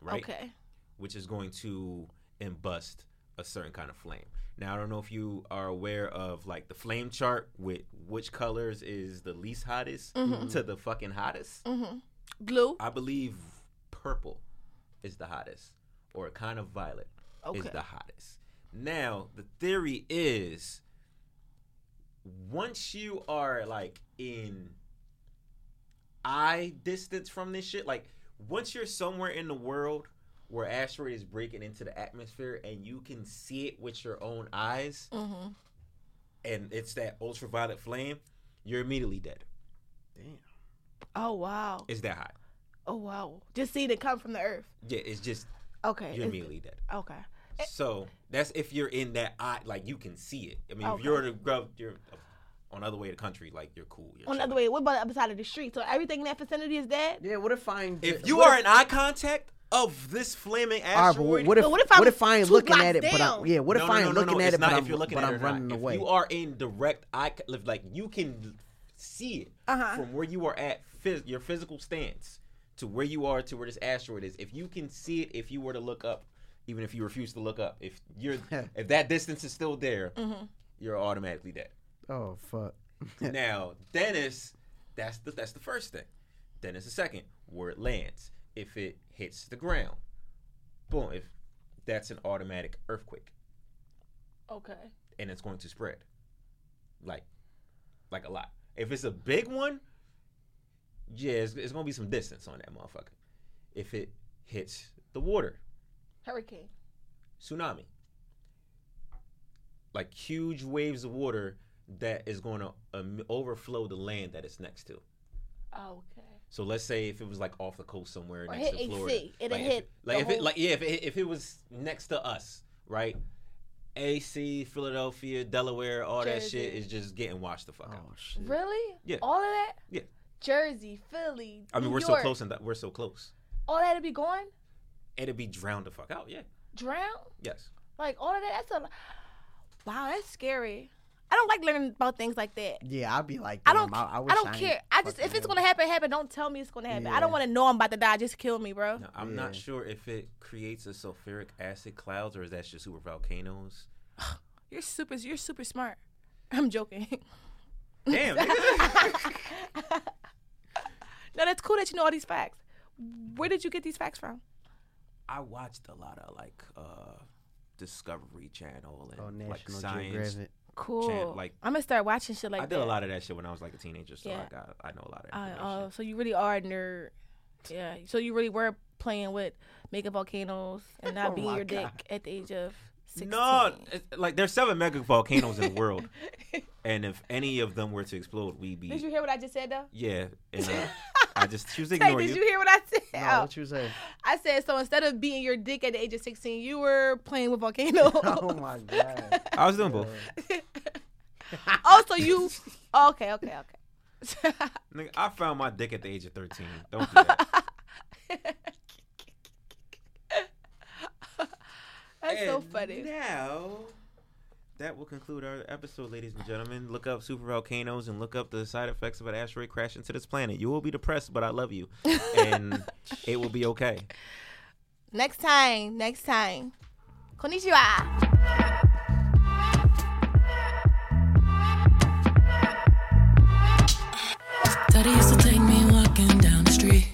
S3: right?
S1: Okay.
S3: which is going to embust a certain kind of flame. Now, I don't know if you are aware of like the flame chart with which colors is the least hottest to the fucking hottest.
S1: Glue.
S3: I believe purple is the hottest, or kind of violet is
S1: Okay.
S3: the hottest. Now, the theory is once you are like in eye distance from this shit, like once you're somewhere in the world where asteroid is breaking into the atmosphere and you can see it with your own eyes, and it's that ultraviolet flame, you're immediately dead.
S1: Oh wow.
S3: It's that hot.
S1: Oh wow. Just seeing it come from the earth.
S3: Yeah, it's just
S1: Okay.
S3: you're
S1: it's-
S3: immediately dead.
S1: Okay.
S3: So that's if you're in that eye, like you can see it. I mean,
S1: Okay.
S3: if you're in a grub, you're uh, on the other way of the country, like you're cool. You're
S1: On the other
S3: chilling.
S1: way, what about the other side of the street? So everything in that vicinity is dead.
S2: Yeah. What if I? ain't-
S3: If you
S2: what
S3: are in eye contact of this flaming
S2: All right, but
S3: asteroid,
S2: what if,
S1: But
S2: what if, I'm I ain't
S1: two
S2: looking
S1: blocks
S2: at it? But I,
S1: down?
S2: yeah, what if
S3: No, no,
S2: I ain't
S3: no, no,
S2: looking
S3: no,
S2: at
S3: it's
S2: it?
S3: not
S2: but
S3: if you're
S2: I'm,
S3: looking
S2: but
S3: at
S2: I'm
S3: it or not.
S2: running away.
S3: If you are in direct eye, co- if, like you can see it
S1: Uh-huh.
S3: from where you are at, phys- your physical stance to where you are to where this asteroid is. If you can see it, if you were to look up, even if you refuse to look up, if you're if that distance is still there,
S1: Mm-hmm.
S3: you're automatically dead.
S2: oh fuck.
S3: now, Dennis, that's the that's the first thing. Then it's the second where it lands. If it hits the ground, boom. If that's an automatic earthquake,
S1: Okay.
S3: and it's going to spread, like, like a lot. If it's a big one, yeah, it's, it's going to be some distance on that motherfucker. If it hits the water,
S1: Hurricane.
S3: tsunami. Like huge waves of water that is going to um, overflow the land that it's next to.
S1: Okay.
S3: So let's say if it was like off the coast somewhere
S1: Or
S3: next
S1: hit
S3: to Florida,
S1: AC. It'd
S3: like
S1: hit
S3: if it, like
S1: the
S3: if it
S1: whole-
S3: like yeah if it, if it was next to us, right? AC, Philadelphia, Delaware, all that shit
S1: Jersey.
S3: is just getting washed the fuck
S2: Oh
S3: out.
S2: shit.
S1: Really?
S3: Yeah.
S1: All of that?
S3: Yeah.
S1: Jersey, Philly.
S3: I mean,
S1: New
S3: we're so
S1: York,
S3: close and that we're so close.
S1: All that'd be gone?
S3: It'd be drowned the fuck out. Yeah.
S1: Drown?
S3: Yes.
S1: Like all of that? That's a Wow, that's scary. I don't like learning about things like that.
S2: Yeah, I'd be like,
S1: I don't.
S2: damn, I, I, wish
S1: I don't
S2: ain't
S1: care. I just
S2: fucking
S1: if it's
S2: live.
S1: gonna happen, happen. Don't tell me it's gonna happen. I
S2: Yeah.
S1: don't want to know I'm about to die. Just kill me, bro.
S3: Now, I'm not sure if it creates a sulfuric acid clouds or is that just super volcanoes.
S1: You're super. You're super smart. I'm joking.
S3: Damn. nigga.
S1: no, that's cool that you know all these facts. Where did you get these facts from?
S3: I watched a lot of like uh Discovery Channel and
S2: Oh,
S3: like
S2: National
S3: science
S2: Geographic.
S1: Cool.
S3: like-
S1: I'm gonna start watching shit like
S3: I did
S1: that.
S3: a lot of that shit when I was like a teenager, so
S1: Yeah.
S3: like I, I know a lot of
S1: Uh,
S3: information.
S1: oh, so you really are a nerd. Yeah. So you really were playing with making volcanoes and not being
S2: my
S1: your dick
S2: God.
S1: at the age of sixteen.
S3: Oh no, it's- like there's seven mega volcanoes in the world, and if any of them were to explode, we'd be
S1: Did you hear what I just said though?
S3: yeah. And uh, I just she was
S1: Hey,
S3: ignoring
S1: did you
S3: you.
S1: hear what I said? Oh,
S2: No, Oh, what you say?
S1: I said so. Instead of being your dick at the age of sixteen, you were playing with volcanoes.
S2: Oh my god.
S3: I was doing both.
S1: Oh, so you? Okay, okay, okay.
S3: Nigga, I found my dick at the age of thirteen. Don't do that.
S1: That's so
S3: And
S1: funny.
S3: Now, that will conclude our episode, ladies and gentlemen. Look up super volcanoes and look up the side effects of an asteroid crash into this planet. You will be depressed, but I love you, and it will be okay.
S1: Next time, next time. Konnichiwa.
S8: Daddy used to take me walking down the street.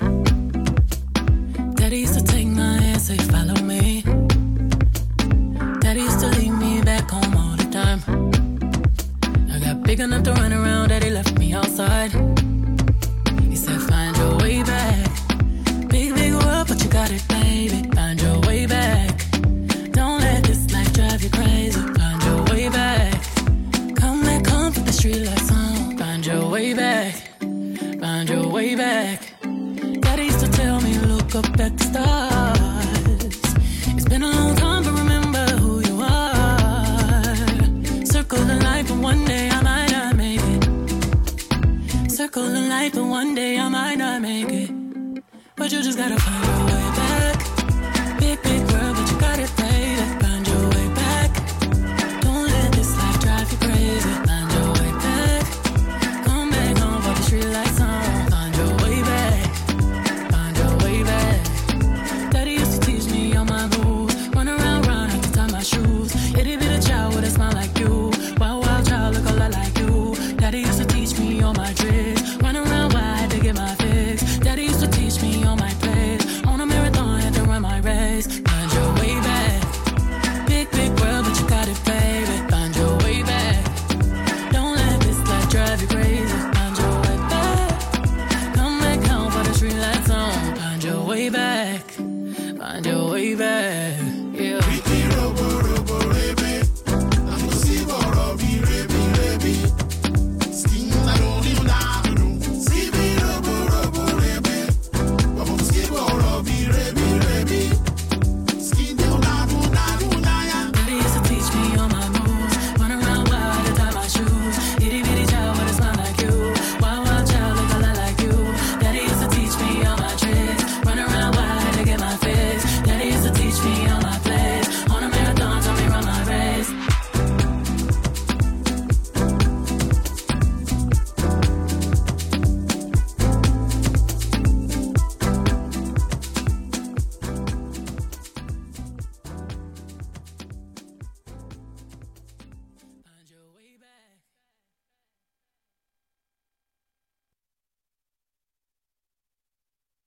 S8: Daddy used to take my hand, say, Follow me.
S7: way back. Find your way back. Daddy used to tell me, look up at the stars. It's been a long time, but remember who you are. Circle the light, but one day I might not make it. Circle the light, but one day I might not make it. But you just gotta find your way back. Big, big world, but you got it, baby.